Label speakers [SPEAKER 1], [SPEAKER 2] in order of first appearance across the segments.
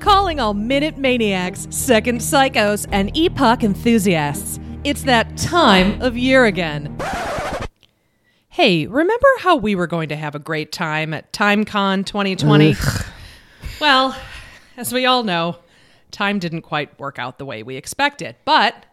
[SPEAKER 1] Calling all minute maniacs, second psychos, and epoch enthusiasts. It's that time of year again. Hey, remember how we were going to have a great time at TimeCon 2020? Well, as we all know, time didn't quite work out the way we expected, but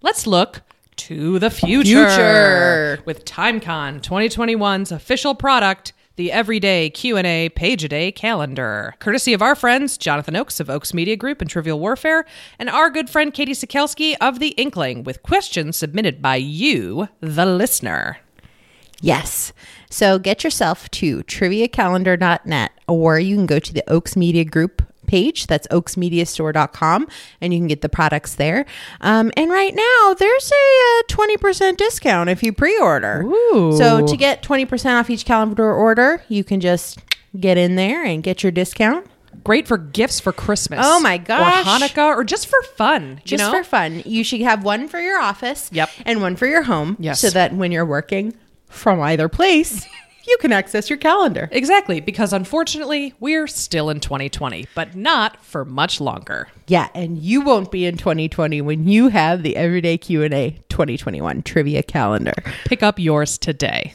[SPEAKER 1] let's look to the future,
[SPEAKER 2] Future.
[SPEAKER 1] with TimeCon 2021's official product, the Everyday Q&A Page a Day calendar, courtesy of our friends Jonathan Oakes of Oakes Media Group and Trivial Warfare, and our good friend Katie Sikelski of The Inkling, with questions submitted by you, the listener.
[SPEAKER 2] Yes. So get yourself to triviacalendar.net or you can go to the Oaks Media Group page. That's oaksmediastore.com and you can get the products there. Um, and right now there's a, uh 20% discount if you pre order. So to get 20% off each calendar order, you can just get in there and get your discount.
[SPEAKER 1] Great for gifts for Christmas.
[SPEAKER 2] Oh my gosh.
[SPEAKER 1] Or Hanukkah, or just for fun. you
[SPEAKER 2] Just
[SPEAKER 1] know?
[SPEAKER 2] for fun. You should have one for your office
[SPEAKER 1] Yep.
[SPEAKER 2] and one for your home.
[SPEAKER 1] Yes.
[SPEAKER 2] So that when you're working from either place, you can access your calendar.
[SPEAKER 1] Exactly, because unfortunately, we're still in 2020, but not for much longer.
[SPEAKER 2] Yeah, and you won't be in 2020 when you have the Everyday Q&A 2021 trivia calendar.
[SPEAKER 1] Pick up yours today.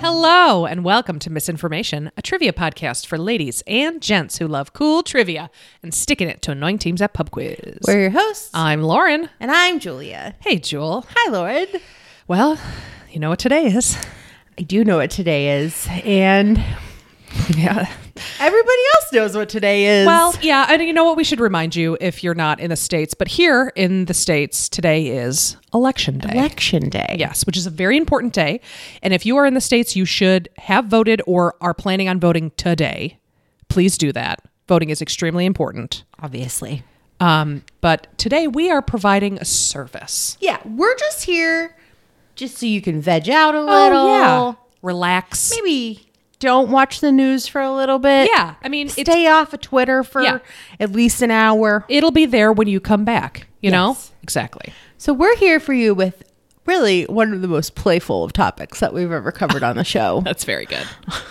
[SPEAKER 1] Hello, and welcome to Misinformation, a trivia podcast for ladies and gents who love cool trivia and sticking it to annoying teams at pub quiz.
[SPEAKER 2] We're your hosts,
[SPEAKER 1] I'm Lauren.
[SPEAKER 2] and I'm Julia.
[SPEAKER 1] Hey, Jewel.
[SPEAKER 2] Hi, Lauren.
[SPEAKER 1] Well, you know what today is.
[SPEAKER 2] I do know what today is, and
[SPEAKER 1] Yeah.
[SPEAKER 2] everybody else knows what today is.
[SPEAKER 1] Well, yeah, and you know what? We should remind you if you're not in the States, but here in the States, today is Election Day.
[SPEAKER 2] election day.
[SPEAKER 1] Yes, which is a very important day. And if you are in the States, you should have voted or are planning on voting today. Please do that. Voting is extremely important.
[SPEAKER 2] obviously.
[SPEAKER 1] Um, but today we are providing a service.
[SPEAKER 2] Yeah, we're just here just so you can veg out a little.
[SPEAKER 1] Oh, yeah. Relax.
[SPEAKER 2] Maybe don't watch the news for a little bit.
[SPEAKER 1] Yeah. I mean, it's,
[SPEAKER 2] Stay off of Twitter for
[SPEAKER 1] Yeah.
[SPEAKER 2] at least an hour.
[SPEAKER 1] it'll be there when you come back, you know?
[SPEAKER 2] Yes.
[SPEAKER 1] Exactly.
[SPEAKER 2] So we're here for you with really one of the most playful of topics that we've ever covered on the show.
[SPEAKER 1] That's very good.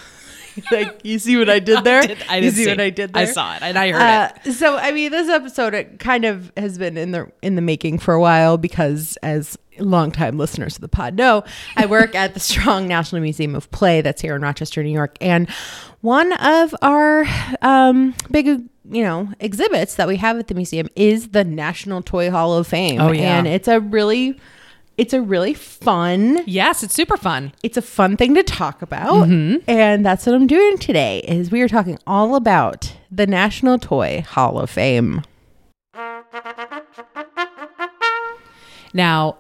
[SPEAKER 2] like you see what I did there?
[SPEAKER 1] did- I
[SPEAKER 2] you
[SPEAKER 1] did
[SPEAKER 2] see,
[SPEAKER 1] see.
[SPEAKER 2] what I did
[SPEAKER 1] I
[SPEAKER 2] there?
[SPEAKER 1] saw it, and I heard
[SPEAKER 2] it. So I mean this episode it kind of has been in the in the making for a while because as longtime listeners of the pod know, I work at the Strong National Museum of Play that's here in Rochester, New York. And one of our um big you know, exhibits that we have at the museum is the National Toy Hall of Fame.
[SPEAKER 1] Oh, yeah.
[SPEAKER 2] And it's a really it's a really fun
[SPEAKER 1] Yes, it's super fun.
[SPEAKER 2] it's a fun thing to talk about and that's what i'm doing today is we are talking all about the national toy hall of fame
[SPEAKER 1] Now,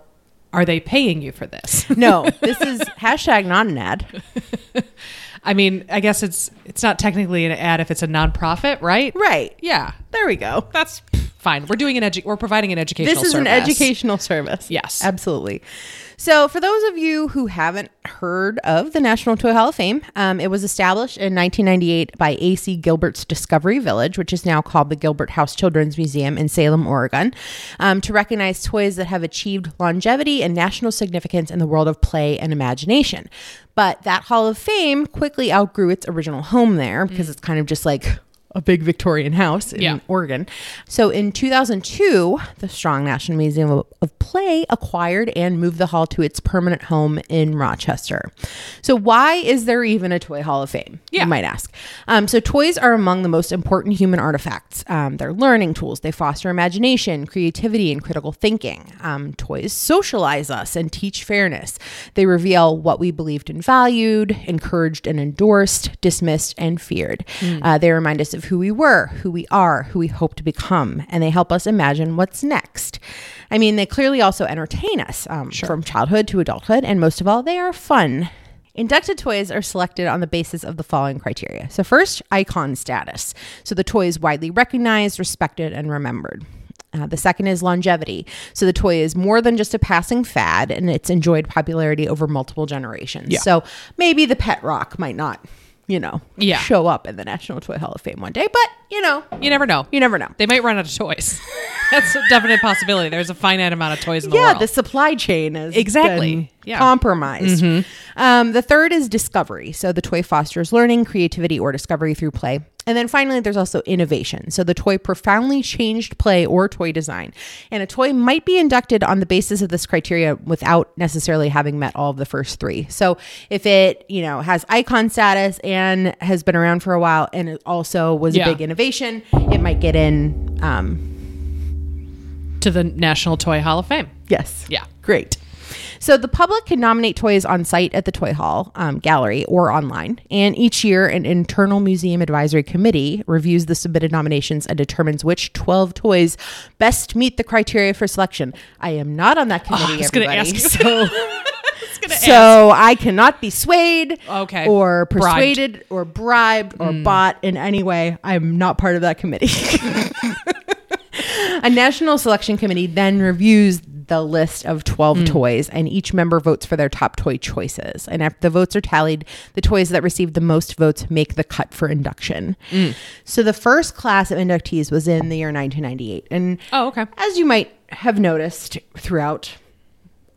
[SPEAKER 1] are they paying you for this?
[SPEAKER 2] no this is hashtag not an ad
[SPEAKER 1] I mean, I guess it's it's not technically an ad if it's a nonprofit, right?
[SPEAKER 2] right
[SPEAKER 1] Yeah,
[SPEAKER 2] there we go
[SPEAKER 1] that's fine. We're doing an edu- we're providing an educational.
[SPEAKER 2] this is an
[SPEAKER 1] service.
[SPEAKER 2] educational service
[SPEAKER 1] Yes.
[SPEAKER 2] absolutely so for those of you who haven't heard of the national toy hall of fame um, it was established in 1998 by ac gilbert's discovery village which is now called the gilbert house children's museum in salem oregon um, to recognize toys that have achieved longevity and national significance in the world of play and imagination but that hall of fame quickly outgrew its original home there because it's kind of just like a big Victorian house in
[SPEAKER 1] Mm. Yeah.
[SPEAKER 2] Oregon. So in 2002, the Strong National Museum of- of Play acquired and moved the hall to its permanent home in Rochester. So why is there even a toy hall of fame?
[SPEAKER 1] Yeah.
[SPEAKER 2] You might ask. Um, so toys are among the most important human artifacts. Um, they're learning tools. They foster imagination, creativity, and critical thinking. Um, toys socialize us and teach fairness. They reveal what we believed and valued, encouraged and endorsed, dismissed and feared. Uh, they remind us of who we were, who we are, who we hope to become, and they help us imagine what's next. I mean, they clearly also entertain us um, from childhood to adulthood, and most of all, they are fun. Inducted toys are selected on the basis of the following criteria. So, first, icon status. So, the toy is widely recognized, respected, and remembered. Uh, the second is longevity. So, the toy is more than just a passing fad and it's enjoyed popularity over multiple generations.
[SPEAKER 1] Yeah.
[SPEAKER 2] So, maybe the pet rock might not you know,
[SPEAKER 1] Yeah.
[SPEAKER 2] show up in the National Toy Hall of Fame one day. But, you know,
[SPEAKER 1] You never know.
[SPEAKER 2] you never know.
[SPEAKER 1] They might run out of toys. That's a definite possibility. There's a finite amount of toys in the
[SPEAKER 2] yeah,
[SPEAKER 1] world.
[SPEAKER 2] the supply chain is
[SPEAKER 1] Exactly. Yeah. Mm-hmm.
[SPEAKER 2] compromised. Um, the third is discovery. So the toy fosters learning, creativity, or discovery through play. And then finally, there's also innovation. So the toy profoundly changed play or toy design. And a toy might be inducted on the basis of this criteria without necessarily having met all of the first three. So if it, you know, has icon status and has been around for a while and it also was
[SPEAKER 1] Yeah.
[SPEAKER 2] a big innovation, it might get in. Um,
[SPEAKER 1] to the National Toy Hall of Fame.
[SPEAKER 2] yes.
[SPEAKER 1] Yeah.
[SPEAKER 2] Great. So the public can nominate toys on site at the Toy Hall um, gallery or online, and each year an internal museum advisory committee reviews the submitted nominations and determines which 12 toys best meet the criteria for selection. I am not on that committee,
[SPEAKER 1] Ah, I was going to
[SPEAKER 2] everybody.
[SPEAKER 1] ask you.
[SPEAKER 2] So,
[SPEAKER 1] I was gonna ask.
[SPEAKER 2] so I cannot be swayed
[SPEAKER 1] Okay.
[SPEAKER 2] or
[SPEAKER 1] Bribed. Mm.
[SPEAKER 2] persuaded or bribed or bought in any way. I'm not part of that committee. A national selection committee then reviews the list of 12
[SPEAKER 1] Mm.
[SPEAKER 2] toys, and each member votes for their top toy choices. And after the votes are tallied, the toys that received the most votes make the cut for induction.
[SPEAKER 1] Mm.
[SPEAKER 2] So the first class of inductees was in the year 1998. And
[SPEAKER 1] Oh, okay.
[SPEAKER 2] as you might have noticed throughout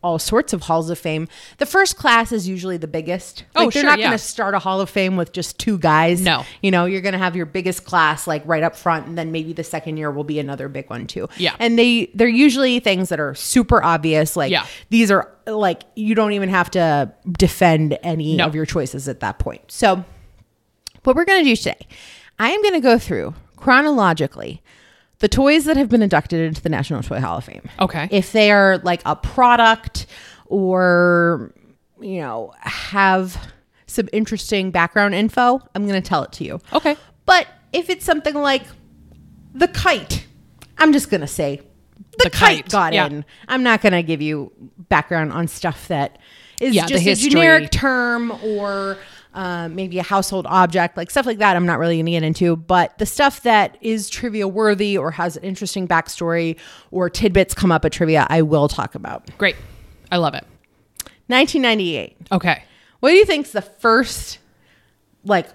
[SPEAKER 2] all sorts of halls of fame, the first class is usually the biggest.
[SPEAKER 1] Oh,
[SPEAKER 2] they're
[SPEAKER 1] sure,
[SPEAKER 2] not
[SPEAKER 1] yeah.
[SPEAKER 2] going to start a hall of fame with just two guys.
[SPEAKER 1] No.
[SPEAKER 2] You know, you're going to have your biggest class like right up front and then maybe the second year will be another big one too.
[SPEAKER 1] Yeah.
[SPEAKER 2] And they they're usually things that are super obvious like
[SPEAKER 1] Yeah.
[SPEAKER 2] these are like you don't even have to defend any
[SPEAKER 1] No.
[SPEAKER 2] of your choices at that point. So what we're going to do today, I am going to go through chronologically the toys that have been inducted into the National Toy Hall of Fame.
[SPEAKER 1] Okay.
[SPEAKER 2] If they are like a product or, you know, have some interesting background info, I'm going to tell it to you.
[SPEAKER 1] Okay.
[SPEAKER 2] But if it's something like the kite, I'm just going to say the,
[SPEAKER 1] The
[SPEAKER 2] kite,
[SPEAKER 1] kite,
[SPEAKER 2] got
[SPEAKER 1] yeah.
[SPEAKER 2] in. I'm not going to give you background on stuff that is
[SPEAKER 1] Yeah, the
[SPEAKER 2] just a
[SPEAKER 1] history.
[SPEAKER 2] generic term or uh, maybe a household object, like stuff like that. I'm not really going to get into, but the stuff that is trivia worthy or has an interesting backstory or tidbits come up at trivia, I will talk about.
[SPEAKER 1] Great. I love it.
[SPEAKER 2] 1998.
[SPEAKER 1] Okay.
[SPEAKER 2] What do you think's the first, like,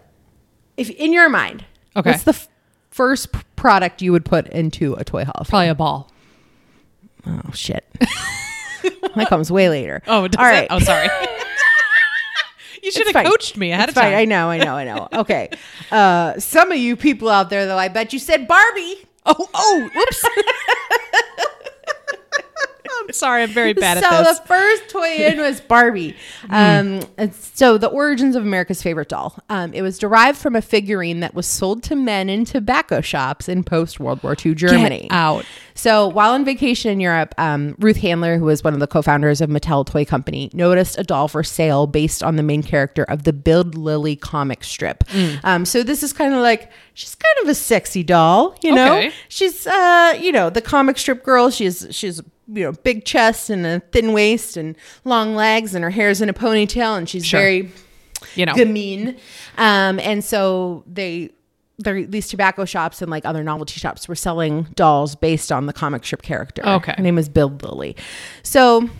[SPEAKER 2] if in your mind,
[SPEAKER 1] Okay.
[SPEAKER 2] what's the f- first p- product you would put into a toy hall?
[SPEAKER 1] Probably a ball.
[SPEAKER 2] Oh shit. that comes way later.
[SPEAKER 1] Oh, does
[SPEAKER 2] all right.
[SPEAKER 1] it? Oh, sorry. you should
[SPEAKER 2] It's
[SPEAKER 1] have
[SPEAKER 2] fine.
[SPEAKER 1] coached me ahead
[SPEAKER 2] It's
[SPEAKER 1] of
[SPEAKER 2] fine.
[SPEAKER 1] time.
[SPEAKER 2] I know, I know, I know. Okay. Uh, some of you people out there, though, I bet you said Barbie.
[SPEAKER 1] Oh, oh, whoops. I'm sorry. I'm very bad
[SPEAKER 2] so
[SPEAKER 1] at this.
[SPEAKER 2] the first toy in was Barbie. Um, and so the origins of America's favorite doll. Um, it was derived from a figurine that was sold to men in tobacco shops in post World War II Germany.
[SPEAKER 1] out.
[SPEAKER 2] So while on vacation in Europe, um, Ruth Handler, who was one of the co-founders of Mattel Toy Company, noticed a doll for sale based on the main character of the Build Lily comic strip.
[SPEAKER 1] Mm.
[SPEAKER 2] Um, so this is kind of like she's kind of a sexy doll, you know.
[SPEAKER 1] Okay.
[SPEAKER 2] She's uh, you know, the comic strip girl. She's she's you know, big chest and a thin waist and long legs, and her hair's in a ponytail, and she's
[SPEAKER 1] Sure.
[SPEAKER 2] very
[SPEAKER 1] you know.
[SPEAKER 2] Gamine. Um, and so they, there these tobacco shops and like other novelty shops were selling dolls based on the comic strip character.
[SPEAKER 1] Okay.
[SPEAKER 2] Her name is Bill Lilly. So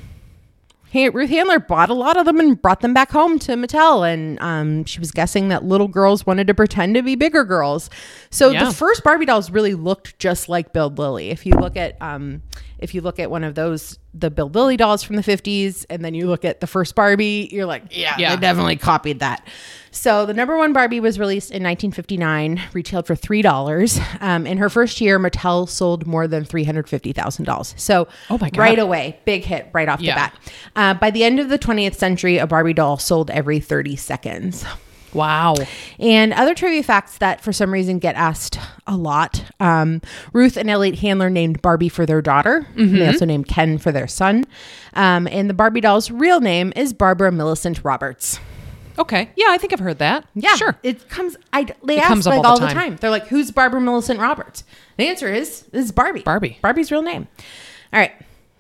[SPEAKER 2] Ha- Ruth Handler bought a lot of them and brought them back home to Mattel. And um, she was guessing that little girls wanted to pretend to be bigger girls. So
[SPEAKER 1] Yeah.
[SPEAKER 2] the first Barbie dolls really looked just like Bill Lilly. If you look at um, if you look at one of those the Bill Lilly dolls from the 50s, and then you look at the first Barbie, you're like, yeah,
[SPEAKER 1] Yeah.
[SPEAKER 2] they definitely copied that. So the number one Barbie was released in 1959, retailed for three dollars. Um, in her first year, Mattel sold more than 350,000 dolls. So
[SPEAKER 1] Oh my God.
[SPEAKER 2] right away, big hit right off
[SPEAKER 1] Yeah.
[SPEAKER 2] the bat. Uh, by the end of the 20th century, a Barbie doll sold every 30 seconds.
[SPEAKER 1] Wow.
[SPEAKER 2] And other trivia facts that for some reason get asked a lot. Um, Ruth and Elliot Handler named Barbie for their daughter.
[SPEAKER 1] Mm-hmm.
[SPEAKER 2] They also named Ken for their son. Um, and the Barbie doll's real name is Barbara Millicent Roberts.
[SPEAKER 1] Okay. Yeah, I think I've heard that.
[SPEAKER 2] Yeah,
[SPEAKER 1] Sure.
[SPEAKER 2] It comes. I they ask
[SPEAKER 1] comes up
[SPEAKER 2] like
[SPEAKER 1] all
[SPEAKER 2] all,
[SPEAKER 1] the
[SPEAKER 2] the,
[SPEAKER 1] time.
[SPEAKER 2] time. They're like, "Who's Barbara Millicent Roberts?" The answer is this is Barbie.
[SPEAKER 1] Barbie.
[SPEAKER 2] Barbie's real name. All right.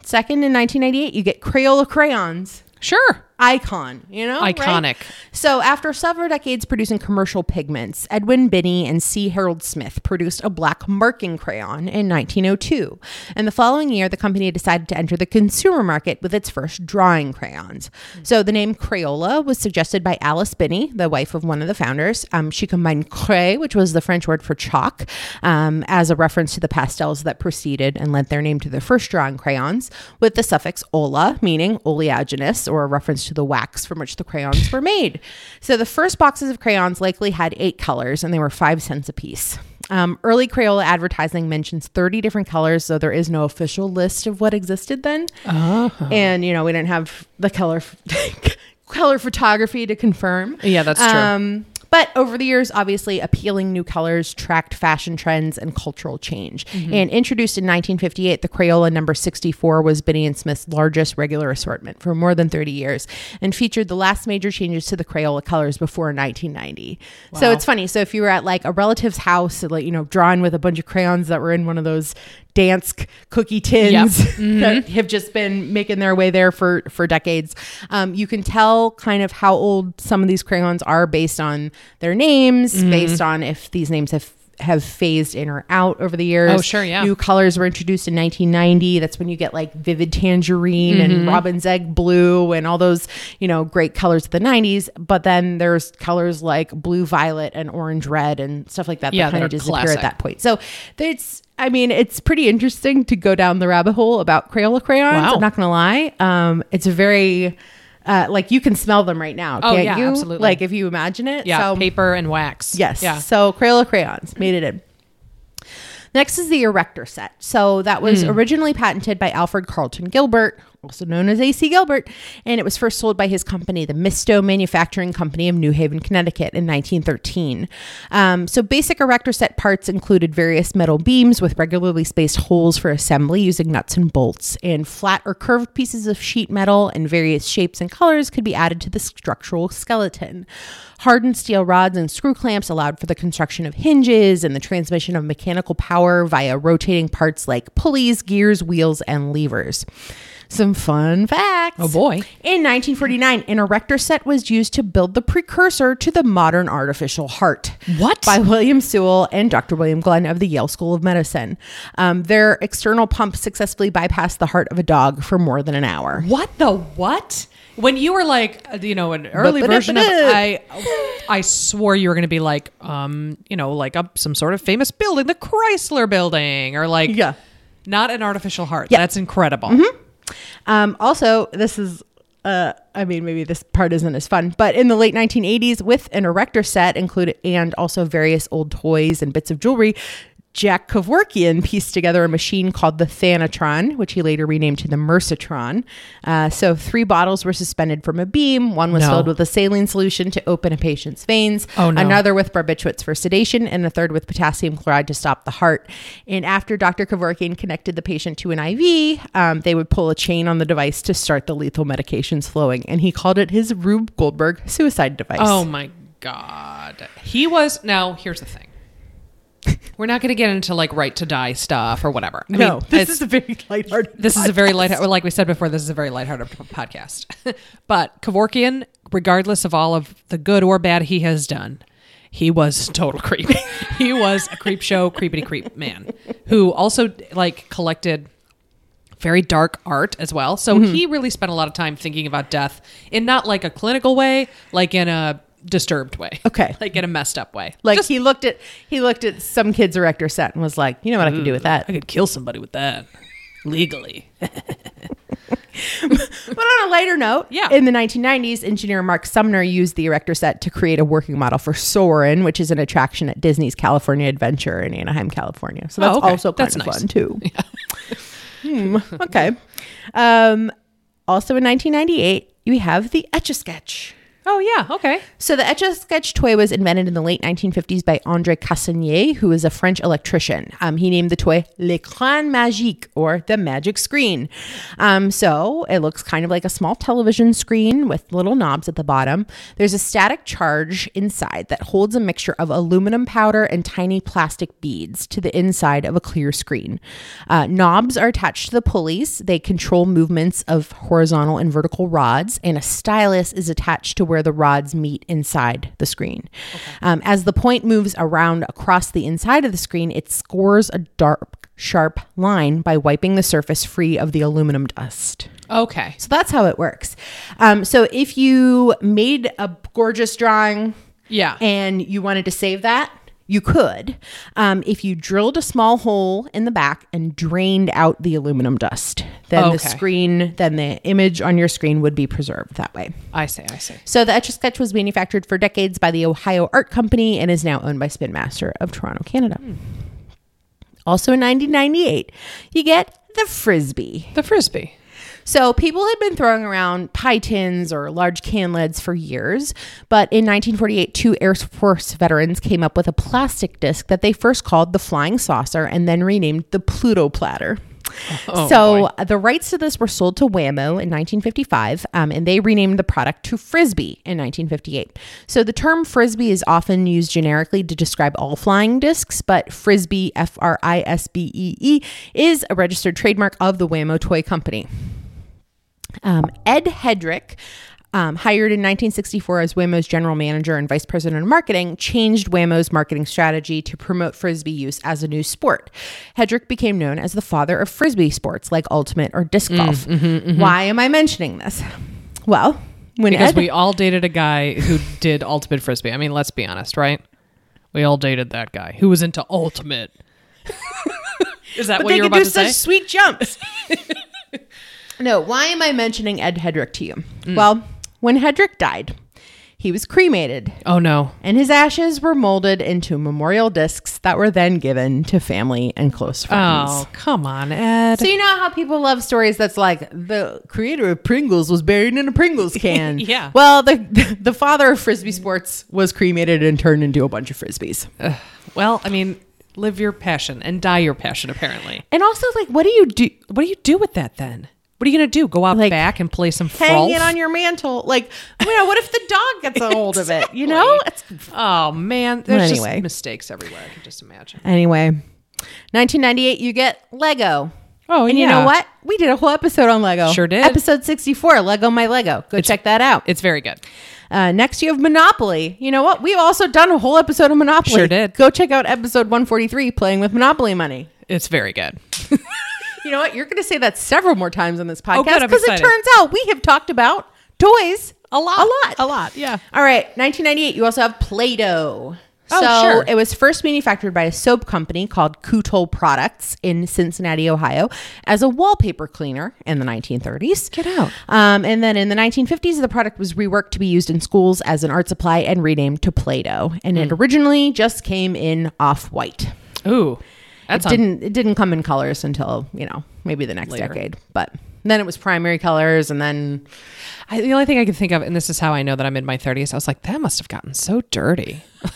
[SPEAKER 2] Second in 1998, you get Crayola crayons.
[SPEAKER 1] Sure.
[SPEAKER 2] icon, you know? right?
[SPEAKER 1] Iconic.
[SPEAKER 2] So, after several decades producing commercial pigments, Edwin Binney and C. Harold Smith produced a black marking crayon in 1902. And the following year, the company decided to enter the consumer market with its first drawing crayons. So, the name Crayola was suggested by Alice Binney, the wife of one of the founders. Um, she combined cray, which was the French word for chalk, um, as a reference to the pastels that preceded and lent their name to their first drawing crayons, with the suffix ola, meaning oleaginous, or a reference to the wax from which the crayons were made. So the first boxes of crayons likely had eight colors, and they were five cents apiece. Um, early Crayola advertising mentions 30 different colors, though there is no official list of what existed then. Uh-huh.
[SPEAKER 1] Uh-huh.
[SPEAKER 2] And, you know, we didn't have the color, color photography to confirm.
[SPEAKER 1] Yeah, that's true.
[SPEAKER 2] Um, but over the years, obviously, appealing new colors tracked fashion trends and cultural change.
[SPEAKER 1] Mm-hmm.
[SPEAKER 2] And introduced in 1958, the Crayola number 64 was Binney and Smith's largest regular assortment for more than 30 years and featured the last major changes to the Crayola colors before 1990. So it's funny. So if you were at like a relative's house, like, you know, drawing with a bunch of crayons that were in one of those dance c- cookie tins that
[SPEAKER 1] Mm-hmm.
[SPEAKER 2] have just been making their way there for for decades. Um, you can tell kind of how old some of these crayons are based on their names,
[SPEAKER 1] Mm-hmm.
[SPEAKER 2] based on if these names have have phased in or out over the years.
[SPEAKER 1] Oh, sure, yeah.
[SPEAKER 2] New colors were introduced in 1990. That's when you get like vivid tangerine
[SPEAKER 1] Mm-hmm.
[SPEAKER 2] and robin's egg blue and all those, you know, great colors of the 90s. But then there's colors like blue violet and orange red and stuff like that
[SPEAKER 1] Yeah,
[SPEAKER 2] that kind
[SPEAKER 1] they're
[SPEAKER 2] of disappear
[SPEAKER 1] classic.
[SPEAKER 2] at that point. So it's I mean, it's pretty interesting to go down the rabbit hole about Crayola crayons.
[SPEAKER 1] Wow.
[SPEAKER 2] I'm not gonna lie. Um, it's a very uh, like you can smell them right now.
[SPEAKER 1] Oh,
[SPEAKER 2] can't
[SPEAKER 1] yeah,
[SPEAKER 2] you?
[SPEAKER 1] absolutely.
[SPEAKER 2] Like if you imagine it.
[SPEAKER 1] Yeah,
[SPEAKER 2] So-
[SPEAKER 1] paper and wax.
[SPEAKER 2] Yes.
[SPEAKER 1] Yeah.
[SPEAKER 2] So Crayola crayons made it in. Next is the Erector set. So that was originally patented by Alfred Carlton Gilbert, also known as A.C. Gilbert, and it was first sold by his company, the Misto Manufacturing Company of New Haven, Connecticut, in 1913. Um, so basic Erector set parts included various metal beams with regularly spaced holes for assembly using nuts and bolts, and flat or curved pieces of sheet metal in various shapes and colors could be added to the structural skeleton. Hardened steel rods and screw clamps allowed for the construction of hinges and the transmission of mechanical power via rotating parts like pulleys, gears, wheels, and levers. Some fun facts.
[SPEAKER 1] Oh, boy.
[SPEAKER 2] In 1949, an erector set was used to build the precursor to the modern artificial heart.
[SPEAKER 1] What?
[SPEAKER 2] By William Sewell and Dr. William Glenn of the Yale School of Medicine. Um, their external pump successfully bypassed the heart of a dog for more than an hour.
[SPEAKER 1] What the what? When you were like, uh, you know, an early version of I,
[SPEAKER 2] Ba-ba-da-ba-da.
[SPEAKER 1] I swore you were going to be like, um, you know, like a, some sort of famous building, the Chrysler Building, or like,
[SPEAKER 2] Yeah.
[SPEAKER 1] not an artificial heart.
[SPEAKER 2] Yeah.
[SPEAKER 1] That's incredible.
[SPEAKER 2] Um, also, this is, uh, I mean, maybe this part isn't as fun, but in the late 1980s, with an erector set included and also various old toys and bits of jewelry, Jack Kevorkian pieced together a machine called the Thanatron, which he later renamed to the Mercitron. Uh, so, three bottles were suspended from a beam. One was
[SPEAKER 1] No.
[SPEAKER 2] filled with a saline solution to open a patient's veins,
[SPEAKER 1] Oh, no.
[SPEAKER 2] another with barbiturates for sedation, and a third with potassium chloride to stop the heart. And after Dr. Kevorkian connected the patient to an IV, um, they would pull a chain on the device to start the lethal medications flowing. And he called it his Rube Goldberg suicide device.
[SPEAKER 1] Oh my god. He was now here's the thing. We're not going to get into like right to die stuff or whatever. I
[SPEAKER 2] no.
[SPEAKER 1] mean,
[SPEAKER 2] this
[SPEAKER 1] it's-
[SPEAKER 2] is a very lighthearted.
[SPEAKER 1] this is a very light like we said before this is a very lighthearted p- podcast but Kevorkian regardless of all of the good or bad he has done he was a total creep he was a creep show creepity creep man who also like collected very dark art as well so he really spent a lot of time thinking about death in not like a clinical way like in a disturbed way
[SPEAKER 2] Okay.
[SPEAKER 1] like in a messed up way
[SPEAKER 2] Like he looked at he looked at some kid's erector set and was like, you know what I could do with that.
[SPEAKER 1] i could kill somebody with that legally
[SPEAKER 2] But on a lighter note,
[SPEAKER 1] Yeah.
[SPEAKER 2] in the 1990s, engineer Mark Sumner used the Erector set to create a working model for Soarin', which is an attraction at Disney's California Adventure in Anaheim, California. So
[SPEAKER 1] Oh,
[SPEAKER 2] that's
[SPEAKER 1] okay.
[SPEAKER 2] also kind
[SPEAKER 1] That's
[SPEAKER 2] of
[SPEAKER 1] nice.
[SPEAKER 2] fun too. Hmm, okay. Um, also in 1998, we have the Etch a Sketch.
[SPEAKER 1] Oh, yeah. Okay.
[SPEAKER 2] So the etch a sketch toy was invented in the late 1950s by André Cassonnier, who is a French electrician. Um, he named the toy l'écran magique, or the magic screen. Um, so it looks kind of like a small television screen with little knobs at the bottom. There's a static charge inside that holds a mixture of aluminum powder and tiny plastic beads to the inside of a clear screen. Uh, knobs are attached to the pulleys. They control movements of horizontal and vertical rods, and a stylus is attached to where the rods meet inside the screen. Um, as the point moves around across the inside of the screen, it scores a dark, sharp line by wiping the surface free of the aluminum dust.
[SPEAKER 1] Okay.
[SPEAKER 2] So that's how it works. Um, so if you made a gorgeous drawing
[SPEAKER 1] Yeah.
[SPEAKER 2] and you wanted to save that, you could um, if you drilled a small hole in the back and drained out the aluminum dust. Then the
[SPEAKER 1] Okay.
[SPEAKER 2] screen, then the image on your screen would be preserved that way.
[SPEAKER 1] I see. I see.
[SPEAKER 2] So the Etch a Sketch was manufactured for decades by the Ohio Art Company and is now owned by Spin Master of Toronto, Canada. Also in 1998, you get the Frisbee.
[SPEAKER 1] The frisbee.
[SPEAKER 2] So people had been throwing around pie tins or large can lids for years, but in 1948, two Air Force veterans came up with a plastic disc that they first called the Flying Saucer and then renamed the Pluto Platter.
[SPEAKER 1] Oh,
[SPEAKER 2] so uh, the rights to this were sold to Whammo in 1955, um, and they renamed the product to Frisbee in 1958. So the term Frisbee is often used generically to describe all flying discs, but Frisbee, F R I S B E E, is a registered trademark of the Whammo Toy Company. Um, Ed Hedrick, um, hired in 1964 as Waymo's general manager and vice president of marketing, changed Waymo's marketing strategy to promote frisbee use as a new sport. Hedrick became known as the father of frisbee sports like ultimate or
[SPEAKER 1] Mm,
[SPEAKER 2] disc golf.
[SPEAKER 1] mm-hmm,
[SPEAKER 2] Why am I mentioning this? Well, when
[SPEAKER 1] Because
[SPEAKER 2] Ed,
[SPEAKER 1] we all dated a guy who did ultimate frisbee. I mean, let's be honest, right? We all dated that guy who was into ultimate. Is that
[SPEAKER 2] but
[SPEAKER 1] what
[SPEAKER 2] they
[SPEAKER 1] you were
[SPEAKER 2] can
[SPEAKER 1] about
[SPEAKER 2] do
[SPEAKER 1] to
[SPEAKER 2] such
[SPEAKER 1] say?
[SPEAKER 2] sweet jumps. no, why am I mentioning Ed Hedrick to you?
[SPEAKER 1] Mm.
[SPEAKER 2] Well, when Hedrick died, he was cremated
[SPEAKER 1] Oh no.
[SPEAKER 2] and his ashes were molded into memorial discs that were then given to family and close friends.
[SPEAKER 1] Oh, come on, Ed.
[SPEAKER 2] So you know how people love stories that's like the creator of Pringles was buried in a Pringles can.
[SPEAKER 1] Yeah.
[SPEAKER 2] Well, the the father of frisbee sports was cremated and turned into a bunch of frisbees.
[SPEAKER 1] well, I mean, live your passion and die your passion apparently.
[SPEAKER 2] And also, like, what do you do?
[SPEAKER 1] What do you do with that then? What are you going to do? Go out
[SPEAKER 2] Like,
[SPEAKER 1] back and play some
[SPEAKER 2] Hang
[SPEAKER 1] frolf?
[SPEAKER 2] it on your mantle. Like, you know, what if the dog gets a hold of it? You know, it's
[SPEAKER 1] oh man, there's
[SPEAKER 2] anyway.
[SPEAKER 1] just mistakes everywhere. I can just imagine.
[SPEAKER 2] Anyway, 1998, you get Lego.
[SPEAKER 1] Oh,
[SPEAKER 2] and you
[SPEAKER 1] yeah.
[SPEAKER 2] know what? We did a whole episode on Lego.
[SPEAKER 1] Sure did.
[SPEAKER 2] Episode 64, Lego My Lego. Go check that out.
[SPEAKER 1] It's very good.
[SPEAKER 2] Uh, next, you have Monopoly. You know what? We've also done a whole episode of Monopoly.
[SPEAKER 1] Sure did.
[SPEAKER 2] Go check out episode 143, Playing with Monopoly Money.
[SPEAKER 1] It's very good.
[SPEAKER 2] You know what? You're going to say that several more times on this podcast
[SPEAKER 1] Oh, good. I'm
[SPEAKER 2] because it
[SPEAKER 1] excited.
[SPEAKER 2] turns out we have talked about toys
[SPEAKER 1] A lot.
[SPEAKER 2] A lot.
[SPEAKER 1] A lot, yeah.
[SPEAKER 2] All right. 1998, you also have Play Doh.
[SPEAKER 1] Oh,
[SPEAKER 2] so
[SPEAKER 1] sure.
[SPEAKER 2] it was first manufactured by a soap company called Kutol Products in Cincinnati, Ohio, as a wallpaper cleaner in the 1930s.
[SPEAKER 1] Get out.
[SPEAKER 2] Um, and then in the 1950s, the product was reworked to be used in schools as an art supply and renamed to Play Doh. And
[SPEAKER 1] Hmm.
[SPEAKER 2] it originally just came in off white.
[SPEAKER 1] Ooh, that's on
[SPEAKER 2] Didn't it didn't come in colors until you know maybe the next
[SPEAKER 1] Later.
[SPEAKER 2] decade, but then it was primary colors, and then
[SPEAKER 1] I, the only thing I can think of, and this is how I know that I'm in my 30s, I was like, that must have gotten so dirty.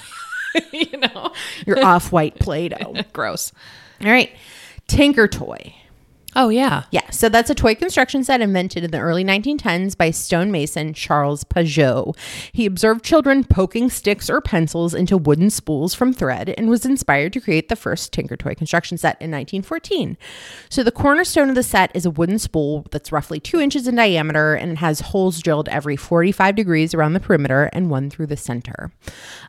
[SPEAKER 1] you know?
[SPEAKER 2] your off white Play Doh.
[SPEAKER 1] Gross.
[SPEAKER 2] All right, Tinker Toy.
[SPEAKER 1] Oh, yeah.
[SPEAKER 2] Yeah, so that's a toy construction set invented in the early 1910s by stonemason Charles Pajot. He observed children poking sticks or pencils into wooden spools from thread and was inspired to create the first Tinker Toy construction set in 1914. So the cornerstone of the set is a wooden spool that's roughly two inches in diameter and it has holes drilled every 45 degrees around the perimeter and one through the center.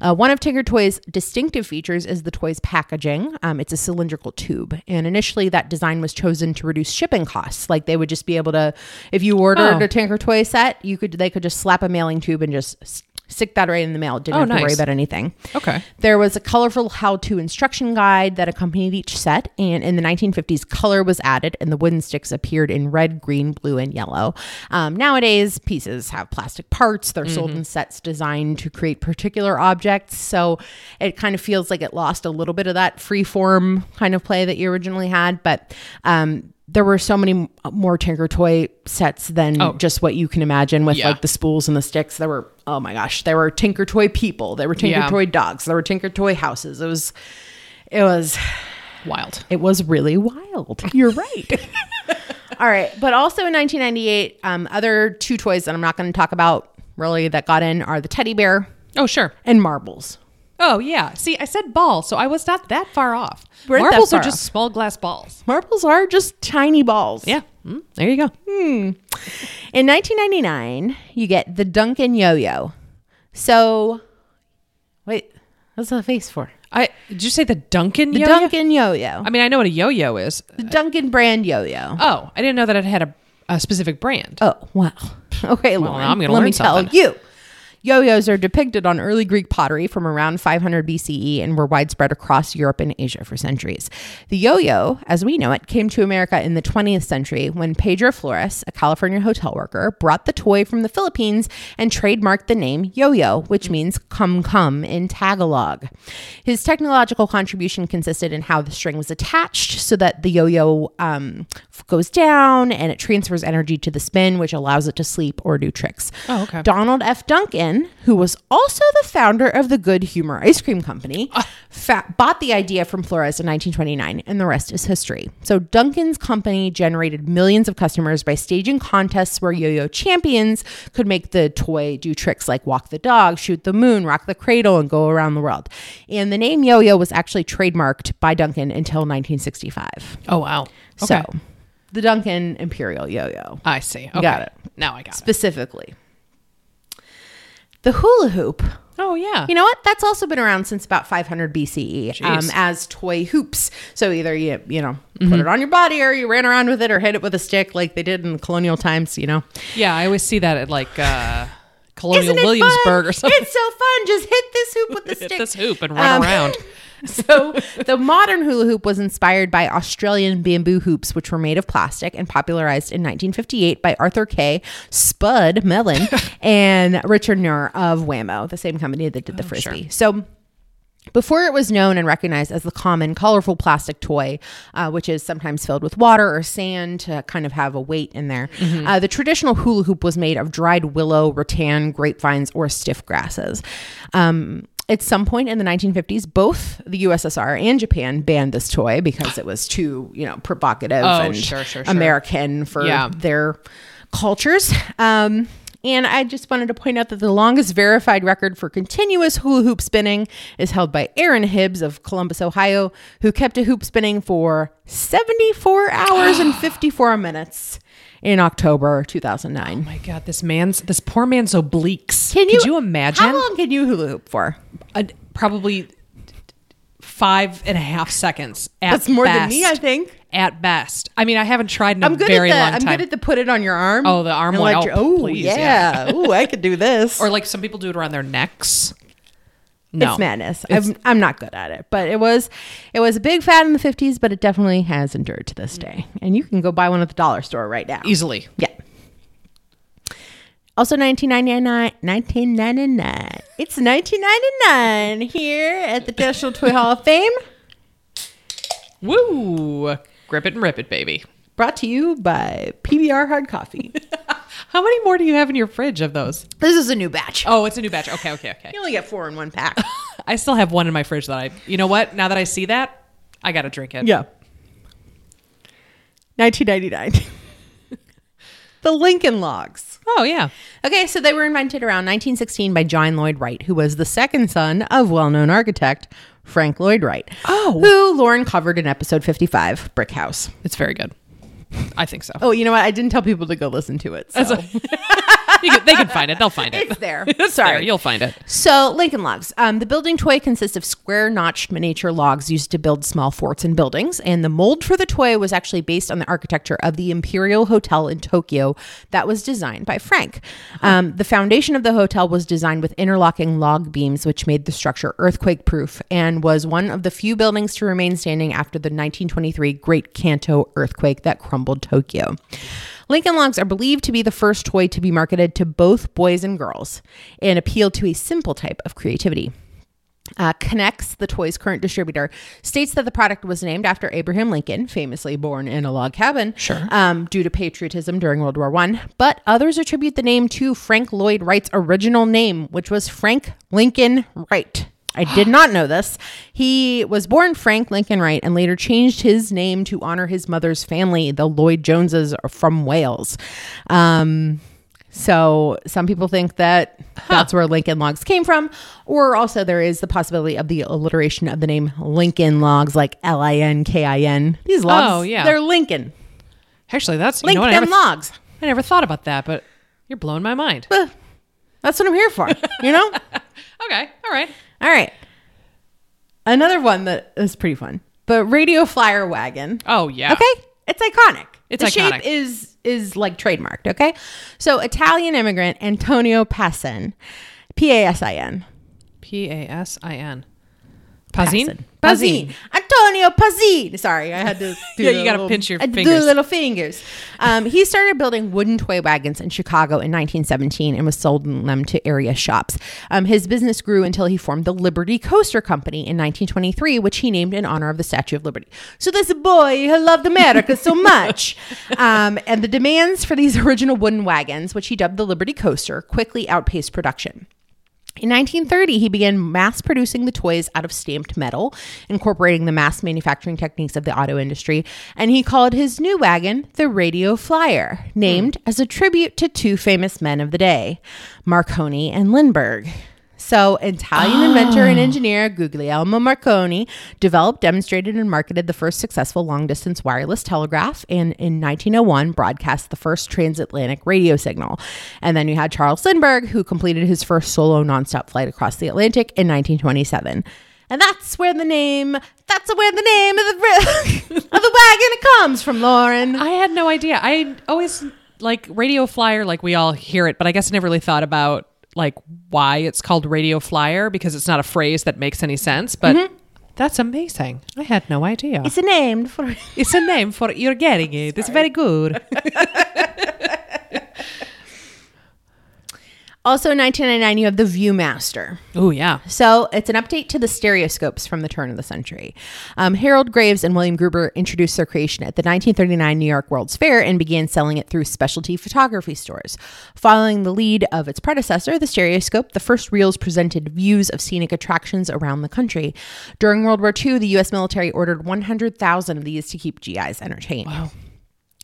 [SPEAKER 2] Uh, one of Tinker Toy's distinctive features is the toy's packaging. Um, it's a cylindrical tube, and initially that design was chosen to reduce shipping costs. Like they would just be able to, if you ordered
[SPEAKER 1] Oh.
[SPEAKER 2] a Tinker Toy set, you could they could just slap a mailing tube and just s- stick that right in the mail. Didn't
[SPEAKER 1] Oh,
[SPEAKER 2] have to worry
[SPEAKER 1] nice.
[SPEAKER 2] about anything.
[SPEAKER 1] Okay.
[SPEAKER 2] There was a colorful how to instruction guide that accompanied each set, and in the 1950s, color was added and the wooden sticks appeared in red, green, blue, and yellow. Um, nowadays, pieces have plastic parts. They're sold
[SPEAKER 1] Mm-hmm.
[SPEAKER 2] in sets designed to create particular objects, so it kind of feels like it lost a little bit of that free form kind of play that you originally had, but um, there were so many m- more Tinker Toy sets than
[SPEAKER 1] Oh.
[SPEAKER 2] just what you can imagine with
[SPEAKER 1] Yeah.
[SPEAKER 2] like the spools and the sticks. There were oh my gosh, there were Tinker Toy people, there were Tinker
[SPEAKER 1] Yeah.
[SPEAKER 2] Toy dogs, there were Tinker Toy houses. It was it was
[SPEAKER 1] Wild.
[SPEAKER 2] it was really wild. You're right. All right. But also in 1998, um, other two toys that I'm not going to talk about really that got in are the teddy bear
[SPEAKER 1] Oh, sure.
[SPEAKER 2] and marbles.
[SPEAKER 1] Oh, yeah. See, I said ball, so I was not that far off.
[SPEAKER 2] Weren't that
[SPEAKER 1] Marbles
[SPEAKER 2] far
[SPEAKER 1] are just small glass balls.
[SPEAKER 2] Marbles are just tiny balls.
[SPEAKER 1] Yeah. there you go.
[SPEAKER 2] In 1999, you get the Duncan yo yo. So, wait, what's the face for?
[SPEAKER 1] I did you say the Duncan
[SPEAKER 2] The
[SPEAKER 1] yo-yo?
[SPEAKER 2] Duncan yo yo.
[SPEAKER 1] I mean, I know what a yo-yo is.
[SPEAKER 2] The Duncan brand yo yo.
[SPEAKER 1] Oh, I didn't know that it had a, a specific brand.
[SPEAKER 2] Oh, wow. Okay, Lauren.
[SPEAKER 1] now I'm gonna
[SPEAKER 2] let
[SPEAKER 1] learn
[SPEAKER 2] me tell
[SPEAKER 1] something.
[SPEAKER 2] you. Yo-yos are depicted on early Greek pottery from around 500 BCE E and were widespread across Europe and Asia for centuries. The yo-yo, as we know it, came to America in the 20th century when Pedro Flores, a California hotel worker, brought the toy from the Philippines and trademarked the name yo-yo, which means come come in Tagalog. His technological contribution consisted in how the string was attached so that the yo-yo um, f- goes down and it transfers energy to the spin, which allows it to sleep or do tricks.
[SPEAKER 1] Oh, okay.
[SPEAKER 2] Donald F. Duncan, who was also the founder of the Good Humor Ice Cream Company, fa- bought the idea from Flores in 1929, and the rest is history. So Duncan's company generated millions of customers by staging contests where yo-yo champions could make the toy do tricks like walk the dog, shoot the moon, rock the cradle, and go around the world. And the name yo-yo was actually trademarked by Duncan until 1965.
[SPEAKER 1] Oh, wow. Okay.
[SPEAKER 2] So the Duncan Imperial Yo-Yo
[SPEAKER 1] I see. Okay.
[SPEAKER 2] got it.
[SPEAKER 1] Now I got it.
[SPEAKER 2] specifically. The hula hoop.
[SPEAKER 1] Oh, yeah.
[SPEAKER 2] You know what? That's also been around since about 500 BCE um,
[SPEAKER 1] Jeez. Mm-hmm.
[SPEAKER 2] as toy hoops. So either you you know put it on your body, or you ran around with it, or hit it with a stick, like they did in colonial times. You know,
[SPEAKER 1] yeah, I always see that at like uh, Colonial
[SPEAKER 2] Isn't it
[SPEAKER 1] Williamsburg
[SPEAKER 2] fun?
[SPEAKER 1] or something.
[SPEAKER 2] It's so fun. Just hit this hoop with the
[SPEAKER 1] Hit
[SPEAKER 2] stick.
[SPEAKER 1] this hoop and
[SPEAKER 2] Um,
[SPEAKER 1] run around.
[SPEAKER 2] so the modern hula hoop was inspired by Australian bamboo hoops, which were made of plastic and popularized in 1958 by Arthur K. Spud Mellon and Richard Neuer of Whammo, the same company that did the frisbee. So before it was known and recognized as the common colorful plastic toy, uh, which is sometimes filled with water or sand to kind of have a weight in there,
[SPEAKER 1] Mm-hmm.
[SPEAKER 2] uh, the traditional hula hoop was made of dried willow, rattan, grapevines, or stiff grasses. Um, at some point in the 1950s, both the USSR and Japan banned this toy because it was too, you know, provocative
[SPEAKER 1] Oh,
[SPEAKER 2] and
[SPEAKER 1] sure, sure, sure.
[SPEAKER 2] American for
[SPEAKER 1] Yeah.
[SPEAKER 2] their cultures. Um, and I just wanted to point out that the longest verified record for continuous hula hoop spinning is held by Aaron Hibbs of Columbus, Ohio, who kept a hoop spinning for 74 hours and 54 minutes in October 2009.
[SPEAKER 1] My God, this man's this poor man's obliques.
[SPEAKER 2] Can
[SPEAKER 1] Could you imagine?
[SPEAKER 2] How long can you hula hoop for?
[SPEAKER 1] A- probably five and a half seconds. At
[SPEAKER 2] That's more than me, I
[SPEAKER 1] best.
[SPEAKER 2] think.
[SPEAKER 1] At best, I mean, I haven't tried in a
[SPEAKER 2] I'm good
[SPEAKER 1] very long
[SPEAKER 2] at the
[SPEAKER 1] time.
[SPEAKER 2] I'm good at the put it on your arm.
[SPEAKER 1] Oh, the arm
[SPEAKER 2] and
[SPEAKER 1] one.
[SPEAKER 2] let
[SPEAKER 1] Oh,
[SPEAKER 2] your- Oh,
[SPEAKER 1] please,
[SPEAKER 2] yeah. Ooh, I could do this.
[SPEAKER 1] or like some people do it around their necks. No,
[SPEAKER 2] It's madness. I'm, I'm not good at it, but it was it was a big fad in the 50s, but it definitely has endured to this day. And you can go buy one at the dollar store right now.
[SPEAKER 1] easily.
[SPEAKER 2] Yeah. Also 1999 1999. It's 1999 here at the National Toy Hall of Fame,
[SPEAKER 1] Woo! Grip it and rip it, baby.
[SPEAKER 2] brought to you by PBR Hard Coffee.
[SPEAKER 1] How many more do you have in your fridge of those?
[SPEAKER 2] this is a new batch.
[SPEAKER 1] Oh, it's a new batch. Okay, okay, okay.
[SPEAKER 2] You only get 4 in one pack.
[SPEAKER 1] I still have one in my fridge that I. You know what? Now that I see that, I gotta drink it.
[SPEAKER 2] Yeah. 1999. the Lincoln Logs.
[SPEAKER 1] Oh yeah.
[SPEAKER 2] Okay, so they were invented around 1916 by John Lloyd Wright, who was the second son of well known architect Frank Lloyd Wright.
[SPEAKER 1] Oh.
[SPEAKER 2] Who Lauren covered in episode 55, Brick House.
[SPEAKER 1] It's very good. I think so.
[SPEAKER 2] Oh, you know what? I didn't tell people to go listen to it. So,
[SPEAKER 1] You can- they can find it. They'll find it.
[SPEAKER 2] It's there.
[SPEAKER 1] It's
[SPEAKER 2] Sorry.
[SPEAKER 1] there. You'll find it.
[SPEAKER 2] so Lincoln Logs. Um, the building toy consists of square notched miniature logs used to build small forts and buildings. And the mold for the toy was actually based on the architecture of the Imperial Hotel in Tokyo that was designed by Frank. Um, the foundation of the hotel was designed with interlocking log beams, which made the structure earthquake proof and was one of the few buildings to remain standing after the 1923 Great Kanto earthquake that crumbled Tokyo. Lincoln Logs are believed to be the first toy to be marketed to both boys and girls and appeal to a simple type of creativity. uh, connects the toy's current distributor states that the product was named after abraham lincoln famously born in a log cabin
[SPEAKER 1] Sure.
[SPEAKER 2] um, due to patriotism during world war one but others attribute the name to frank lloyd wright's original name which was frank lincoln wright I did not know this. He was born Frank Lincoln Wright and later changed his name to honor his mother's family, the Lloyd Joneses from Wales. Um, so some people think that that's where Lincoln Logs came from, or also there is the possibility of the alliteration of the name Lincoln Logs, like L I N K I N. These logs,
[SPEAKER 1] Oh, yeah.
[SPEAKER 2] they're Lincoln.
[SPEAKER 1] Actually, that's you know,
[SPEAKER 2] Lincoln
[SPEAKER 1] I never,
[SPEAKER 2] Logs.
[SPEAKER 1] I never thought about that, but you're blowing my mind.
[SPEAKER 2] That's what I'm here for, you know?
[SPEAKER 1] Okay, all right.
[SPEAKER 2] All right. Another one that is pretty fun. The radio flyer wagon.
[SPEAKER 1] Oh yeah.
[SPEAKER 2] Okay, it's iconic.
[SPEAKER 1] It's
[SPEAKER 2] the
[SPEAKER 1] iconic.
[SPEAKER 2] shape is is like trademarked. Okay, so Italian immigrant Antonio Passin, P A S I N.
[SPEAKER 1] P A S I N. Pazin.
[SPEAKER 2] Pazin. Antonio Pazin. Sorry, I had to do
[SPEAKER 1] Yeah,
[SPEAKER 2] the
[SPEAKER 1] you gotta
[SPEAKER 2] little-
[SPEAKER 1] pinch your
[SPEAKER 2] I had to
[SPEAKER 1] fingers.
[SPEAKER 2] Do little fingers. Um, he started building wooden toy wagons in Chicago in 1917 and was selling them to area shops. Um, his business grew until he formed the Liberty Coaster Company in 1923, which he named in honor of the Statue of Liberty. So this boy who loved America so much. Um, and the demands for these original wooden wagons, which he dubbed the Liberty Coaster, quickly outpaced production. In 1930, he began mass producing the toys out of stamped metal, incorporating the mass manufacturing techniques of the auto industry, and he called his new wagon the Radio Flyer, named as a tribute to two famous men of the day, Marconi and Lindbergh. So, Italian inventor and engineer Guglielmo Marconi developed, demonstrated, and marketed the first successful long distance wireless telegraph, and in 1901 broadcast the first transatlantic radio signal. And then you had Charles Lindbergh, who completed his first solo nonstop flight across the Atlantic in 1927. And that's where the name, that's where the name of the, of the wagon comes from, Lauren.
[SPEAKER 1] I had no idea. I always like radio flyer, like we all hear it, but I guess I never really thought about like why it's called radio flyer because it's not a phrase that makes any sense. But that's amazing. I had no idea.
[SPEAKER 2] Mm-hmm. It's a name for.
[SPEAKER 1] It's a name for you're getting it. It's very good.
[SPEAKER 2] Also in 1999, you have the Viewmaster.
[SPEAKER 1] Oh yeah.
[SPEAKER 2] So it's an update to the stereoscopes from the turn of the century. Um, Harold Graves and William Gruber introduced their creation at the 1939 New York World's Fair and began selling it through specialty photography stores. Following the lead of its predecessor, the stereoscope, the first reels presented views of scenic attractions around the country. During World War II, the U.S. military ordered 100,000 of these to keep GIs entertained.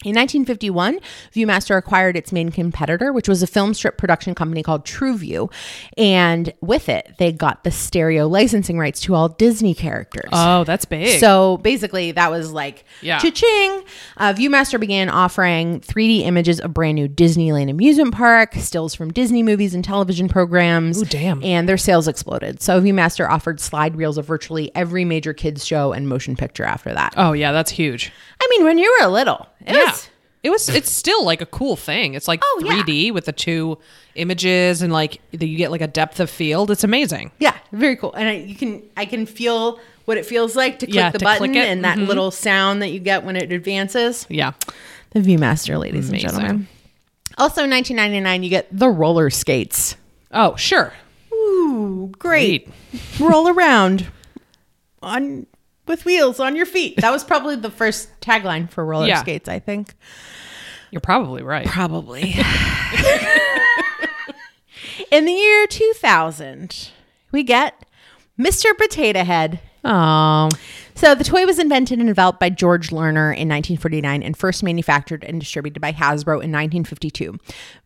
[SPEAKER 2] In 1951, Viewmaster acquired its main competitor, which was a film strip production company called TrueView. And with it, they got the stereo licensing rights to all Disney characters.
[SPEAKER 1] Oh, that's big.
[SPEAKER 2] So basically, that was like
[SPEAKER 1] Yeah.
[SPEAKER 2] cha-ching. Uh, Viewmaster began offering 3D images of brand new Disneyland amusement park, stills from Disney movies and television programs.
[SPEAKER 1] Ooh, damn.
[SPEAKER 2] And their sales exploded. So Viewmaster offered slide reels of virtually every major kids show and motion picture after that.
[SPEAKER 1] oh yeah, that's huge.
[SPEAKER 2] I mean, when you were little, it
[SPEAKER 1] yeah.
[SPEAKER 2] was
[SPEAKER 1] it was it's still like a cool thing. It's like
[SPEAKER 2] Oh, yeah.
[SPEAKER 1] 3D with the two images and like the- you get like a depth of field. It's amazing.
[SPEAKER 2] Yeah, very cool. And I, you can I can feel what it feels like to click Mm-hmm.
[SPEAKER 1] Yeah,
[SPEAKER 2] the
[SPEAKER 1] to click
[SPEAKER 2] button
[SPEAKER 1] it.
[SPEAKER 2] and that little sound that you get when it advances.
[SPEAKER 1] Yeah.
[SPEAKER 2] The ViewMaster, ladies
[SPEAKER 1] Amazing.
[SPEAKER 2] and gentlemen. Also, in 1999, you get the roller skates.
[SPEAKER 1] Oh, sure.
[SPEAKER 2] Ooh, great!
[SPEAKER 1] Neat.
[SPEAKER 2] Roll around on with wheels on your feet. That was probably the first tagline for roller
[SPEAKER 1] Yeah.
[SPEAKER 2] skates. I think
[SPEAKER 1] You're probably right.
[SPEAKER 2] probably. in the year 2000, we get Mr. Potato Head.
[SPEAKER 1] Oh.
[SPEAKER 2] So the toy was invented and developed by George Lerner in 1949 and first manufactured and distributed by Hasbro in 1952.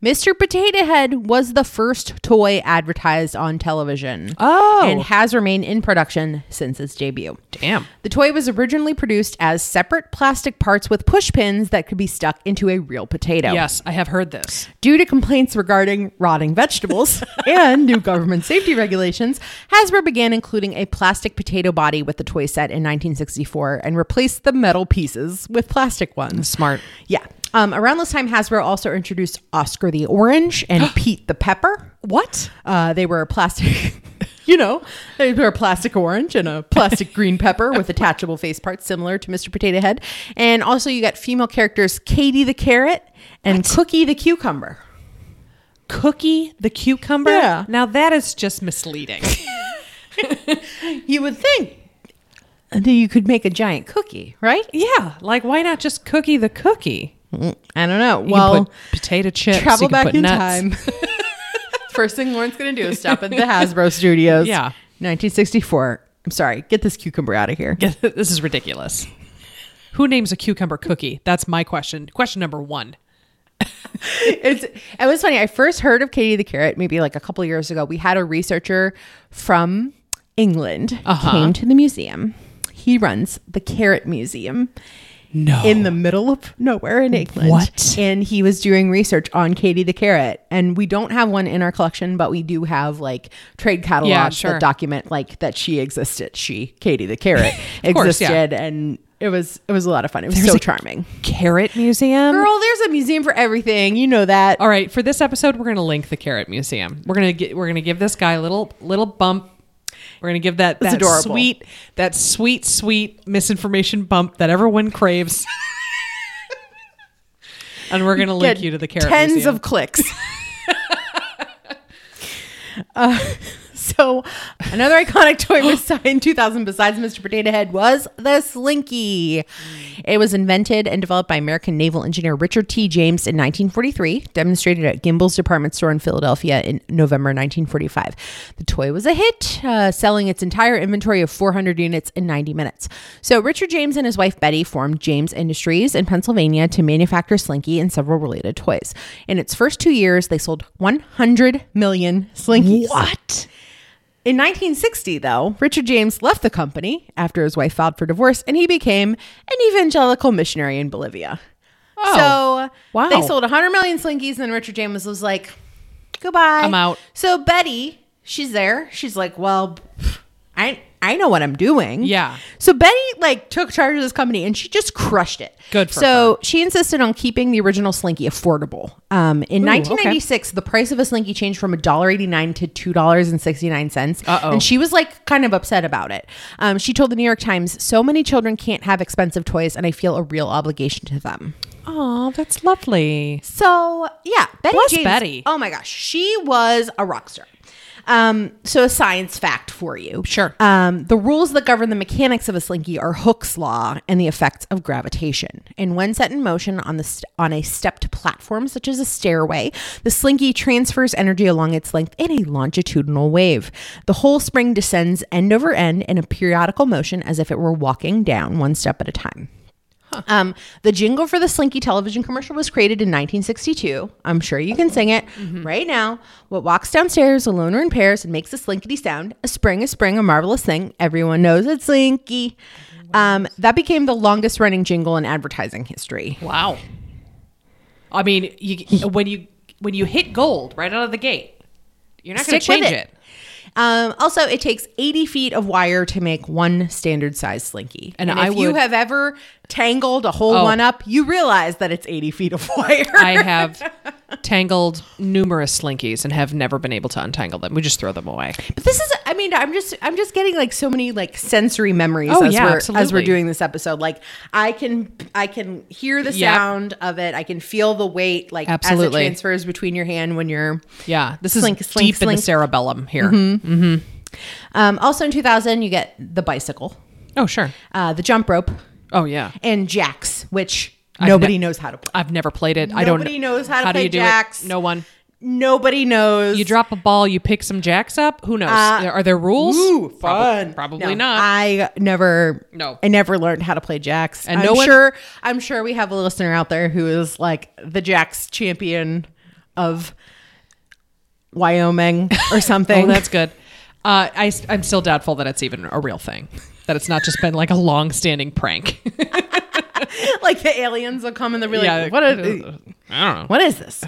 [SPEAKER 2] Mr. Potato Head was the first toy advertised on television.
[SPEAKER 1] Oh.
[SPEAKER 2] And has remained in production since its debut.
[SPEAKER 1] Damn.
[SPEAKER 2] The toy was originally produced as separate plastic parts with push pins that could be stuck into a real potato.
[SPEAKER 1] Yes, I have heard this.
[SPEAKER 2] Due to complaints regarding rotting vegetables and new government safety regulations, Hasbro began including a plastic potato body with the toy set in 1964 and replaced the metal pieces with plastic ones.
[SPEAKER 1] Smart.
[SPEAKER 2] Yeah. Um, around this time, Hasbro also introduced Oscar the Orange and Pete the Pepper.
[SPEAKER 1] What?
[SPEAKER 2] Uh, they were plastic. You know, they were a plastic orange and a plastic green pepper with attachable face parts similar to Mr. Potato Head. And also, you got female characters Katie the Carrot and Cookie the Cucumber.
[SPEAKER 1] Cookie the cucumber?
[SPEAKER 2] Yeah.
[SPEAKER 1] Now that is just misleading.
[SPEAKER 2] You would think that you could make a giant cookie, right?
[SPEAKER 1] Yeah, like why not just cookie the cookie?
[SPEAKER 2] I don't know.
[SPEAKER 1] You can
[SPEAKER 2] well,
[SPEAKER 1] put potato chips.
[SPEAKER 2] travel
[SPEAKER 1] you can
[SPEAKER 2] back
[SPEAKER 1] put
[SPEAKER 2] in
[SPEAKER 1] nuts.
[SPEAKER 2] time. First thing Lauren's going to do is stop at the Hasbro Studios.
[SPEAKER 1] Yeah.
[SPEAKER 2] 1964. I'm sorry. Get this cucumber out of here.
[SPEAKER 1] this is ridiculous. Who names a cucumber cookie? That's my question. Question number one.
[SPEAKER 2] it's it was funny. I first heard of Katie the Carrot maybe like a couple of years ago. We had a researcher from England came to the museum. He runs the Carrot Museum
[SPEAKER 1] No.
[SPEAKER 2] in the middle of nowhere in England.
[SPEAKER 1] Oh. What?
[SPEAKER 2] And he was doing research on Katie the Carrot. And we don't have one in our collection, but we do have like trade catalogs
[SPEAKER 1] sure.
[SPEAKER 2] that document like that she existed. She, Katie the Carrot,
[SPEAKER 1] course, yeah.
[SPEAKER 2] existed. And it was it was a lot of fun. It was
[SPEAKER 1] There's
[SPEAKER 2] so
[SPEAKER 1] a-
[SPEAKER 2] charming.
[SPEAKER 1] carrot museum.
[SPEAKER 2] Girl, there's a museum for everything. You know that.
[SPEAKER 1] All right, for this episode, we're going to link the carrot museum. We're going to get we're going to give this guy a little little bump. We're going to give that
[SPEAKER 2] That's
[SPEAKER 1] that
[SPEAKER 2] adorable.
[SPEAKER 1] sweet that sweet sweet misinformation bump that everyone craves. and we're going to link
[SPEAKER 2] get
[SPEAKER 1] you to the carrot
[SPEAKER 2] tens
[SPEAKER 1] museum.
[SPEAKER 2] of clicks. Uh, so, another iconic toy was signed in 2000 besides Mr. Potato Head was the Slinky. It was invented and developed by American naval engineer Richard T. James in 1943, demonstrated at Gimbel's department store in Philadelphia in November 1945. The toy was a hit, uh, selling its entire inventory of 400 units in 90 minutes. So, Richard James and his wife Betty formed James Industries in Pennsylvania to manufacture Slinky and several related toys. In its first two years, they sold 100 million Slinkies.
[SPEAKER 1] What?
[SPEAKER 2] In 1960, though, Richard James left the company after his wife filed for divorce and he became an evangelical missionary in Bolivia.
[SPEAKER 1] Oh.
[SPEAKER 2] so
[SPEAKER 1] Wow.
[SPEAKER 2] they sold 100 million slinkies, and Richard James was like, goodbye.
[SPEAKER 1] I'm out.
[SPEAKER 2] So Betty, she's there. She's like, well, I, I know what I'm doing.
[SPEAKER 1] Yeah.
[SPEAKER 2] So Betty like took charge of this company and she just crushed it.
[SPEAKER 1] Good for
[SPEAKER 2] So she insisted on keeping the original Slinky affordable. Um, in
[SPEAKER 1] okay.
[SPEAKER 2] 1996, the price of a Slinky changed from $1.89 to $2.69.
[SPEAKER 1] Uh-oh.
[SPEAKER 2] And she was like kind of upset about it. Um, she told the New York Times, so many children can't have expensive toys and I feel a real obligation to them.
[SPEAKER 1] Oh, that's lovely.
[SPEAKER 2] So yeah, Betty
[SPEAKER 1] Bless
[SPEAKER 2] James-
[SPEAKER 1] Betty.
[SPEAKER 2] Oh my gosh, she was a rock star. Um, so a science fact for you.
[SPEAKER 1] Sure.
[SPEAKER 2] Um, the rules that govern the mechanics of a slinky are Hooke's law and the effects of gravitation. And when set in motion on the st- on a stepped platform, such as a stairway, the slinky transfers energy along its length in a longitudinal wave. The whole spring descends end over end in a periodical motion, as if it were walking down one step at a time. Um, the jingle for the Slinky television commercial was created in 1962. I'm sure you can sing it
[SPEAKER 1] Mm-hmm.
[SPEAKER 2] right now. What walks downstairs alone or in pairs and makes a slinkety sound? A spring, a spring, a marvelous thing. Everyone knows it's Slinky. Um, that became the longest running jingle in advertising history.
[SPEAKER 1] Wow. I mean, you when you when you hit gold right out of the gate, you're not going to
[SPEAKER 2] Stick
[SPEAKER 1] change
[SPEAKER 2] with
[SPEAKER 1] it.
[SPEAKER 2] it. Um, also, it takes 80 feet of wire to make one standard size Slinky.
[SPEAKER 1] And
[SPEAKER 2] if
[SPEAKER 1] I
[SPEAKER 2] you
[SPEAKER 1] would-
[SPEAKER 2] have ever tangled a whole
[SPEAKER 1] Oh.
[SPEAKER 2] one up, you realize that it's 80 feet of wire.
[SPEAKER 1] I have tangled numerous slinkies and have never been able to untangle them. We just throw them away.
[SPEAKER 2] But this is I mean, I'm just I'm just getting like so many like sensory memories
[SPEAKER 1] Oh,
[SPEAKER 2] as
[SPEAKER 1] yeah,
[SPEAKER 2] we're as
[SPEAKER 1] absolutely.
[SPEAKER 2] we're doing this episode. Like I can I can hear the
[SPEAKER 1] Yep.
[SPEAKER 2] sound of it. I can feel the weight like
[SPEAKER 1] Absolutely.
[SPEAKER 2] as it transfers between your hand when you're
[SPEAKER 1] Yeah, this is
[SPEAKER 2] Slink, slink,
[SPEAKER 1] deep in the
[SPEAKER 2] slink. Mm-hmm.
[SPEAKER 1] cerebellum here.
[SPEAKER 2] um, also in 2000 you get the bicycle,
[SPEAKER 1] Oh sure.
[SPEAKER 2] uh, the jump rope
[SPEAKER 1] Oh yeah.
[SPEAKER 2] and jacks, which
[SPEAKER 1] I've
[SPEAKER 2] nobody
[SPEAKER 1] ne-
[SPEAKER 2] knows how to play.
[SPEAKER 1] I've never played it. I don't.
[SPEAKER 2] Nobody knows how to
[SPEAKER 1] do
[SPEAKER 2] play
[SPEAKER 1] you do it?
[SPEAKER 2] jacks.
[SPEAKER 1] No one.
[SPEAKER 2] Nobody knows.
[SPEAKER 1] You drop a ball, you pick some jacks up. Who knows?
[SPEAKER 2] Uh,
[SPEAKER 1] Are there rules?
[SPEAKER 2] Ooh,
[SPEAKER 1] Prob-
[SPEAKER 2] fun.
[SPEAKER 1] Probably
[SPEAKER 2] No,
[SPEAKER 1] not.
[SPEAKER 2] I never.
[SPEAKER 1] No.
[SPEAKER 2] I never learned how to play jacks.
[SPEAKER 1] And
[SPEAKER 2] I'm
[SPEAKER 1] no one-
[SPEAKER 2] sure. I'm sure we have a listener out there who is like the jacks champion of Wyoming or something.
[SPEAKER 1] Oh, that's good. Uh, I, am still doubtful that it's even a real thing. That it's not just been like a long-standing prank.
[SPEAKER 2] like the aliens will come and they'll be like, "What? A,
[SPEAKER 1] I don't know.
[SPEAKER 2] what is this?"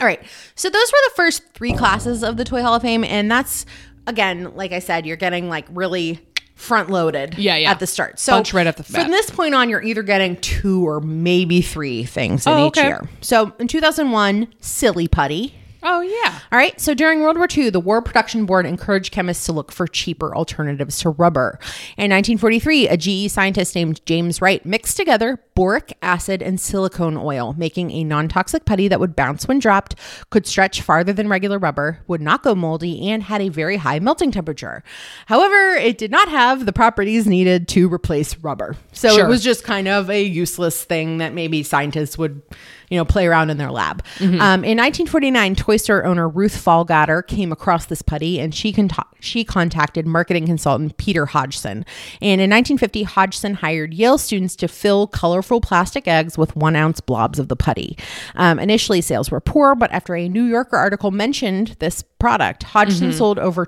[SPEAKER 2] All right. So those were the first three classes of the Toy Hall of Fame, and that's again, like I said, you're getting like really front loaded
[SPEAKER 1] Yeah, yeah.
[SPEAKER 2] at the start. So
[SPEAKER 1] Bunch right off the bat.
[SPEAKER 2] From this point on, you're either getting two or maybe three things in
[SPEAKER 1] Oh,
[SPEAKER 2] each
[SPEAKER 1] okay.
[SPEAKER 2] year. So in 2001, Silly Putty.
[SPEAKER 1] Oh, yeah.
[SPEAKER 2] All right. So during World War II, the War Production Board encouraged chemists to look for cheaper alternatives to rubber. In 1943, a GE scientist named James Wright mixed together boric acid and silicone oil, making a non toxic putty that would bounce when dropped, could stretch farther than regular rubber, would not go moldy, and had a very high melting temperature. However, it did not have the properties needed to replace rubber. So
[SPEAKER 1] Sure.
[SPEAKER 2] it was just kind of a useless thing that maybe scientists would, you know, play around in their lab.
[SPEAKER 1] Mm-hmm.
[SPEAKER 2] Um, in 1949, toy store owner Ruth Fallgatter came across this putty, and she con- she contacted marketing consultant Peter Hodgson. And in 1950, Hodgson hired Yale students to fill colorful plastic eggs with one ounce blobs of the putty. Um, initially, sales were poor, but after a New Yorker article mentioned this product, Hodgson
[SPEAKER 1] Mm-hmm.
[SPEAKER 2] sold over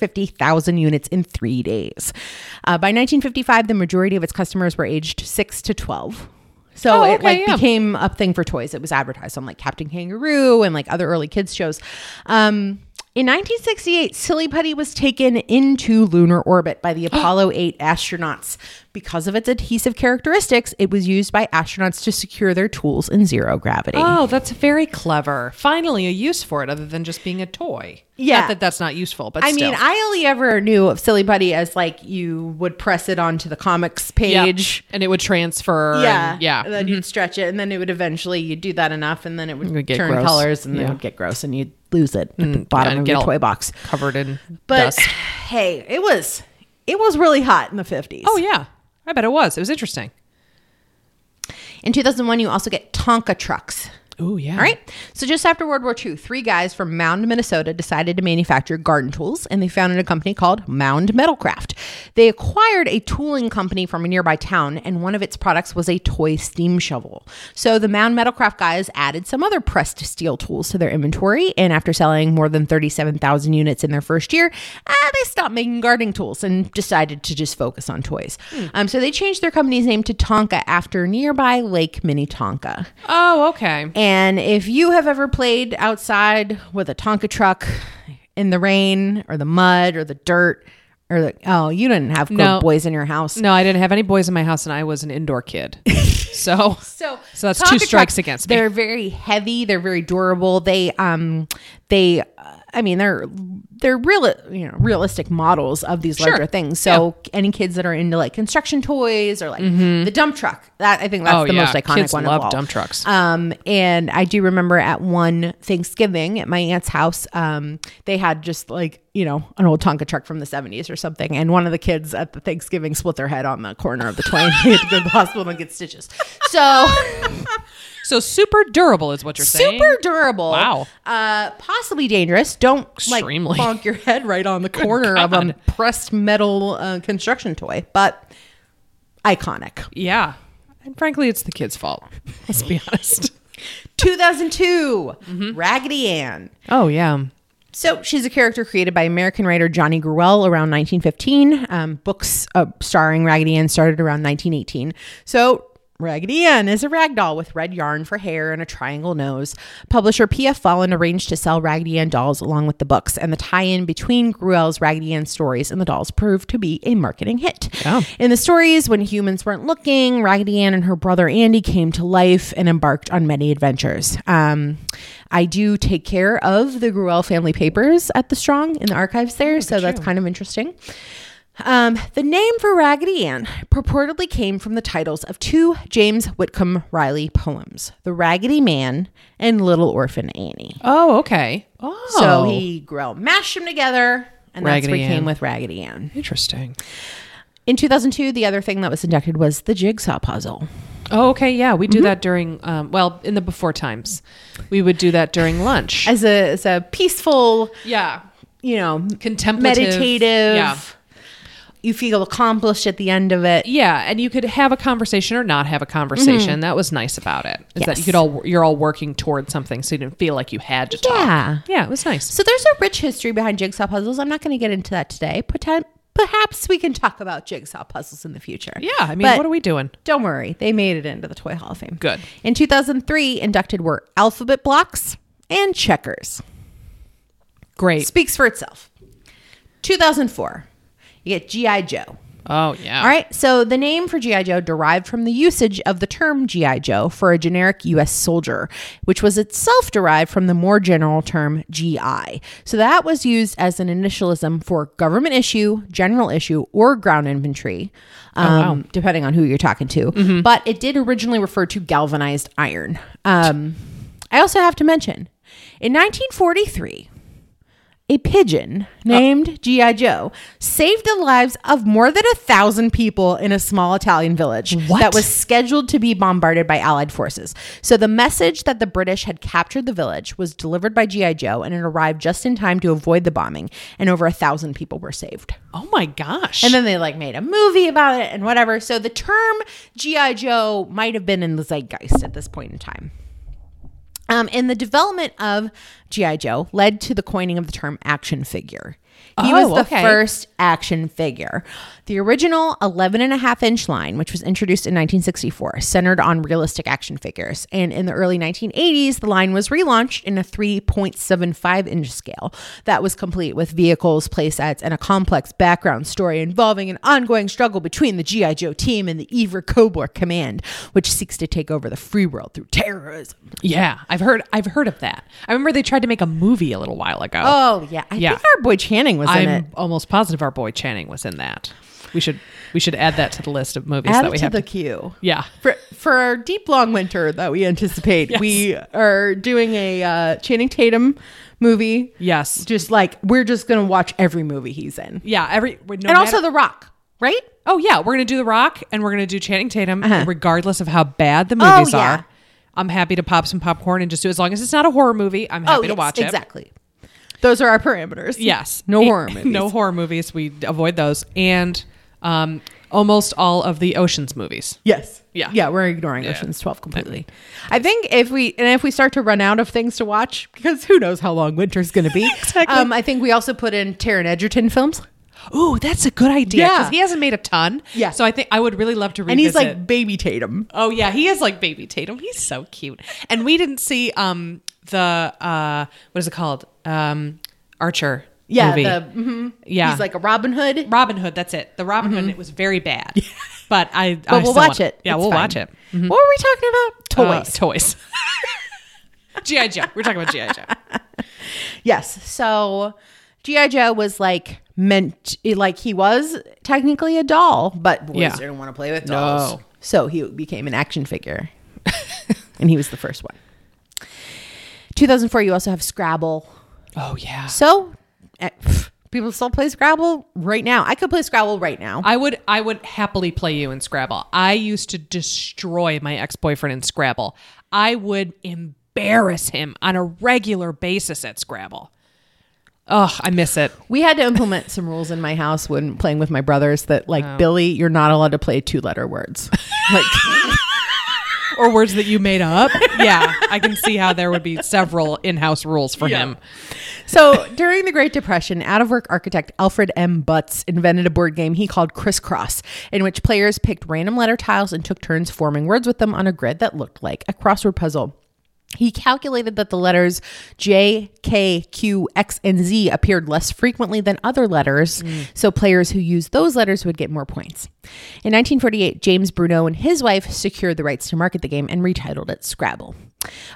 [SPEAKER 2] 250,000 units in three days. Uh, by 1955, the majority of its customers were aged six to 12. So
[SPEAKER 1] Oh,
[SPEAKER 2] it
[SPEAKER 1] okay,
[SPEAKER 2] like
[SPEAKER 1] yeah.
[SPEAKER 2] became a thing for toys. It was advertised on like Captain Kangaroo and like other early kids shows. Um, in 1968, Silly Putty was taken into lunar orbit by the Apollo 8 astronauts. Because of its adhesive characteristics, it was used by astronauts to secure their tools in zero gravity.
[SPEAKER 1] Oh, that's very clever. Finally, a use for it other than just being a toy.
[SPEAKER 2] Yeah.
[SPEAKER 1] Not that that's not useful, but
[SPEAKER 2] I
[SPEAKER 1] still.
[SPEAKER 2] mean, I only ever knew of Silly Putty as like you would press it onto the comics page.
[SPEAKER 1] Yep. And it would transfer.
[SPEAKER 2] Yeah,
[SPEAKER 1] and- yeah. Mm-hmm.
[SPEAKER 2] And then you'd stretch it, and then it would eventually you'd do that enough, and then it would,
[SPEAKER 1] would get
[SPEAKER 2] turn
[SPEAKER 1] gross.
[SPEAKER 2] colors, and then it
[SPEAKER 1] Yeah.
[SPEAKER 2] would get gross, and you'd lose it at the bottom
[SPEAKER 1] and
[SPEAKER 2] of
[SPEAKER 1] get
[SPEAKER 2] your
[SPEAKER 1] all-
[SPEAKER 2] toy box.
[SPEAKER 1] Covered in
[SPEAKER 2] But
[SPEAKER 1] dust.
[SPEAKER 2] hey, it was it was really hot in the fifties.
[SPEAKER 1] Oh, yeah. I bet it was. It was interesting.
[SPEAKER 2] in two thousand one, you also get Tonka trucks.
[SPEAKER 1] Oh, yeah.
[SPEAKER 2] All right. So just after World War II, three guys from Mound, Minnesota decided to manufacture garden tools and they founded a company called Mound Metalcraft. They acquired a tooling company from a nearby town and one of its products was a toy steam shovel. So the Mound Metalcraft guys added some other pressed steel tools to their inventory and after selling more than 37,000 units in their first year, uh, they stopped making gardening tools and decided to just focus on toys. Um, so they changed their company's name to Tonka after nearby Lake Minnetonka.
[SPEAKER 1] Oh, okay.
[SPEAKER 2] And if you have ever played outside with a Tonka truck in the rain or the mud or the dirt, or the, oh, you didn't have good
[SPEAKER 1] No.
[SPEAKER 2] boys in your house.
[SPEAKER 1] No, I didn't have any boys in my house, and I was an indoor kid. So,
[SPEAKER 2] So,
[SPEAKER 1] So that's
[SPEAKER 2] Tonka
[SPEAKER 1] two strikes
[SPEAKER 2] trucks,
[SPEAKER 1] against me.
[SPEAKER 2] They're very heavy. They're very durable. They, um, they, uh, I mean, they're they're real, you know, realistic models of these larger things. So any kids that are into like construction toys or like
[SPEAKER 1] Mm-hmm.
[SPEAKER 2] the dump truck, that I think that's
[SPEAKER 1] Oh,
[SPEAKER 2] the
[SPEAKER 1] yeah.
[SPEAKER 2] most iconic
[SPEAKER 1] Kids
[SPEAKER 2] one. of
[SPEAKER 1] love
[SPEAKER 2] all.
[SPEAKER 1] dump trucks.
[SPEAKER 2] Um, and I do remember at one Thanksgiving at my aunt's house, um, they had just like, you know, an old Tonka truck from the 70s or something. And one of the kids at the Thanksgiving split their head on the corner of the toy and they had to go to the hospital and get stitches. So
[SPEAKER 1] so super durable is what you're saying.
[SPEAKER 2] super durable.
[SPEAKER 1] Wow.
[SPEAKER 2] Uh, possibly dangerous. Don't
[SPEAKER 1] Extremely.
[SPEAKER 2] like bonk your head right on the corner of a
[SPEAKER 1] God.
[SPEAKER 2] pressed metal uh, construction toy, but iconic.
[SPEAKER 1] Yeah. And frankly, it's the kid's fault. Let's be honest.
[SPEAKER 2] 2002,
[SPEAKER 1] Mm-hmm.
[SPEAKER 2] Raggedy Ann.
[SPEAKER 1] Oh, yeah.
[SPEAKER 2] So she's a character created by American writer Johnny Gruel around 1915. Um, books uh, starring Raggedy Ann started around 1918. So Raggedy Ann is a rag doll with red yarn for hair and a triangle nose. Publisher P.F. Fallon arranged to sell Raggedy Ann dolls along with the books, and the tie-in between Gruel's Raggedy Ann stories and the dolls proved to be a marketing hit.
[SPEAKER 1] Yeah.
[SPEAKER 2] In the stories, when humans weren't looking, Raggedy Ann and her brother Andy came to life and embarked on many adventures. Um, I do take care of the Gruel family papers at the Strong in the archives there, so that's kind of interesting. Um, the name for Raggedy Ann purportedly came from the titles of two James Whitcomb Riley poems, The Raggedy Man and Little Orphan Annie.
[SPEAKER 1] Oh, okay. Oh,
[SPEAKER 2] So he Gruel mashed them together, and that's where
[SPEAKER 1] Raggedy
[SPEAKER 2] he came
[SPEAKER 1] Ann.
[SPEAKER 2] with Raggedy Ann.
[SPEAKER 1] interesting.
[SPEAKER 2] In 2002, the other thing that was inducted was the jigsaw puzzle.
[SPEAKER 1] Oh, okay. Yeah, we do that during. Um, well, in the before times, we would do that during lunch.
[SPEAKER 2] As a, as a peaceful,
[SPEAKER 1] yeah,
[SPEAKER 2] you know,
[SPEAKER 1] contemplative,
[SPEAKER 2] meditative,
[SPEAKER 1] Yeah.
[SPEAKER 2] you feel accomplished at the end of it.
[SPEAKER 1] Yeah, and you could have a conversation or not have a conversation. That was nice about it. Is that
[SPEAKER 2] Yes.
[SPEAKER 1] you could all you're all working towards something, so you didn't feel like you had to talk.
[SPEAKER 2] Yeah.
[SPEAKER 1] yeah, it was nice.
[SPEAKER 2] So there's a rich history behind jigsaw puzzles. I'm not going to get into that today. Poten- Perhaps we can talk about jigsaw puzzles in the future.
[SPEAKER 1] Yeah, I mean,
[SPEAKER 2] But
[SPEAKER 1] what are we doing?
[SPEAKER 2] Don't worry, they made it into the Toy Hall of Fame.
[SPEAKER 1] Good.
[SPEAKER 2] In 2003, inducted were alphabet blocks and checkers.
[SPEAKER 1] Great.
[SPEAKER 2] Speaks for itself. 2004, you get G.I. Joe.
[SPEAKER 1] Oh, yeah.
[SPEAKER 2] All right, so the name for G.I. Joe derived from the usage of the term G.I. Joe for a generic U.S. soldier, which was itself derived from the more general term G.I. So that was used as an initialism for government issue, general issue, or ground infantry, um, depending on who you're talking to. But it did originally refer to galvanized iron. Um, I also have to mention, in 1943, a pigeon named G.I. Joe saved the lives of more than a thousand people in a small Italian village
[SPEAKER 1] What?
[SPEAKER 2] that was scheduled to be bombarded by Allied forces. So, the message that the British had captured the village was delivered by G.I. Joe and it arrived just in time to avoid the bombing, and over a thousand people were saved.
[SPEAKER 1] Oh, my gosh.
[SPEAKER 2] And then they like made a movie about it and whatever. So, the term G.I. Joe might have been in the zeitgeist at this point in time. Um, and the development of G.I. Joe led to the coining of the term action figure. He
[SPEAKER 1] Oh,
[SPEAKER 2] was the
[SPEAKER 1] okay.
[SPEAKER 2] first action figure. The original 11 and a half inch line, which was introduced in 1964, centered on realistic action figures. And in the early 1980s, the line was relaunched in a 3.75 inch scale that was complete with vehicles, playsets, and a complex background story involving an ongoing struggle between the G.I. Joe team and the Ivor Kobler Command, which seeks to take over the free world through terrorism.
[SPEAKER 1] yeah, I've heard I've heard of that. I remember they tried to make a movie a little while ago.
[SPEAKER 2] Oh yeah, I
[SPEAKER 1] Yeah.
[SPEAKER 2] think our boy Channing was
[SPEAKER 1] I'm
[SPEAKER 2] in it.
[SPEAKER 1] almost positive our boy Channing was in that. We should we should add that to the list of movies
[SPEAKER 2] Add
[SPEAKER 1] that
[SPEAKER 2] it
[SPEAKER 1] we
[SPEAKER 2] to
[SPEAKER 1] have.
[SPEAKER 2] the
[SPEAKER 1] to-
[SPEAKER 2] queue.
[SPEAKER 1] yeah.
[SPEAKER 2] For, for our deep long winter that we anticipate,
[SPEAKER 1] Yes.
[SPEAKER 2] we are doing a uh, Channing Tatum movie.
[SPEAKER 1] Yes.
[SPEAKER 2] Just like we're just gonna watch every movie he's in,
[SPEAKER 1] Yeah. Every no
[SPEAKER 2] and
[SPEAKER 1] matter-
[SPEAKER 2] also The Rock, right?
[SPEAKER 1] Oh yeah, we're gonna do The Rock and we're gonna do Channing Tatum, regardless of how bad the
[SPEAKER 2] Uh-huh. Oh,
[SPEAKER 1] movies
[SPEAKER 2] yeah.
[SPEAKER 1] are. I'm happy to pop some popcorn and just do as long as it's not a horror movie. I'm happy to
[SPEAKER 2] Oh, yes,
[SPEAKER 1] watch it.
[SPEAKER 2] exactly. Those are our parameters.
[SPEAKER 1] Yes.
[SPEAKER 2] no
[SPEAKER 1] And-
[SPEAKER 2] horror movies.
[SPEAKER 1] No horror movies. We avoid those and um, almost all of the Ocean's movies.
[SPEAKER 2] Yes.
[SPEAKER 1] Yeah.
[SPEAKER 2] Yeah, we're ignoring Ocean's 12 completely. I think if we and if we start to run out of things to watch because who knows how long winter's going to be.
[SPEAKER 1] Exactly.
[SPEAKER 2] Um I think we also put in Taryn Edgerton films
[SPEAKER 1] Ooh, that's a good idea.
[SPEAKER 2] Yeah.
[SPEAKER 1] Because he hasn't made a ton.
[SPEAKER 2] Yeah.
[SPEAKER 1] So I think I would really love to revisit.
[SPEAKER 2] and he's like baby Tatum.
[SPEAKER 1] Oh yeah, he is like baby Tatum. He's so cute. And we didn't see um the uh what is it called? Um Archer
[SPEAKER 2] Yeah,
[SPEAKER 1] movie.
[SPEAKER 2] the, mhm.
[SPEAKER 1] Yeah.
[SPEAKER 2] He's like a Robin Hood.
[SPEAKER 1] mm-hmm. Robin Hood, that's it. The Robin Hood it was very bad. But I I
[SPEAKER 2] But we'll
[SPEAKER 1] still
[SPEAKER 2] watch
[SPEAKER 1] want-
[SPEAKER 2] it.
[SPEAKER 1] Yeah,
[SPEAKER 2] It's
[SPEAKER 1] we'll
[SPEAKER 2] fine.
[SPEAKER 1] watch it. Mm-hmm.
[SPEAKER 2] What were we talking about?
[SPEAKER 1] Uh,
[SPEAKER 2] Toys.
[SPEAKER 1] toys. GI Joe. We're talking about GI Joe.
[SPEAKER 2] yes. So G.I. Joe was like meant like he was technically a doll, but boys
[SPEAKER 1] Yeah.
[SPEAKER 2] didn't want to play with
[SPEAKER 1] No.
[SPEAKER 2] dolls. So he became an action figure. and he was the first one. 2004 you also have Scrabble.
[SPEAKER 1] Oh yeah.
[SPEAKER 2] So eh, pff, people still play Scrabble right now. I could play Scrabble right now.
[SPEAKER 1] I would I would happily play you in Scrabble. I used to destroy my ex-boyfriend in Scrabble. I would embarrass him on a regular basis at Scrabble. Ugh, I miss it.
[SPEAKER 2] We had to implement some rules in my house when playing with my brothers that like Billy, you're not allowed to play two letter words. Like
[SPEAKER 1] or words that you made up. Yeah, I can see how there would be several in-house rules for him.
[SPEAKER 2] So during the Great Depression, out of work architect Alfred M. Butts invented a board game he called Crisscross, in which players picked random letter tiles and took turns forming words with them on a grid that looked like a crossword puzzle. He calculated that the letters J, K, Q, X, and Z appeared less frequently than other letters, so players who used those letters would get more points. In 1948, James Bruno and his wife secured the rights to market the game and retitled it Scrabble.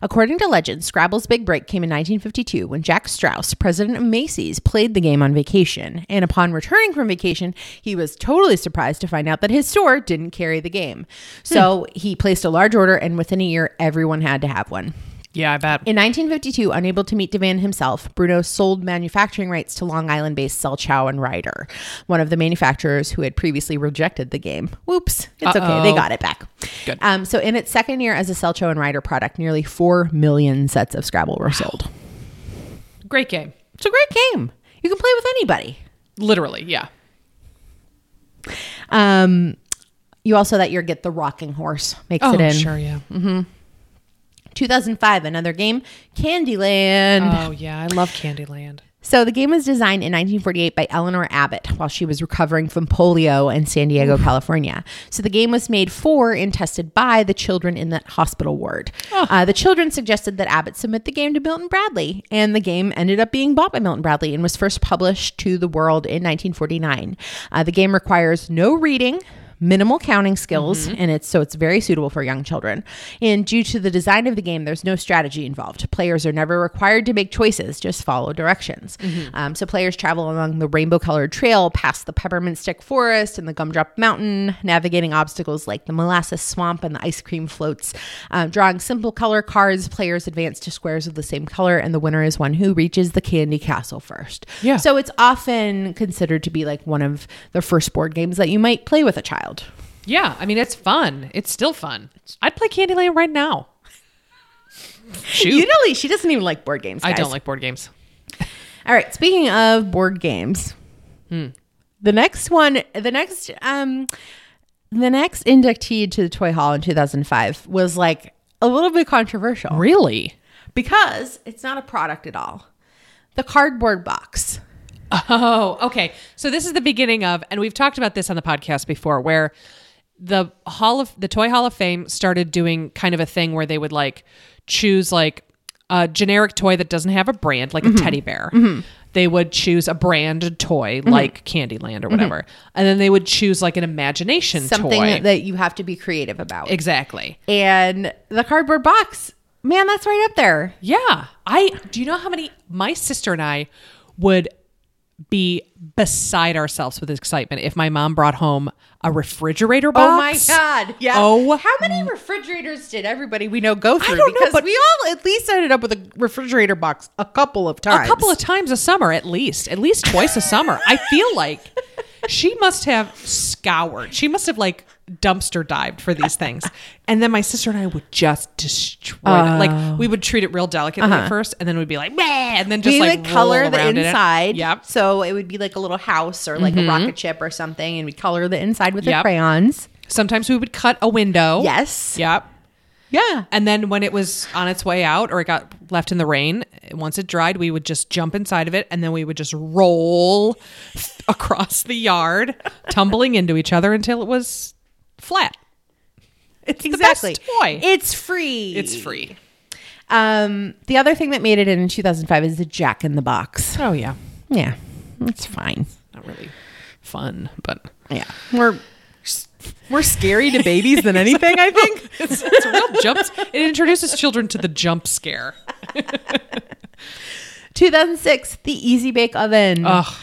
[SPEAKER 2] According to legend, Scrabble's big break came in 1952 when Jack Strauss, president of Macy's, played the game on vacation. And upon returning from vacation, he was totally surprised to find out that his store didn't carry the game. So he placed a large order, and within a year, everyone had to have one.
[SPEAKER 1] Yeah, I bet.
[SPEAKER 2] In 1952, unable to meet demand himself, Bruno sold manufacturing rights to Long Island based Sel Chow and Ryder, one of the manufacturers who had previously rejected the game. Whoops, it's okay. They
[SPEAKER 1] Uh-oh.
[SPEAKER 2] got it back.
[SPEAKER 1] Good.
[SPEAKER 2] Um, so, in its second year as a Sel Chow and Ryder product, nearly 4 million sets of Scrabble were sold.
[SPEAKER 1] Great game.
[SPEAKER 2] It's a great game. You can play with anybody.
[SPEAKER 1] Literally, yeah.
[SPEAKER 2] Um, you also that year get the rocking horse makes it in
[SPEAKER 1] Oh, sure, yeah.
[SPEAKER 2] 2005 another game candyland
[SPEAKER 1] Oh, yeah, I love Candyland.
[SPEAKER 2] So the game was designed in 1948 by Eleanor Abbott while she was recovering from polio in San Diego, California. So the game was made for and tested by the children in that hospital ward. Uh, the children suggested that Abbott submit the game to Milton Bradley, and the game ended up being bought by Milton Bradley and was first published to the world in 1949. Uh, the game requires no reading, minimal counting skills and it's so it's very suitable for young children and due to the design of the game there's no strategy involved players are never required to make choices just follow directions um, so players travel along the rainbow colored trail past the peppermint stick forest and the gumdrop mountain navigating obstacles like the molasses swamp and the ice cream floats Uh, drawing simple color cards players advance to squares of the same color and the winner is one who reaches the candy castle first
[SPEAKER 1] Yeah.
[SPEAKER 2] so it's often considered to be like one of the first board games that you might play with a child.
[SPEAKER 1] Yeah, I mean it's fun. It's still fun. I'd play Candyland right now. Shoot,
[SPEAKER 2] You know, she doesn't even like board games.
[SPEAKER 1] I
[SPEAKER 2] guys.
[SPEAKER 1] don't like board games.
[SPEAKER 2] All right. Speaking of board games,
[SPEAKER 1] Hmm.
[SPEAKER 2] the next one, the next, um, the next inductee to the Toy Hall in 2005 was like a little bit controversial
[SPEAKER 1] Really?
[SPEAKER 2] because it's not a product at all. The cardboard box.
[SPEAKER 1] Oh, okay. So this is the beginning of, and we've talked about this on the podcast before, where the Hall of the Toy Hall of Fame started doing kind of a thing where they would like choose like a generic toy that doesn't have a brand, like
[SPEAKER 2] Mm-hmm.
[SPEAKER 1] a teddy bear. They would choose a branded toy
[SPEAKER 2] Mm-hmm.
[SPEAKER 1] like Candyland or whatever, and then they would choose like an imagination
[SPEAKER 2] Something
[SPEAKER 1] toy.
[SPEAKER 2] that you have to be creative about.
[SPEAKER 1] exactly.
[SPEAKER 2] and the cardboard box, man, that's right up there.
[SPEAKER 1] Yeah. I do you know how many my sister and I would be beside ourselves with excitement if my mom brought home a refrigerator
[SPEAKER 2] Oh my
[SPEAKER 1] box.
[SPEAKER 2] god! Yeah.
[SPEAKER 1] Oh.
[SPEAKER 2] how many refrigerators did everybody we know go through?
[SPEAKER 1] don't know,
[SPEAKER 2] because
[SPEAKER 1] but-
[SPEAKER 2] we all at least ended up with a refrigerator box a couple of times.
[SPEAKER 1] A couple of times a summer at least, at least twice a summer. I feel like she must have scoured. She must have like dumpster dived for these things. And then my sister and I would just destroy them. Like we would treat it real delicately at first and then we'd be like, Meh, and then just
[SPEAKER 2] Oh. Uh-huh. we
[SPEAKER 1] like
[SPEAKER 2] would
[SPEAKER 1] roll
[SPEAKER 2] color the
[SPEAKER 1] around in it.
[SPEAKER 2] inside.
[SPEAKER 1] Yep. Mm-hmm.
[SPEAKER 2] So it would be like a little house or like a rocket ship or something, and we color the inside with the
[SPEAKER 1] Yep. Oh.
[SPEAKER 2] crayons.
[SPEAKER 1] Sometimes we would cut a window.
[SPEAKER 2] Yes.
[SPEAKER 1] Yep.
[SPEAKER 2] Yeah.
[SPEAKER 1] And then when it was on its way out or it got left in the rain, once it dried, we would just jump inside of it and then we would just roll across the yard, tumbling into each other until it was flat.
[SPEAKER 2] It's
[SPEAKER 1] exactly. toy.
[SPEAKER 2] It's free.
[SPEAKER 1] It's free.
[SPEAKER 2] Um, the other thing that made it in 2005 is the Jack in the Box.
[SPEAKER 1] Oh, yeah.
[SPEAKER 2] Yeah, it's fine.
[SPEAKER 1] Not really fun, but
[SPEAKER 2] Yeah, we're we're scary to babies than anything. I think.
[SPEAKER 1] it's, it's a real jump. It introduces children to the jump scare.
[SPEAKER 2] 2006, the Easy Bake Oven.
[SPEAKER 1] Ugh.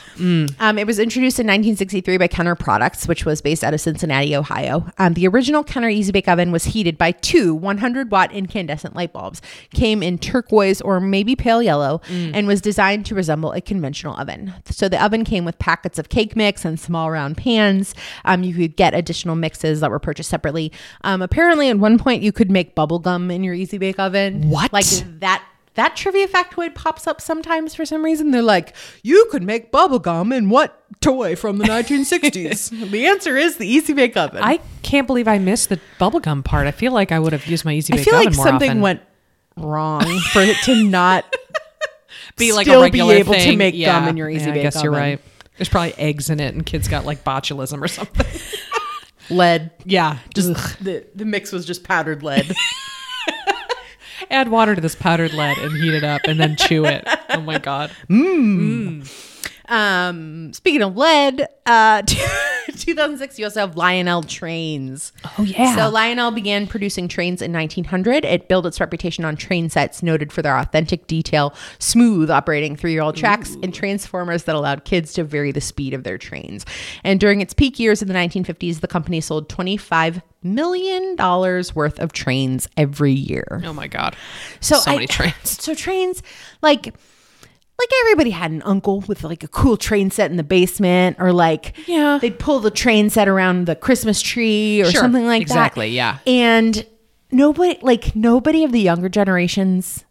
[SPEAKER 2] Um, it was introduced in 1963 by Kenner Products, which was based out of Cincinnati, Ohio. Um, the original Kenner Easy Bake Oven was heated by two 100 watt incandescent light bulbs, came in turquoise or maybe pale yellow, and was designed to resemble a conventional oven. So the oven came with packets of cake mix and small round pans. Um, you could get additional mixes that were purchased separately. Um, apparently, at one point, you could make bubble gum in your Easy Bake Oven.
[SPEAKER 1] What?
[SPEAKER 2] Like that that trivia factoid pops up sometimes for some reason. They're like, you could make bubblegum in what toy from the 1960s? the answer is the Easy Bake Oven.
[SPEAKER 1] I can't believe I missed the bubblegum part. I feel like I would have used my easy
[SPEAKER 2] I
[SPEAKER 1] bake
[SPEAKER 2] feel
[SPEAKER 1] oven
[SPEAKER 2] like
[SPEAKER 1] more
[SPEAKER 2] something
[SPEAKER 1] often.
[SPEAKER 2] went wrong for it to not
[SPEAKER 1] be like
[SPEAKER 2] still
[SPEAKER 1] a
[SPEAKER 2] be
[SPEAKER 1] regular
[SPEAKER 2] able to
[SPEAKER 1] thing.
[SPEAKER 2] make gum in your Easy
[SPEAKER 1] yeah,
[SPEAKER 2] Bake
[SPEAKER 1] I guess you're
[SPEAKER 2] Oven.
[SPEAKER 1] right. There's probably eggs in it, and kids got like botulism or something.
[SPEAKER 2] lead.
[SPEAKER 1] yeah, just
[SPEAKER 2] Just the, the mix was just powdered lead.
[SPEAKER 1] add water to this powdered lead and heat it up, and then chew it. Oh my god!
[SPEAKER 2] um, speaking of lead, uh, 2006, you also have Lionel Trains.
[SPEAKER 1] Oh yeah.
[SPEAKER 2] So Lionel began producing trains in 1900. It built its reputation on train sets noted for their authentic detail, smooth operating three-year-old tracks, and transformers that allowed kids to vary the speed of their trains. And during its peak years in the 1950s, the company sold 25 million dollars worth of trains every year.
[SPEAKER 1] oh my god.
[SPEAKER 2] So,
[SPEAKER 1] So
[SPEAKER 2] I-
[SPEAKER 1] many trains.
[SPEAKER 2] So trains, like, like everybody had an uncle with like a cool train set in the basement, or like,
[SPEAKER 1] Yeah.
[SPEAKER 2] they'd pull the train set around the Christmas tree or
[SPEAKER 1] Sure.
[SPEAKER 2] something like
[SPEAKER 1] Exactly,
[SPEAKER 2] that.
[SPEAKER 1] yeah.
[SPEAKER 2] And nobody, like nobody of the younger generations,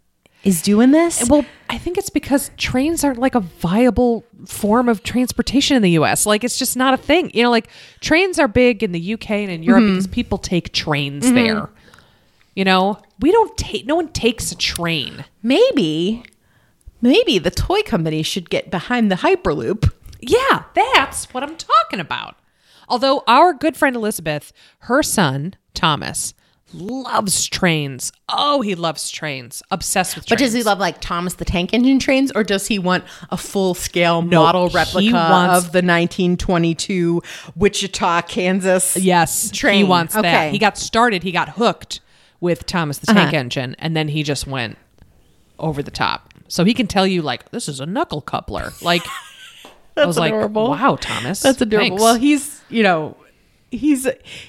[SPEAKER 2] is doing this.
[SPEAKER 1] Well, I think it's because trains aren't like a viable form of transportation in the U.S. Like it's just not a thing. You know, like trains are big in the U.K. and in Europe because people take trains there. You know, we don't take. No one takes a train.
[SPEAKER 2] Maybe, Maybe the toy company should get behind the Hyperloop.
[SPEAKER 1] Yeah, that's what I'm talking about. Although our good friend Elizabeth, her son, Thomas, loves trains. Oh, he loves trains. Obsessed with trains.
[SPEAKER 2] But does he love like Thomas the Tank Engine trains, or does he want a full scale model
[SPEAKER 1] he
[SPEAKER 2] replica
[SPEAKER 1] wants-
[SPEAKER 2] of the 1922 Wichita, Kansas?
[SPEAKER 1] Yes, he
[SPEAKER 2] Train.
[SPEAKER 1] wants
[SPEAKER 2] Okay.
[SPEAKER 1] that. He got started, he got hooked with Thomas the Tank
[SPEAKER 2] Uh-huh.
[SPEAKER 1] Engine, and then he just went over the top. So he can tell you like this is a knuckle coupler. Like I was
[SPEAKER 2] adorable.
[SPEAKER 1] like, wow, Thomas,
[SPEAKER 2] That's adorable.
[SPEAKER 1] thanks."
[SPEAKER 2] Well, he's you know he's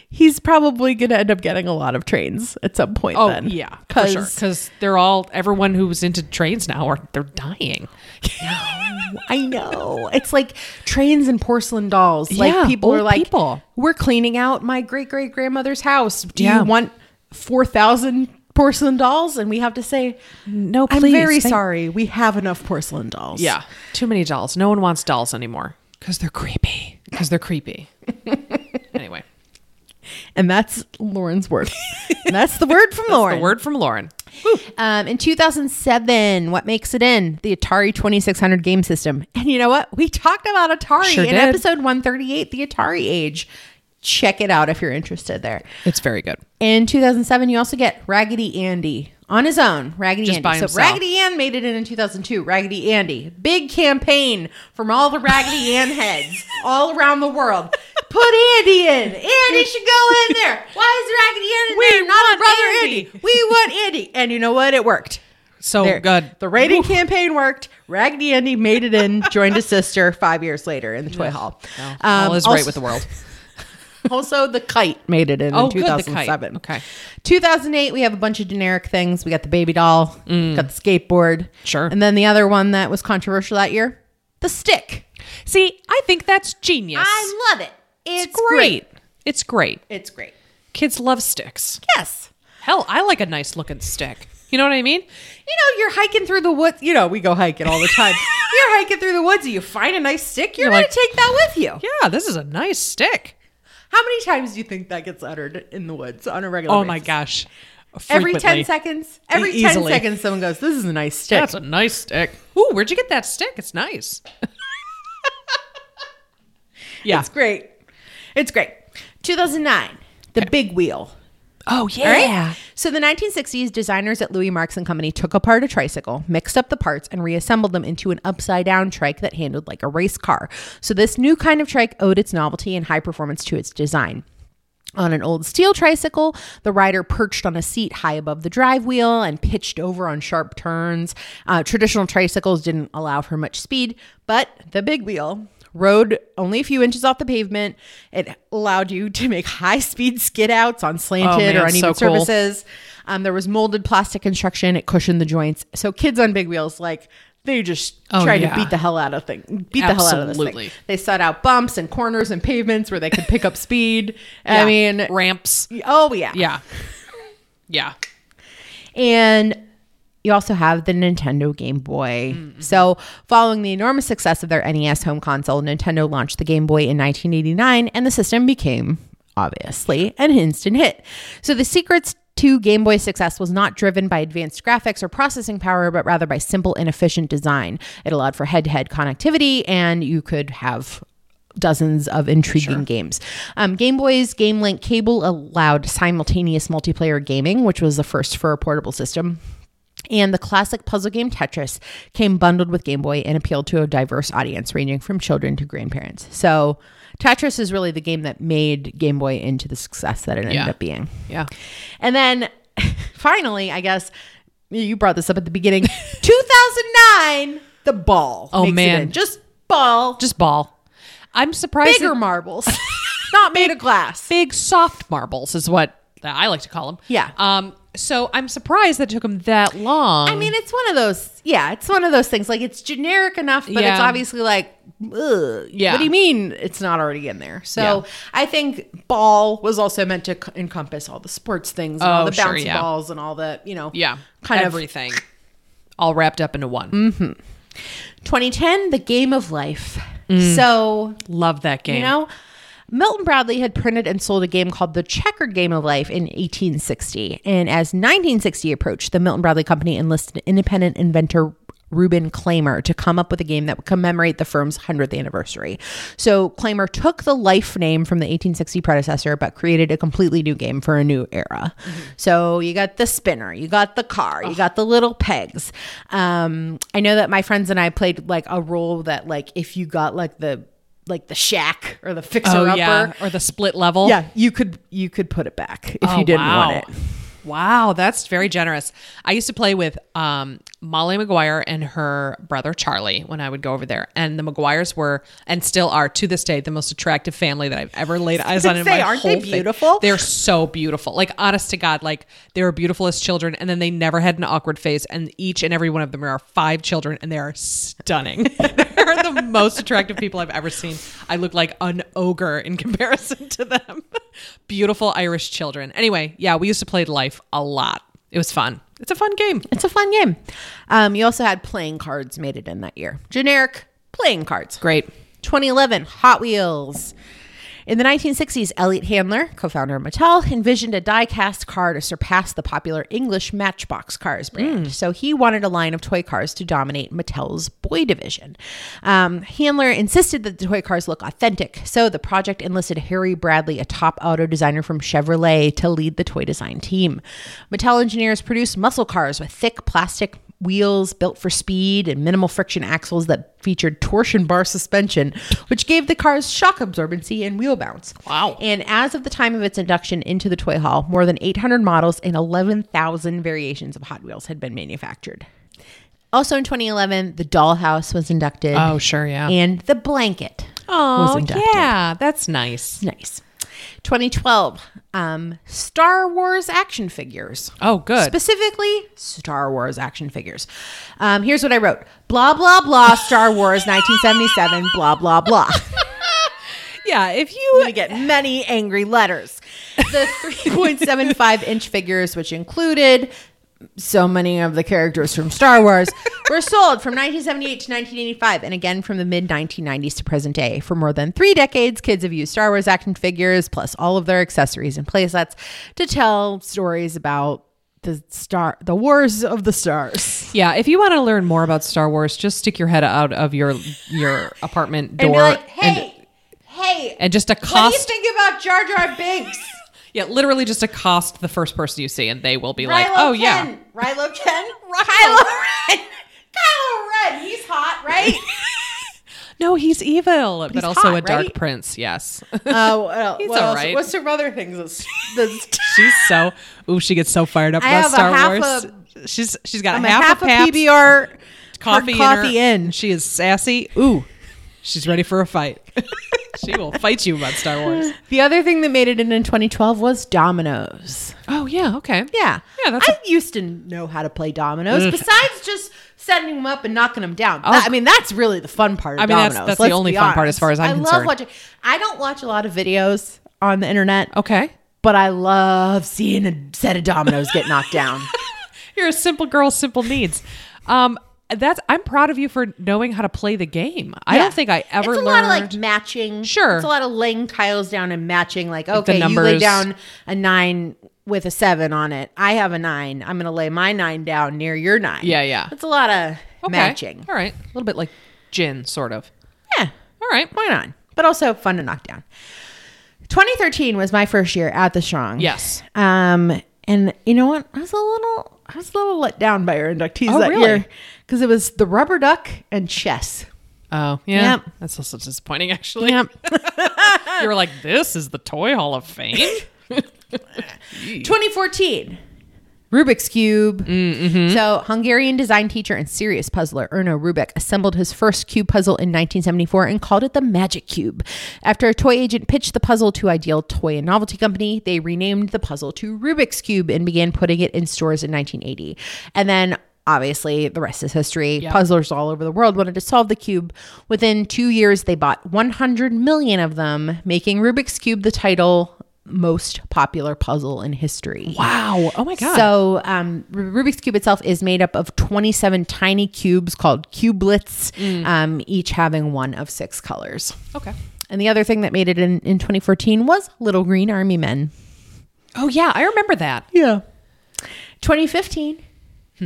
[SPEAKER 2] he's probably gonna end up getting a lot of trains at some point.
[SPEAKER 1] oh
[SPEAKER 2] then.
[SPEAKER 1] yeah, for
[SPEAKER 2] because
[SPEAKER 1] sure, because they're all everyone who's into trains now are they're dying.
[SPEAKER 2] I know it's like trains and porcelain dolls.
[SPEAKER 1] Yeah,
[SPEAKER 2] like people are
[SPEAKER 1] old
[SPEAKER 2] like,
[SPEAKER 1] people.
[SPEAKER 2] we're cleaning out my great great grandmother's house. Do
[SPEAKER 1] Yeah.
[SPEAKER 2] you want four thousand porcelain dolls? And we have to say,
[SPEAKER 1] No,
[SPEAKER 2] I'm very
[SPEAKER 1] Oh, thank-
[SPEAKER 2] sorry. We have enough porcelain dolls.
[SPEAKER 1] Yeah, too many dolls. No one wants dolls anymore because they're creepy. Because they're creepy. anyway,
[SPEAKER 2] and that's Lauren's word. And that's the word from Lauren.
[SPEAKER 1] the word from Lauren.
[SPEAKER 2] Um, in 2007, what makes it in? The Atari 2600 game system. And you know what? We talked about Atari
[SPEAKER 1] Sure
[SPEAKER 2] in
[SPEAKER 1] did.
[SPEAKER 2] episode 138, The Atari Age. Check it out if you're interested there.
[SPEAKER 1] It's very good.
[SPEAKER 2] In 2007, you also get Raggedy Andy on his own. Raggedy
[SPEAKER 1] Just
[SPEAKER 2] Andy.
[SPEAKER 1] by
[SPEAKER 2] so
[SPEAKER 1] himself.
[SPEAKER 2] Raggedy Ann made it in in 2002. Raggedy Andy. Big campaign from all the Raggedy Ann heads all around the world. Put Andy in. Andy should go in there. Why is Raggedy Ann in
[SPEAKER 1] We
[SPEAKER 2] there? Not our
[SPEAKER 1] want
[SPEAKER 2] brother
[SPEAKER 1] Andy.
[SPEAKER 2] Andy. We want Andy. And you know what? It worked.
[SPEAKER 1] So
[SPEAKER 2] There.
[SPEAKER 1] good.
[SPEAKER 2] The rating campaign worked. Raggedy Andy made it in, joined his sister five years later in the toy hall.
[SPEAKER 1] No,
[SPEAKER 2] Um,
[SPEAKER 1] all is
[SPEAKER 2] also,
[SPEAKER 1] right with the world.
[SPEAKER 2] Also, the kite made it in
[SPEAKER 1] Oh,
[SPEAKER 2] in
[SPEAKER 1] good, the kite.
[SPEAKER 2] 2007.
[SPEAKER 1] Okay.
[SPEAKER 2] 2008, we have a bunch of generic things. We got the baby doll, got the skateboard.
[SPEAKER 1] Mm. Sure.
[SPEAKER 2] And then the other one that was controversial that year, the stick.
[SPEAKER 1] See, I think that's genius.
[SPEAKER 2] I love it. It's, great.
[SPEAKER 1] It's great.
[SPEAKER 2] It's great.
[SPEAKER 1] Kids love sticks.
[SPEAKER 2] Yes.
[SPEAKER 1] Hell, I like a nice looking stick. You know what I mean?
[SPEAKER 2] You know, you're hiking through the woods. You know, we go hiking all the time. you're hiking through the woods and you find a nice stick. You're,
[SPEAKER 1] You're
[SPEAKER 2] going
[SPEAKER 1] like-
[SPEAKER 2] to take that with you.
[SPEAKER 1] Yeah, this is a nice stick.
[SPEAKER 2] How many times do you think that gets uttered in the woods on a regular
[SPEAKER 1] Oh my
[SPEAKER 2] basis?
[SPEAKER 1] gosh.
[SPEAKER 2] Every 10
[SPEAKER 1] Frequently.
[SPEAKER 2] seconds, every 10
[SPEAKER 1] Easily.
[SPEAKER 2] seconds, someone goes, This is a nice stick.
[SPEAKER 1] That's a nice stick. Ooh, where'd you get that stick? It's nice. yeah.
[SPEAKER 2] It's great. It's great. 2009, the big wheel.
[SPEAKER 1] Oh
[SPEAKER 2] All right. So the 1960s designers at Louis Marks and Company took apart a tricycle, mixed up the parts, and reassembled them into an upside-down trike that handled like a race car. So this new kind of trike owed its novelty and high performance to its design. On an old steel tricycle, the rider perched on a seat high above the drive wheel and pitched over on sharp turns. Uh, traditional tricycles didn't allow for much speed, but the big wheel rode only a few inches off the pavement. It allowed you to make high speed skid outs on slanted
[SPEAKER 1] Oh, man,
[SPEAKER 2] or
[SPEAKER 1] so
[SPEAKER 2] uneven
[SPEAKER 1] cool.
[SPEAKER 2] surfaces. Um, there was molded plastic construction, it cushioned the joints. So kids on big wheels, like, they just
[SPEAKER 1] Oh,
[SPEAKER 2] tried
[SPEAKER 1] yeah.
[SPEAKER 2] to beat the hell out of thing, beat the hell out of this thing.
[SPEAKER 1] Absolutely.
[SPEAKER 2] They sought out bumps and corners and pavements where they could pick up speed.
[SPEAKER 1] Yeah.
[SPEAKER 2] I mean,
[SPEAKER 1] ramps.
[SPEAKER 2] oh yeah.
[SPEAKER 1] Yeah. Yeah.
[SPEAKER 2] And you also have the Nintendo Game Boy. So, following the enormous success of their NES home console, Nintendo launched the Game Boy in 1989 and the system became obviously an instant hit. So, the secrets to Game Boy's success was not driven by advanced graphics or processing power, but rather by simple and efficient design. It allowed for head to head connectivity, and you could have dozens of intriguing games. Um, Game Boy's Game Link cable allowed simultaneous multiplayer gaming, which was the first for a portable system. And the classic puzzle game Tetris came bundled with Game Boy and appealed to a diverse audience ranging from children to grandparents. So, Tetris is really the game that made Game Boy into the success that it ended
[SPEAKER 1] Yeah.
[SPEAKER 2] up being.
[SPEAKER 1] Yeah.
[SPEAKER 2] And then finally, I guess you brought this up at the beginning 2009, the ball.
[SPEAKER 1] Oh,
[SPEAKER 2] makes it
[SPEAKER 1] man.
[SPEAKER 2] in. Just ball,
[SPEAKER 1] Just ball. I'm surprised.
[SPEAKER 2] bigger
[SPEAKER 1] that-
[SPEAKER 2] marbles, not made of glass.
[SPEAKER 1] big soft marbles is what I like to call them.
[SPEAKER 2] Yeah.
[SPEAKER 1] Um. So I'm surprised that it took them that long.
[SPEAKER 2] I mean, it's one of those. Yeah, it's one of those things. Like it's generic enough, but it's
[SPEAKER 1] Yeah.
[SPEAKER 2] obviously like, ugh,
[SPEAKER 1] Yeah.
[SPEAKER 2] What do you mean it's not already in there? So
[SPEAKER 1] Yeah.
[SPEAKER 2] I think ball was also meant to c- encompass all the sports things, and all
[SPEAKER 1] Oh,
[SPEAKER 2] the
[SPEAKER 1] sure,
[SPEAKER 2] bouncy
[SPEAKER 1] yeah.
[SPEAKER 2] balls, and all the you know,
[SPEAKER 1] yeah,
[SPEAKER 2] kind of Mm.
[SPEAKER 1] everything, all wrapped up into one.
[SPEAKER 2] 2010, the game of life.
[SPEAKER 1] Mm.
[SPEAKER 2] So
[SPEAKER 1] Love that game.
[SPEAKER 2] You know, Milton Bradley had printed and sold a game called The Checkered Game of Life in 1860. And as 1960 approached, the Milton Bradley Company enlisted independent inventor Ruben Claimer to come up with a game that would commemorate the firm's 100th anniversary. So Claimer took the life name from the 1860 predecessor, but created a completely new game for a new era. So you got the spinner, you got the car, you got the little pegs. Um, I know that my friends and I played like a role that like if you got like the like the shack or the fixer
[SPEAKER 1] Oh,
[SPEAKER 2] upper,
[SPEAKER 1] yeah. Or the split level.
[SPEAKER 2] yeah, you could you could put it back if
[SPEAKER 1] Oh,
[SPEAKER 2] you didn't
[SPEAKER 1] wow.
[SPEAKER 2] want it.
[SPEAKER 1] Wow, that's very generous. I used to play with um, Molly McGuire and her brother Charlie when I would go over there. And the McGuires were, and still are to this day, the most attractive family that I've ever laid eyes on in
[SPEAKER 2] Say,
[SPEAKER 1] my
[SPEAKER 2] aren't
[SPEAKER 1] whole
[SPEAKER 2] they
[SPEAKER 1] thing.
[SPEAKER 2] beautiful?
[SPEAKER 1] They're so beautiful. Like, honest to God, like they were beautiful as children. And then they never had an awkward phase. And each and every one of them are our five children, and they are stunning. They're the most attractive people I've ever seen. I look like an ogre in comparison to them. beautiful Irish children. Anyway, yeah, we used to play Life a lot. It was fun. It's a fun game.
[SPEAKER 2] It's a fun game. Um, you also had playing cards made it in that year. Generic playing cards.
[SPEAKER 1] Great.
[SPEAKER 2] 2011, Hot Wheels. In the 1960s, Elliot Handler, co founder of Mattel, envisioned a die cast car to surpass the popular English Matchbox Cars brand. So he wanted a line of toy cars to dominate Mattel's boy division. Um, Handler insisted that the toy cars look authentic, so the project enlisted Harry Bradley, a top auto designer from Chevrolet, to lead the toy design team. Mattel engineers produced muscle cars with thick plastic wheels built for speed and minimal friction axles that featured torsion bar suspension, which gave the cars shock absorbency and wheel bounce.
[SPEAKER 1] Wow.
[SPEAKER 2] And as of the time of its induction into the toy hall, more than 800 models and 11,000 variations of Hot Wheels had been manufactured. Also in 2011, the dollhouse was inducted.
[SPEAKER 1] Oh, sure, yeah.
[SPEAKER 2] And the blanket was
[SPEAKER 1] Oh,
[SPEAKER 2] inducted.
[SPEAKER 1] yeah. That's nice.
[SPEAKER 2] Nice. 2012, um, Star Wars action figures.
[SPEAKER 1] Oh, good.
[SPEAKER 2] Specifically, Star Wars action figures. Um, here's what I wrote blah, blah, blah, Star Wars 1977, blah, blah, blah.
[SPEAKER 1] yeah, if you
[SPEAKER 2] I get many angry letters. The 3.75 inch figures, which included so many of the characters from Star Wars, were sold from 1978 to 1985 and again from the mid 1990s to present day. For more than three decades, kids have used Star Wars action figures plus all of their accessories and playsets to tell stories about the star the wars of the stars
[SPEAKER 1] Yeah, if you want to learn more about Star Wars, just stick your head out of your your apartment door
[SPEAKER 2] and be like
[SPEAKER 1] and,
[SPEAKER 2] hey hey
[SPEAKER 1] and just
[SPEAKER 2] what do you
[SPEAKER 1] accost.
[SPEAKER 2] think about jar jar binks
[SPEAKER 1] Yeah, literally just accost the first person you see, and they will be like, "Oh yeah,
[SPEAKER 2] Rilo Ken, Kylo Ren, Kylo Ren. He's hot, right?
[SPEAKER 1] no, he's evil, but,
[SPEAKER 2] he's
[SPEAKER 1] also
[SPEAKER 2] hot,
[SPEAKER 1] a dark
[SPEAKER 2] right?
[SPEAKER 1] prince." Yes,
[SPEAKER 2] Oh, well,
[SPEAKER 1] He's alright.
[SPEAKER 2] What's some other things? That's, that's,
[SPEAKER 1] she's so. Ooh, she gets so fired up
[SPEAKER 2] I
[SPEAKER 1] about
[SPEAKER 2] have a
[SPEAKER 1] Star
[SPEAKER 2] half
[SPEAKER 1] Wars. she's she's got
[SPEAKER 2] I'm a
[SPEAKER 1] half,
[SPEAKER 2] half
[SPEAKER 1] a
[SPEAKER 2] a
[SPEAKER 1] Pabst
[SPEAKER 2] PBR her
[SPEAKER 1] coffee,
[SPEAKER 2] coffee
[SPEAKER 1] in, her-
[SPEAKER 2] in.
[SPEAKER 1] She is sassy. Ooh, she's ready for a fight. she will fight you about Star Wars.
[SPEAKER 2] The other thing that made it in in 2012 was dominoes.
[SPEAKER 1] Oh yeah, okay.
[SPEAKER 2] Yeah,
[SPEAKER 1] Yeah, that's Mm.
[SPEAKER 2] I used to know how to play dominoes. Besides just setting them up and knocking them down.
[SPEAKER 1] Oh.
[SPEAKER 2] That- I mean, that's really the fun part. Of
[SPEAKER 1] I mean, that's-
[SPEAKER 2] dominoes.
[SPEAKER 1] that's the
[SPEAKER 2] let's
[SPEAKER 1] only
[SPEAKER 2] be
[SPEAKER 1] fun part as
[SPEAKER 2] honest.
[SPEAKER 1] far as I'm
[SPEAKER 2] I love
[SPEAKER 1] concerned.
[SPEAKER 2] watching. I don't watch a lot of videos on the internet.
[SPEAKER 1] Okay,
[SPEAKER 2] but I love seeing a set of dominoes get knocked down.
[SPEAKER 1] You're a simple girl, simple needs. Um, that's I'm proud of you for knowing how to play the game. I don't think I ever
[SPEAKER 2] It's a
[SPEAKER 1] learned.
[SPEAKER 2] lot of like matching.
[SPEAKER 1] Sure.
[SPEAKER 2] it's a lot of laying tiles down and matching. Like okay, you lay
[SPEAKER 1] numbers.
[SPEAKER 2] down a nine with a seven on it. I have a nine. I'm gonna lay my nine down near your nine.
[SPEAKER 1] Yeah, yeah.
[SPEAKER 2] It's a lot of
[SPEAKER 1] Okay.
[SPEAKER 2] matching.
[SPEAKER 1] All right, a little bit like gin, sort of.
[SPEAKER 2] Yeah,
[SPEAKER 1] All right.
[SPEAKER 2] why not? But also fun to knock down. 2013 was my first year at the Strong.
[SPEAKER 1] Yes.
[SPEAKER 2] Um, and you know what? I was a little, I was a little let down by our inductees
[SPEAKER 1] Oh,
[SPEAKER 2] that
[SPEAKER 1] really?
[SPEAKER 2] year because it was the rubber duck and chess.
[SPEAKER 1] Oh yeah.
[SPEAKER 2] Yep.
[SPEAKER 1] That's also disappointing, actually. you were like, "This is the Toy Hall of Fame."
[SPEAKER 2] 2014. Rubik's Cube. So, Hungarian design teacher and serious puzzler Erno Rubik assembled his first cube puzzle in 1974 and called it the Magic Cube. After a toy agent pitched the puzzle to Ideal Toy and Novelty Company, they renamed the puzzle to Rubik's Cube and began putting it in stores in 1980. And then Obviously, the rest is history. Puzzlers all over the world wanted to solve the cube. Within two years, they bought 100 million of them, making Rubik's Cube the title most popular puzzle in history.
[SPEAKER 1] wow. Oh my god.
[SPEAKER 2] So, um, Ru- Rubik's Cube itself is made up of 27 tiny cubes called cubelets, um, each having one of six colors.
[SPEAKER 1] okay.
[SPEAKER 2] And the other thing that made it in, in 2014 was Little Green Army Men.
[SPEAKER 1] Oh yeah, I remember that.
[SPEAKER 2] Yeah. 2015,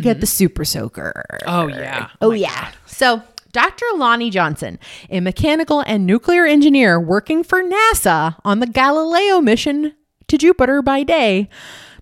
[SPEAKER 2] Get the super soaker.
[SPEAKER 1] Oh, yeah.
[SPEAKER 2] Oh, yeah. So, Dr. Lonnie Johnson, a mechanical and nuclear engineer working for NASA on the Galileo mission to Jupiter by day,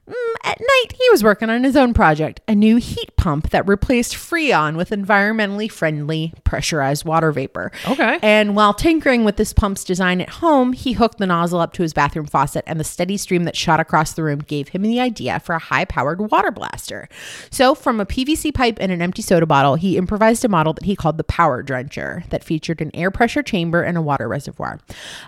[SPEAKER 2] mm, at night he was working on his own project, a new heat pump that replaced Freon with environmentally friendly pressurized water vapor.
[SPEAKER 1] Okay.
[SPEAKER 2] And while tinkering with this pump's design at home, he hooked the nozzle up to his bathroom faucet, and the steady stream that shot across the room gave him the idea for a high powered water blaster. So, from a PVC pipe and an empty soda bottle, he improvised a model that he called the Power Drencher that featured an air pressure chamber and a water reservoir.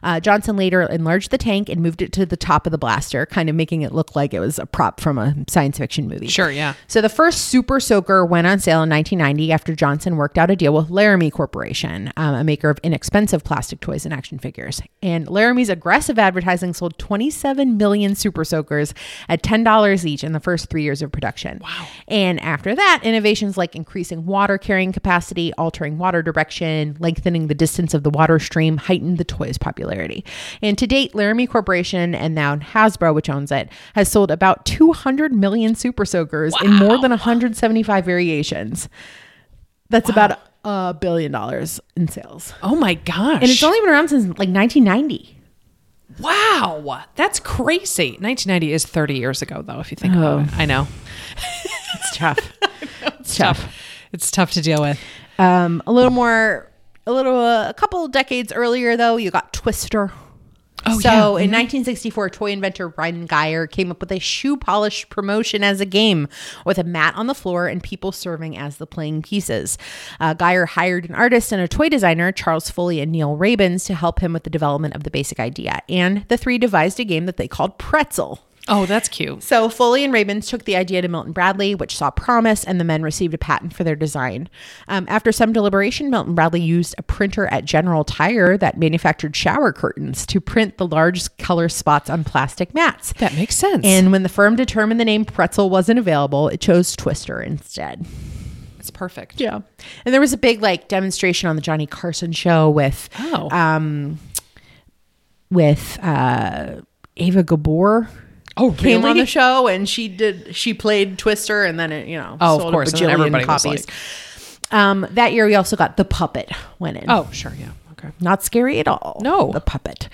[SPEAKER 2] Uh, Johnson later enlarged the tank and moved it to the top of the blaster, kind of making it look like it was a prop from a science fiction movie.
[SPEAKER 1] Sure, yeah.
[SPEAKER 2] So the first Super Soaker went on sale in 1990 after Johnson worked out a deal with Laramie Corporation, um, a maker of inexpensive plastic toys and action figures. And Laramie's aggressive advertising sold 27 million Super Soakers at $10 each in the first three years of production. Wow. And after that, innovations like increasing water carrying capacity, altering water direction, lengthening the distance of the water stream heightened the toy's popularity. And to date, Laramie Corporation and now Hasbro, which owns it, has sold about 200 million Super Soakers in more than 175 variations. That's about a billion dollars in sales.
[SPEAKER 1] Oh, my gosh.
[SPEAKER 2] And it's only been around since like 1990.
[SPEAKER 1] wow. That's crazy. 1990 is 30 years ago, though, if you think about it. I know.
[SPEAKER 2] It's tough.
[SPEAKER 1] It's tough. It's tough to deal with.
[SPEAKER 2] Um, a little more, a little, uh, a couple decades earlier though, you got Twister.
[SPEAKER 1] Oh,
[SPEAKER 2] so
[SPEAKER 1] yeah.
[SPEAKER 2] in 1964, toy inventor Brian Geyer came up with a shoe polish promotion as a game with a mat on the floor and people serving as the playing pieces. Uh, Geyer hired an artist and a toy designer, Charles Foley and Neil Rabins, to help him with the development of the basic idea. And the three devised a game that they called Pretzel.
[SPEAKER 1] Oh, that's cute.
[SPEAKER 2] So Foley and Ravens took the idea to Milton Bradley, which saw promise, and the men received a patent for their design. Um, after some deliberation, Milton Bradley used a printer at General Tire that manufactured shower curtains to print the large color spots on plastic mats.
[SPEAKER 1] That makes sense.
[SPEAKER 2] And when the firm determined the name Pretzel wasn't available, it chose Twister instead.
[SPEAKER 1] it's perfect.
[SPEAKER 2] Yeah. And there was a big like demonstration on the Johnny Carson show with
[SPEAKER 1] Oh.
[SPEAKER 2] um with uh Ava Gabor
[SPEAKER 1] oh, really?
[SPEAKER 2] came on the show and she did she played Twister and then it you know
[SPEAKER 1] Oh, of
[SPEAKER 2] sold
[SPEAKER 1] course,
[SPEAKER 2] a
[SPEAKER 1] and then
[SPEAKER 2] bajillion
[SPEAKER 1] everybody was
[SPEAKER 2] copies. um, that year we also got the puppet went in.
[SPEAKER 1] Oh, sure. Yeah. Okay.
[SPEAKER 2] not scary at all.
[SPEAKER 1] No.
[SPEAKER 2] the puppet.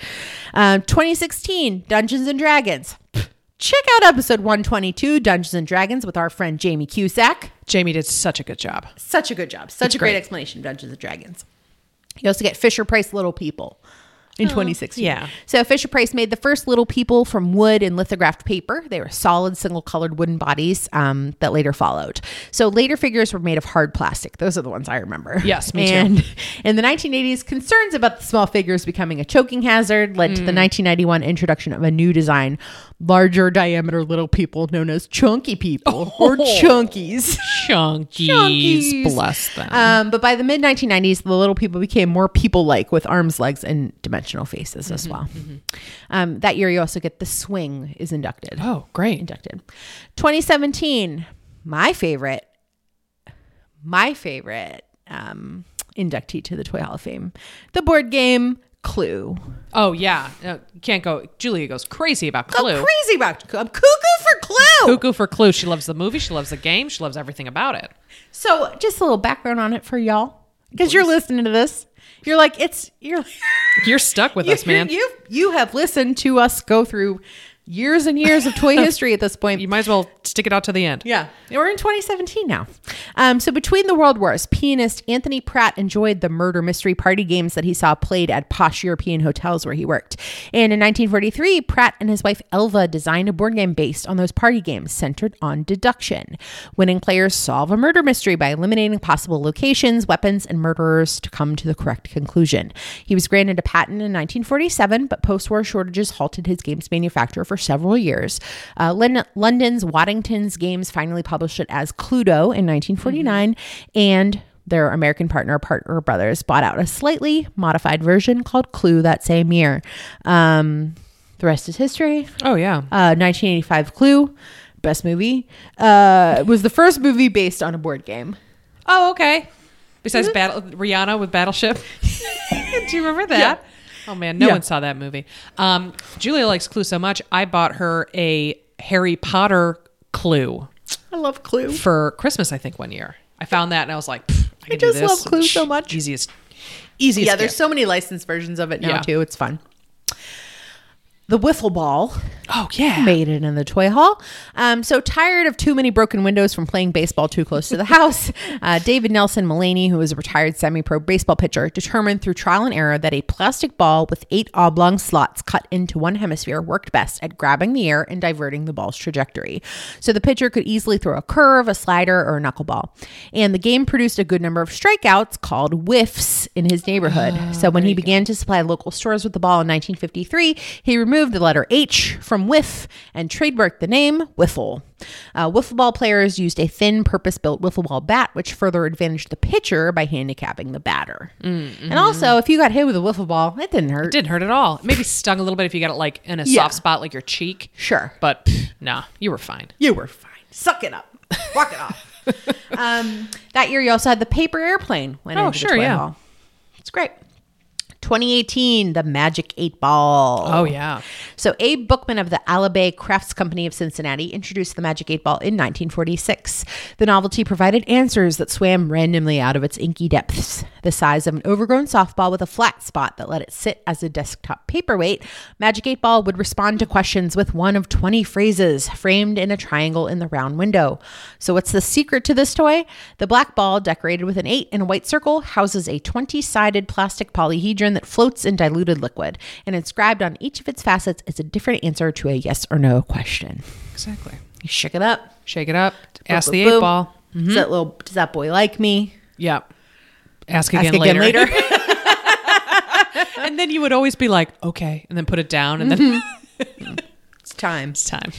[SPEAKER 2] Um, 2016 Dungeons and Dragons. Check out episode 122 Dungeons and Dragons with our friend Jamie Cusack.
[SPEAKER 1] Jamie did such a good job.
[SPEAKER 2] Such a good job. Such a great,
[SPEAKER 1] great.
[SPEAKER 2] explanation of Dungeons and Dragons. You also get Fisher Price Little People in 2016.
[SPEAKER 1] Oh, yeah.
[SPEAKER 2] So Fisher Price made the first Little People from wood and lithographed paper. They were solid, single colored wooden bodies um, that later followed. So later figures were made of hard plastic. Those are the ones I remember.
[SPEAKER 1] Yes, me too.
[SPEAKER 2] and in the 1980s, concerns about the small figures becoming a choking hazard led to
[SPEAKER 1] Mm.
[SPEAKER 2] the 1991 introduction of a new design, larger diameter Little People known as Chunky People or
[SPEAKER 1] Oh.
[SPEAKER 2] Chunkies.
[SPEAKER 1] Chunkies. Uh,
[SPEAKER 2] Chunkies.
[SPEAKER 1] Bless them.
[SPEAKER 2] Um, but by the mid 1990s, the little people became more people like with arms, legs, and dimensional faces
[SPEAKER 1] Mm-hmm,
[SPEAKER 2] as well. Um, that year, you also get the swing is inducted.
[SPEAKER 1] oh, great.
[SPEAKER 2] Inducted. 2017, my favorite, my favorite um, inductee to the Toy Hall of Fame, the board game Clue.
[SPEAKER 1] Oh, yeah. Uh, can't go. Julia goes crazy about
[SPEAKER 2] Go
[SPEAKER 1] Clue.
[SPEAKER 2] crazy about I'm cuckoo for Clue.
[SPEAKER 1] Cuckoo for Clue. She loves the movie. She loves the game. She loves everything about it.
[SPEAKER 2] So, just a little background on it for y'all, because you're listening to this. You're like it's you're.
[SPEAKER 1] You're stuck with us,
[SPEAKER 2] you,
[SPEAKER 1] man. You,
[SPEAKER 2] You you have listened to us go through years and years of toy history at this point.
[SPEAKER 1] might as well stick it out to the end.
[SPEAKER 2] yeah, we're in 2017 now. Um, so between the world wars, pianist Anthony Pratt enjoyed the murder mystery party games that he saw played at posh European hotels where he worked. And in 1943, Pratt and his wife Elva designed a board game based on those party games, centered on deduction. Winning players solve a murder mystery by eliminating possible locations, weapons, and murderers to come to the correct conclusion. He was granted a patent in 1947, but post war shortages halted his game's manufacture for several years. Uh, Lon- London's Waddington's Games finally published it as Cluedo in 1949, and their American partner, Partner Brothers, bought out a slightly modified version called Clue that same year. Um, the rest is history.
[SPEAKER 1] Oh, yeah.
[SPEAKER 2] Uh, 1985 Clue, best movie, uh, was the first movie based on a board game.
[SPEAKER 1] Oh, okay.
[SPEAKER 2] Mm-hmm.
[SPEAKER 1] Besides battle, Rihanna with Battleship. Do you remember that? Oh man, no
[SPEAKER 2] Yeah.
[SPEAKER 1] one saw that movie. Um, Julia likes Clue so much. I bought her a Harry Potter Clue.
[SPEAKER 2] I love Clue.
[SPEAKER 1] for Christmas, I think one year. I found that and I was like, "Pfft, I, can do
[SPEAKER 2] just
[SPEAKER 1] this."
[SPEAKER 2] love Clue so
[SPEAKER 1] Shh,
[SPEAKER 2] much.
[SPEAKER 1] Easiest, easiest.
[SPEAKER 2] Yeah, there's
[SPEAKER 1] gift.
[SPEAKER 2] so many licensed versions of it now
[SPEAKER 1] Yeah.
[SPEAKER 2] too. It's fun. The wiffle ball
[SPEAKER 1] Oh yeah.
[SPEAKER 2] made it in the toy hall. Um, so tired of too many broken windows from playing baseball too close to the house, uh, David Nelson Mullaney, who is a retired semi-pro baseball pitcher, determined through trial and error that a plastic ball with eight oblong slots cut into one hemisphere worked best at grabbing the air and diverting the ball's trajectory. So the pitcher could easily throw a curve, a slider, or a knuckleball. And the game produced a good number of strikeouts called whiffs in his neighborhood. so when he began to supply local stores with the ball in 1953, he removed the letter H from whiff and trademarked the name Wiffle. Uh, wiffle ball players used a thin, purpose built wiffle ball bat, which further advantaged the pitcher by handicapping the batter. And also, if you got hit with a wiffle ball, Mm, it didn't hurt.
[SPEAKER 1] Didn't hurt at all. It Maybe stung a little bit if you got it like in a
[SPEAKER 2] Yeah.
[SPEAKER 1] soft spot, like your cheek.
[SPEAKER 2] Sure.
[SPEAKER 1] But pff, nah, you were fine.
[SPEAKER 2] You were fine. Suck it up. Walk it off. um, that year, you also had the paper airplane. Went
[SPEAKER 1] Oh,
[SPEAKER 2] into the
[SPEAKER 1] sure,
[SPEAKER 2] toy
[SPEAKER 1] yeah.
[SPEAKER 2] hall. It's great. 2018, the Magic Eight Ball.
[SPEAKER 1] Oh yeah.
[SPEAKER 2] So Abe Bookman of the Alabay Crafts Company of Cincinnati introduced the Magic Eight Ball in 1946. The novelty provided answers that swam randomly out of its inky depths. The size of an overgrown softball with a flat spot that let it sit as a desktop paperweight, Magic Eight Ball would respond to questions with one of 20 phrases framed in a triangle in the round window. So what's the secret to this toy? The black ball decorated with an 8 and a white circle houses a 20-sided plastic polyhedron that floats in diluted liquid, and inscribed on each of its facets is a different answer to a yes or no question.
[SPEAKER 1] Exactly.
[SPEAKER 2] You shook it up.
[SPEAKER 1] Shake it up. Ask the
[SPEAKER 2] Boom,
[SPEAKER 1] eight
[SPEAKER 2] boom.
[SPEAKER 1] ball.
[SPEAKER 2] Does that little does that boy like me?
[SPEAKER 1] Yeah. Ask again,
[SPEAKER 2] Ask again
[SPEAKER 1] later.
[SPEAKER 2] later.
[SPEAKER 1] and then you would always be like, okay, and then put it down, and then
[SPEAKER 2] it's time.
[SPEAKER 1] it's time.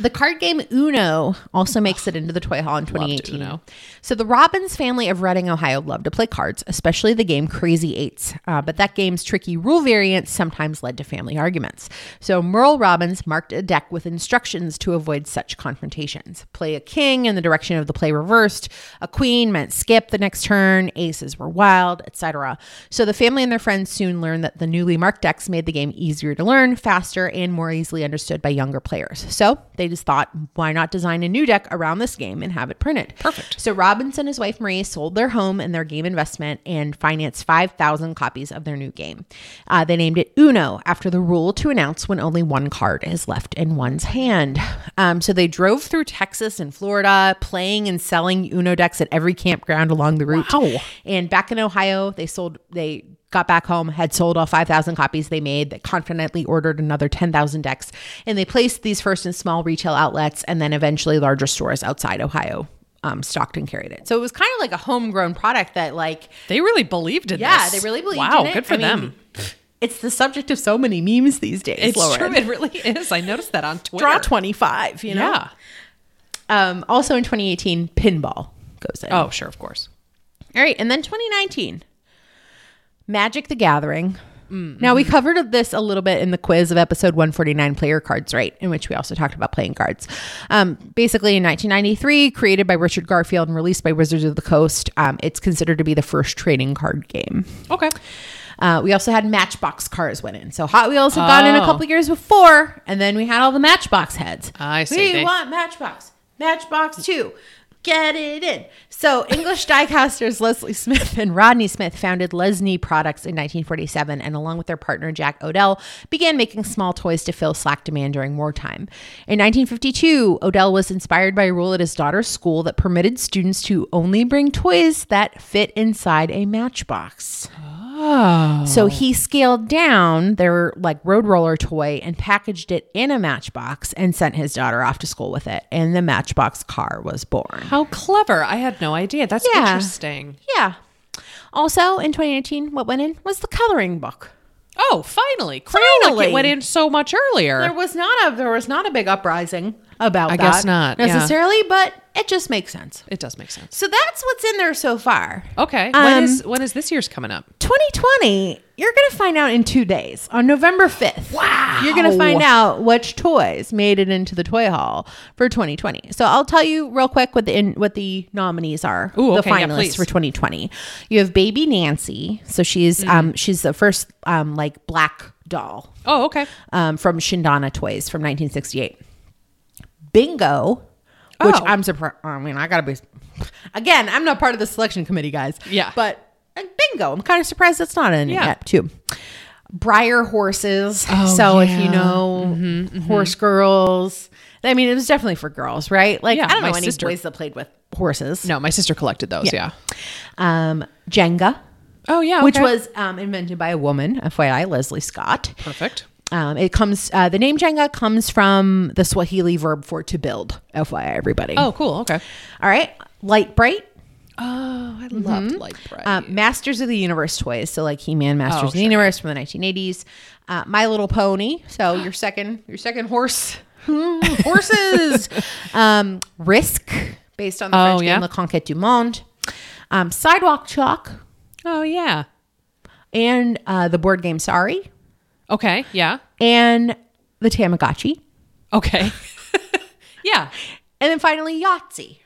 [SPEAKER 2] The card game Uno also makes it into the toy hall in 2018.
[SPEAKER 1] Uno.
[SPEAKER 2] So the Robbins family of Reading, Ohio, loved to play cards, especially the game Crazy Eights. Uh, but that game's tricky rule variants sometimes led to family arguments. So Merle Robbins marked a deck with instructions to avoid such confrontations. Play a king in the direction of the play reversed. A queen meant skip the next turn. Aces were wild, etc. So the family and their friends soon learned that the newly marked decks made the game easier to learn, faster, and more easily understood by younger players. So they just thought, why not design a new deck around this game and have it printed?
[SPEAKER 1] Perfect.
[SPEAKER 2] So Robbins and his wife Marie sold their home and their game investment and financed 5,000 copies of their new game. Uh, they named it Uno after the rule to announce when only one card is left in one's hand. Um, so they drove through Texas and Florida, playing and selling Uno decks at every campground along the route.
[SPEAKER 1] Wow.
[SPEAKER 2] And back in Ohio, they sold they got back home, had sold all 5,000 copies they made, that confidently ordered another 10,000 decks, and they placed these first in small retail outlets and then eventually larger stores outside Ohio. Um, stocked and carried it. So it was kind of like a homegrown product that like
[SPEAKER 1] They really believed in
[SPEAKER 2] Yeah,
[SPEAKER 1] this.
[SPEAKER 2] they really believed
[SPEAKER 1] Wow,
[SPEAKER 2] in it.
[SPEAKER 1] good for
[SPEAKER 2] I mean,
[SPEAKER 1] them.
[SPEAKER 2] it's the subject of so many memes these days.
[SPEAKER 1] It's
[SPEAKER 2] Lauren.
[SPEAKER 1] true. It really is. I noticed that on Twitter.
[SPEAKER 2] Draw 25, you know.
[SPEAKER 1] Yeah.
[SPEAKER 2] Um also in 2018 pinball goes in.
[SPEAKER 1] Oh, sure, of course.
[SPEAKER 2] All right, and then 2019, Magic the Gathering. Now we covered this a little bit in the quiz of episode 149, Player Cards Right, in which we also talked about playing cards. Um, basically, in 1993, created by Richard Garfield and released by Wizards of the Coast, um, it's considered to be the first trading card game.
[SPEAKER 1] Okay.
[SPEAKER 2] Uh, we also had Matchbox cars went in, so Hot Wheels had gone in a
[SPEAKER 1] Oh.
[SPEAKER 2] couple years before, and then we had all the Matchbox heads.
[SPEAKER 1] I see.
[SPEAKER 2] We
[SPEAKER 1] They-
[SPEAKER 2] want Matchbox. Matchbox 2. Get it in. So, English diecasters Leslie Smith and Rodney Smith founded Lesney Products in 1947 and, along with their partner Jack Odell, began making small toys to fill slack demand during wartime. In 1952, Odell was inspired by a rule at his daughter's school that permitted students to only bring toys that fit inside a matchbox. So he scaled down their like road roller toy and packaged it in a matchbox and sent his daughter off to school with it. And the matchbox car was born.
[SPEAKER 1] How clever. I had no idea. That's
[SPEAKER 2] Yeah.
[SPEAKER 1] interesting.
[SPEAKER 2] Yeah. Also in 2018, what went in was the coloring book.
[SPEAKER 1] Oh, finally. Crayola
[SPEAKER 2] Finally.
[SPEAKER 1] It went in so much
[SPEAKER 2] There
[SPEAKER 1] earlier.
[SPEAKER 2] was not a there was not a big uprising about
[SPEAKER 1] I
[SPEAKER 2] that
[SPEAKER 1] guess not, yeah.
[SPEAKER 2] necessarily, but it just makes sense.
[SPEAKER 1] It does make sense.
[SPEAKER 2] So that's what's in there so far.
[SPEAKER 1] Okay. when
[SPEAKER 2] Um,
[SPEAKER 1] is when is this year's coming up?
[SPEAKER 2] 2020, you're going to find out in two days on November 5th. Wow. You're going to find out which toys made it into the toy hall for 2020. So I'll tell you real quick what the, in, what the nominees are,
[SPEAKER 1] Ooh,
[SPEAKER 2] the
[SPEAKER 1] okay, yeah,
[SPEAKER 2] finalists
[SPEAKER 1] please.
[SPEAKER 2] for 2020. You have baby Nancy. So she's,
[SPEAKER 1] Mm-hmm.
[SPEAKER 2] um, she's the first, um, like black doll,
[SPEAKER 1] Oh, okay.
[SPEAKER 2] um, from Shindana toys from 1968. Bingo. which
[SPEAKER 1] Oh.
[SPEAKER 2] I'm surprised. I mean, I gotta be. Again, I'm not part of the selection committee, guys.
[SPEAKER 1] Yeah.
[SPEAKER 2] but uh, bingo, I'm kind of surprised that's not in it
[SPEAKER 1] Yeah.
[SPEAKER 2] yet too. Briar horses.
[SPEAKER 1] Oh,
[SPEAKER 2] so if you
[SPEAKER 1] yeah. Mm-hmm,
[SPEAKER 2] know horse girls, I mean, it was definitely for girls, right? Like
[SPEAKER 1] Yeah,
[SPEAKER 2] I don't
[SPEAKER 1] my
[SPEAKER 2] know any
[SPEAKER 1] sister-
[SPEAKER 2] boys that played with horses.
[SPEAKER 1] No, my sister collected those. Yeah.
[SPEAKER 2] Um, Jenga,
[SPEAKER 1] Oh yeah.
[SPEAKER 2] which
[SPEAKER 1] okay.
[SPEAKER 2] was um, invented by a woman, FYI, Leslie Scott.
[SPEAKER 1] perfect.
[SPEAKER 2] Um, it comes. Uh, the name Jenga comes from the Swahili verb for to build. FYI, everybody.
[SPEAKER 1] Oh, cool. Okay.
[SPEAKER 2] all right. Light bright.
[SPEAKER 1] Oh, I loved light bright.
[SPEAKER 2] Uh, Masters of the Universe toys. So like He Man, Masters
[SPEAKER 1] Oh,
[SPEAKER 2] of the
[SPEAKER 1] sure.
[SPEAKER 2] Universe from the 1980s. Uh, My Little Pony. So your second, your second horse. Hmm, Horses. um, Risk, based on the
[SPEAKER 1] Oh,
[SPEAKER 2] French
[SPEAKER 1] yeah?
[SPEAKER 2] game La Conquête du Monde. Um, Sidewalk Chalk
[SPEAKER 1] oh yeah.
[SPEAKER 2] and uh, the board game Sorry
[SPEAKER 1] Okay. Yeah.
[SPEAKER 2] and the Tamagotchi.
[SPEAKER 1] Okay. yeah.
[SPEAKER 2] And then finally Yahtzee.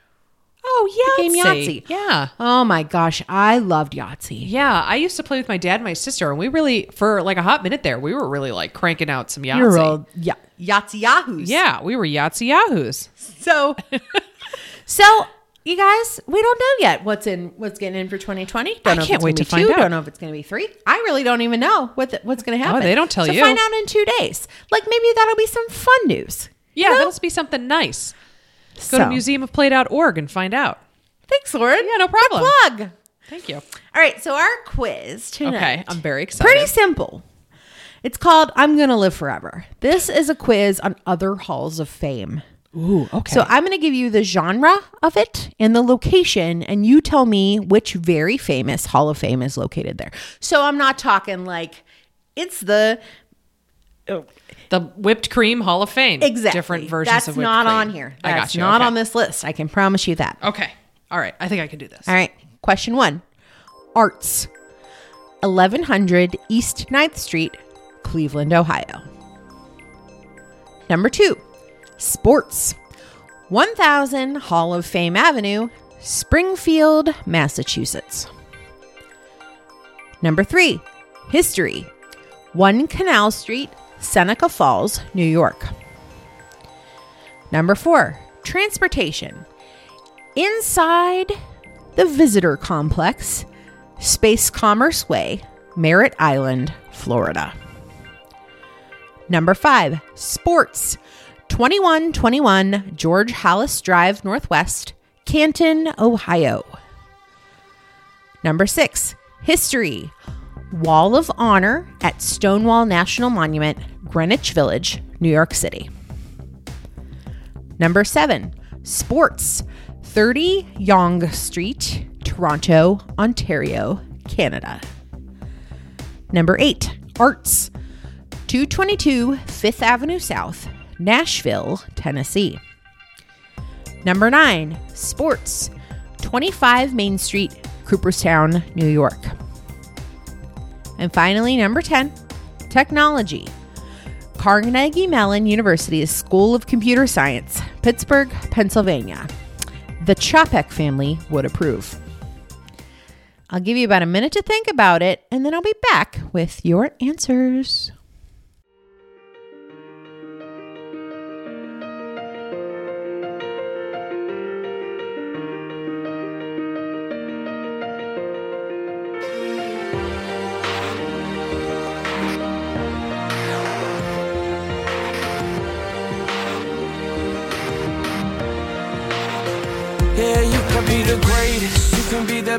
[SPEAKER 1] Oh yeah.
[SPEAKER 2] The game Yahtzee.
[SPEAKER 1] Yeah.
[SPEAKER 2] Oh my gosh, I loved Yahtzee.
[SPEAKER 1] Yeah, I used to play with my dad and my sister, and we really, for like a hot minute there, we were really like cranking out some Yahtzee.
[SPEAKER 2] Year old ya- Yahtzee Yahoos.
[SPEAKER 1] Yeah, we were Yahtzee Yahoos.
[SPEAKER 2] So, so you guys, we don't know yet what's in what's getting in for 2020. Don't
[SPEAKER 1] I
[SPEAKER 2] know if
[SPEAKER 1] can't
[SPEAKER 2] it's
[SPEAKER 1] wait
[SPEAKER 2] gonna
[SPEAKER 1] to
[SPEAKER 2] be
[SPEAKER 1] find
[SPEAKER 2] two,
[SPEAKER 1] out. Oh,
[SPEAKER 2] Don't know if it's going to be three. I really don't even know what the, what's going to happen.
[SPEAKER 1] they don't tell
[SPEAKER 2] so
[SPEAKER 1] you.
[SPEAKER 2] Find out in two days. Like maybe that'll be some fun news.
[SPEAKER 1] Yeah, that'll be something nice. Go
[SPEAKER 2] So,
[SPEAKER 1] to museumofplay.org and find out.
[SPEAKER 2] Thanks, Lauren. Yeah,
[SPEAKER 1] no problem.
[SPEAKER 2] Plug.
[SPEAKER 1] Thank you.
[SPEAKER 2] All right, so our quiz tonight.
[SPEAKER 1] Okay, I'm very excited.
[SPEAKER 2] Pretty simple. It's called "I'm Gonna Live Forever." This is a quiz on other halls of fame.
[SPEAKER 1] Ooh, okay.
[SPEAKER 2] So I'm going to give you the genre of it and the location, and you tell me which very famous Hall of Fame is located there. So I'm not talking like it's the
[SPEAKER 1] the whipped cream Hall of Fame.
[SPEAKER 2] exact
[SPEAKER 1] Different versions
[SPEAKER 2] That's
[SPEAKER 1] of whipped
[SPEAKER 2] not
[SPEAKER 1] cream.
[SPEAKER 2] on here.
[SPEAKER 1] I
[SPEAKER 2] That's
[SPEAKER 1] got you.
[SPEAKER 2] Not
[SPEAKER 1] okay.
[SPEAKER 2] on this list. I can promise you that.
[SPEAKER 1] Okay. All right. I think I can do this.
[SPEAKER 2] All right. Question one: Arts, 1100 East 9th Street, Cleveland, Ohio. Number two: Sports, 1000 Hall of Fame Avenue, Springfield, Massachusetts. Number three: History, 1 Canal Street, Seneca Falls, New York. Number four: Transportation, inside the visitor complex, Space Commerce Way, Merritt Island, Florida. Number five, sports. 2121 George Hallis Drive Northwest, Canton, Ohio. Number six, history. Wall of Honor at Stonewall National Monument, Greenwich Village, New York City. Number seven, sports. 30 Yonge Street, Toronto, Ontario, Canada. Number eight, arts. 222 Fifth Avenue South, Nashville, Tennessee. Number nine, sports. 25 Main Street, Cooperstown, New York. And finally, number 10, technology. Carnegie Mellon University's School of Computer Science, Pittsburgh, Pennsylvania. The Chopek family would approve. I'll give you about a minute to think about it, and then I'll be back with your answers.
[SPEAKER 3] Yeah, you can be the greatest, you can be the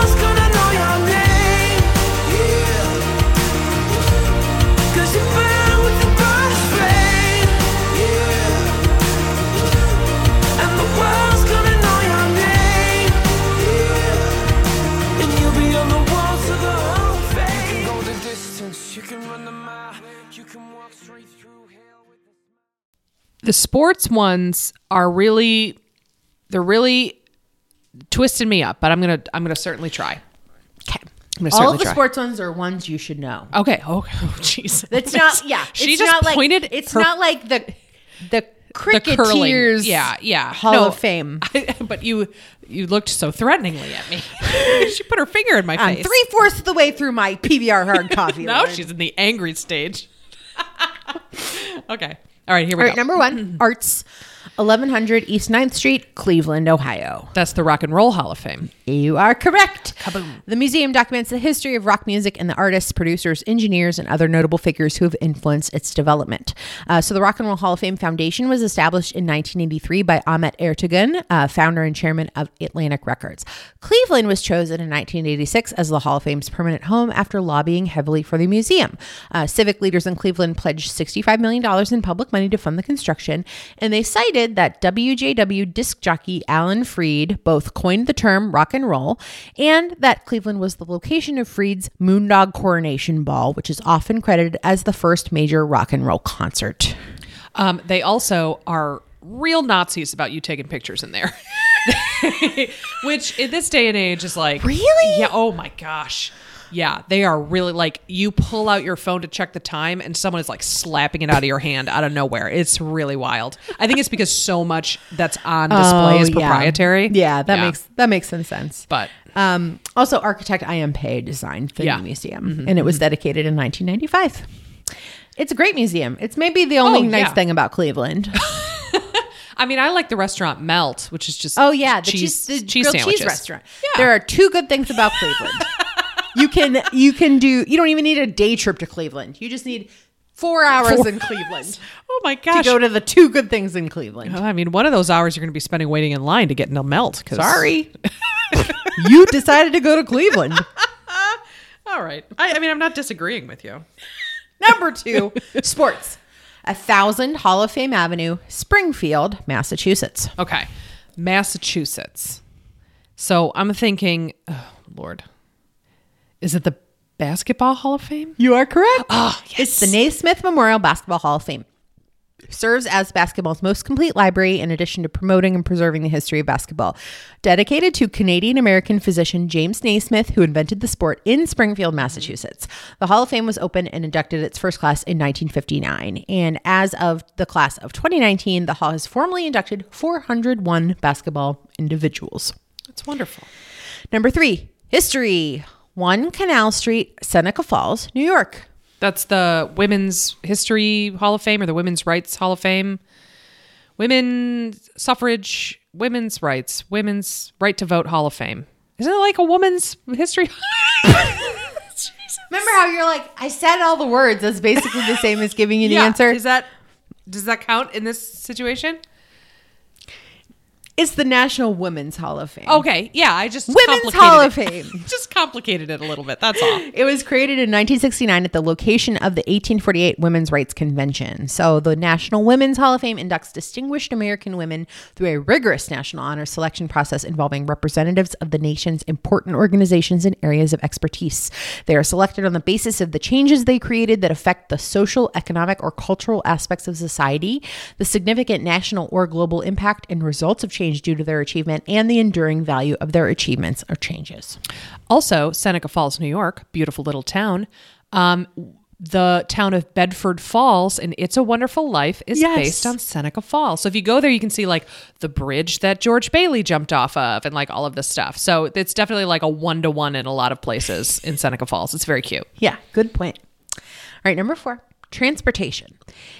[SPEAKER 3] gonna know your name,
[SPEAKER 4] yeah,
[SPEAKER 3] 'cause you burn with the brightest flame,
[SPEAKER 4] yeah,
[SPEAKER 3] and the world's gonna know your name,
[SPEAKER 4] yeah.
[SPEAKER 3] and you'll be on the walls of the Hall of Fame. You can go the distance, you can run the mile, you can walk straight through hell with a
[SPEAKER 1] the sports ones are really they're really twisting me up but i'm gonna i'm gonna certainly try
[SPEAKER 2] I'm gonna All of certainly the try. sports ones are ones you should know.
[SPEAKER 1] Okay. Oh, oh, jeez.
[SPEAKER 2] That's not yeah.
[SPEAKER 1] She
[SPEAKER 2] it's
[SPEAKER 1] just
[SPEAKER 2] not like,
[SPEAKER 1] pointed.
[SPEAKER 2] It's
[SPEAKER 1] her-
[SPEAKER 2] not like the the
[SPEAKER 1] the curling.
[SPEAKER 2] cricketers.
[SPEAKER 1] Yeah, yeah.
[SPEAKER 2] Hall of Fame.
[SPEAKER 1] but you you looked so threateningly at me. she put her finger in my
[SPEAKER 2] I'm
[SPEAKER 1] face.
[SPEAKER 2] three fourths of the way through my PBR hard coffee.
[SPEAKER 1] Now
[SPEAKER 2] Lauren.
[SPEAKER 1] she's in the angry stage. okay. All right. Here we
[SPEAKER 2] All
[SPEAKER 1] go.
[SPEAKER 2] right, number one, Arts, 1100 East 9th Street, Cleveland, Ohio.
[SPEAKER 1] That's the Rock and Roll Hall of Fame.
[SPEAKER 2] You are correct.
[SPEAKER 1] Kaboom.
[SPEAKER 2] The museum documents the history of rock music and the artists, producers, engineers, and other notable figures who have influenced its development. Uh, so, the Rock and Roll Hall of Fame Foundation was established in 1983 by Ahmet Ertegun, uh, founder and chairman of Atlantic Records. Cleveland was chosen in 1986 as the Hall of Fame's permanent home after lobbying heavily for the museum. Uh, civic leaders in Cleveland pledged $65 million in public money to fund the construction, and they cited that WJW disc jockey Alan Freed both coined the term rock and roll and that Cleveland was the location of Freed's Moondog Coronation Ball, which is often credited as the first major rock and roll concert.
[SPEAKER 1] Um, they also are real Nazis about you taking pictures in there. Which in this day and age is like
[SPEAKER 2] Really?
[SPEAKER 1] Yeah, oh my gosh. Yeah, they are really like you pull out your phone to check the time and someone is like slapping it out of your hand out of nowhere. It's really wild. I think it's because so much that's on display is proprietary.
[SPEAKER 2] Oh, Yeah, that makes that makes some sense.
[SPEAKER 1] but
[SPEAKER 2] Um, also, architect I am Pei designed the
[SPEAKER 1] Yeah. Mm-hmm.
[SPEAKER 2] new museum, and it was dedicated in 1995. It's a great museum. It's maybe the only
[SPEAKER 1] Oh,
[SPEAKER 2] nice
[SPEAKER 1] yeah.
[SPEAKER 2] thing about Cleveland.
[SPEAKER 1] I mean I like the restaurant Melt, which is just
[SPEAKER 2] Oh yeah, the
[SPEAKER 1] cheese,
[SPEAKER 2] cheese, the
[SPEAKER 1] cheese
[SPEAKER 2] grilled
[SPEAKER 1] sandwiches.
[SPEAKER 2] cheese restaurant.
[SPEAKER 1] Yeah.
[SPEAKER 2] There are two good things about Cleveland. you can you can do you don't even need a day trip to Cleveland. You just need four hours in Cleveland
[SPEAKER 1] Oh my
[SPEAKER 2] to
[SPEAKER 1] gosh.
[SPEAKER 2] go to the two good things in Cleveland.
[SPEAKER 1] Well, Oh, I mean, one of those hours you're going to be spending waiting in line to get into melt. 'cause-
[SPEAKER 2] Sorry. you decided to go to Cleveland.
[SPEAKER 1] All right. I, I mean, I'm not disagreeing with you.
[SPEAKER 2] Number two, sports. A thousand Hall of Fame Avenue, Springfield, Massachusetts.
[SPEAKER 1] Okay. Massachusetts. So I'm thinking, oh, Lord, is it the Basketball Hall of Fame?
[SPEAKER 2] You are correct.
[SPEAKER 1] yes.
[SPEAKER 2] The Naismith Memorial Basketball Hall of Fame serves as basketball's most complete library in addition to promoting and preserving the history of basketball. Dedicated to Canadian American physician James Naismith, who invented the sport in Springfield, Massachusetts. The Hall of Fame was opened and inducted its first class in 1959. And as of the class of 2019, the Hall has formally inducted 401 basketball individuals.
[SPEAKER 1] That's wonderful.
[SPEAKER 2] Number three, history. 1 Canal Street, Seneca Falls, New York.
[SPEAKER 1] That's the Women's History Hall of Fame or the Women's Rights Hall of Fame. Women's suffrage, women's rights, women's right to vote Hall of Fame. Isn't it like a woman's history?
[SPEAKER 2] Remember how you're like, I said all the words. That's basically the same as giving you the answer.
[SPEAKER 1] Is that does that count in this situation?
[SPEAKER 2] It's the National Women's Hall of Fame.
[SPEAKER 1] Okay, yeah, I just
[SPEAKER 2] Women's
[SPEAKER 1] complicated
[SPEAKER 2] Hall
[SPEAKER 1] it.
[SPEAKER 2] of Fame.
[SPEAKER 1] just complicated it a little bit. That's all.
[SPEAKER 2] It was created in 1969 at the location of the 1848 Women's Rights Convention. So, the National Women's Hall of Fame inducts distinguished American women through a rigorous national honor selection process involving representatives of the nation's important organizations and areas of expertise. They are selected on the basis of the changes they created that affect the social, economic, or cultural aspects of society, the significant national or global impact and results of change due to their achievement, and the enduring value of their achievements or changes.
[SPEAKER 1] Also, Seneca Falls, New York, beautiful little town. Um, the town of Bedford Falls and It's a Wonderful Life is
[SPEAKER 2] Yes.
[SPEAKER 1] based on Seneca Falls. So if you go there, you can see like the bridge that George Bailey jumped off of and like all of this stuff. So it's definitely like a one to one in a lot of places in Seneca Falls. It's very cute.
[SPEAKER 2] Yeah, good point. All right, number four transportation.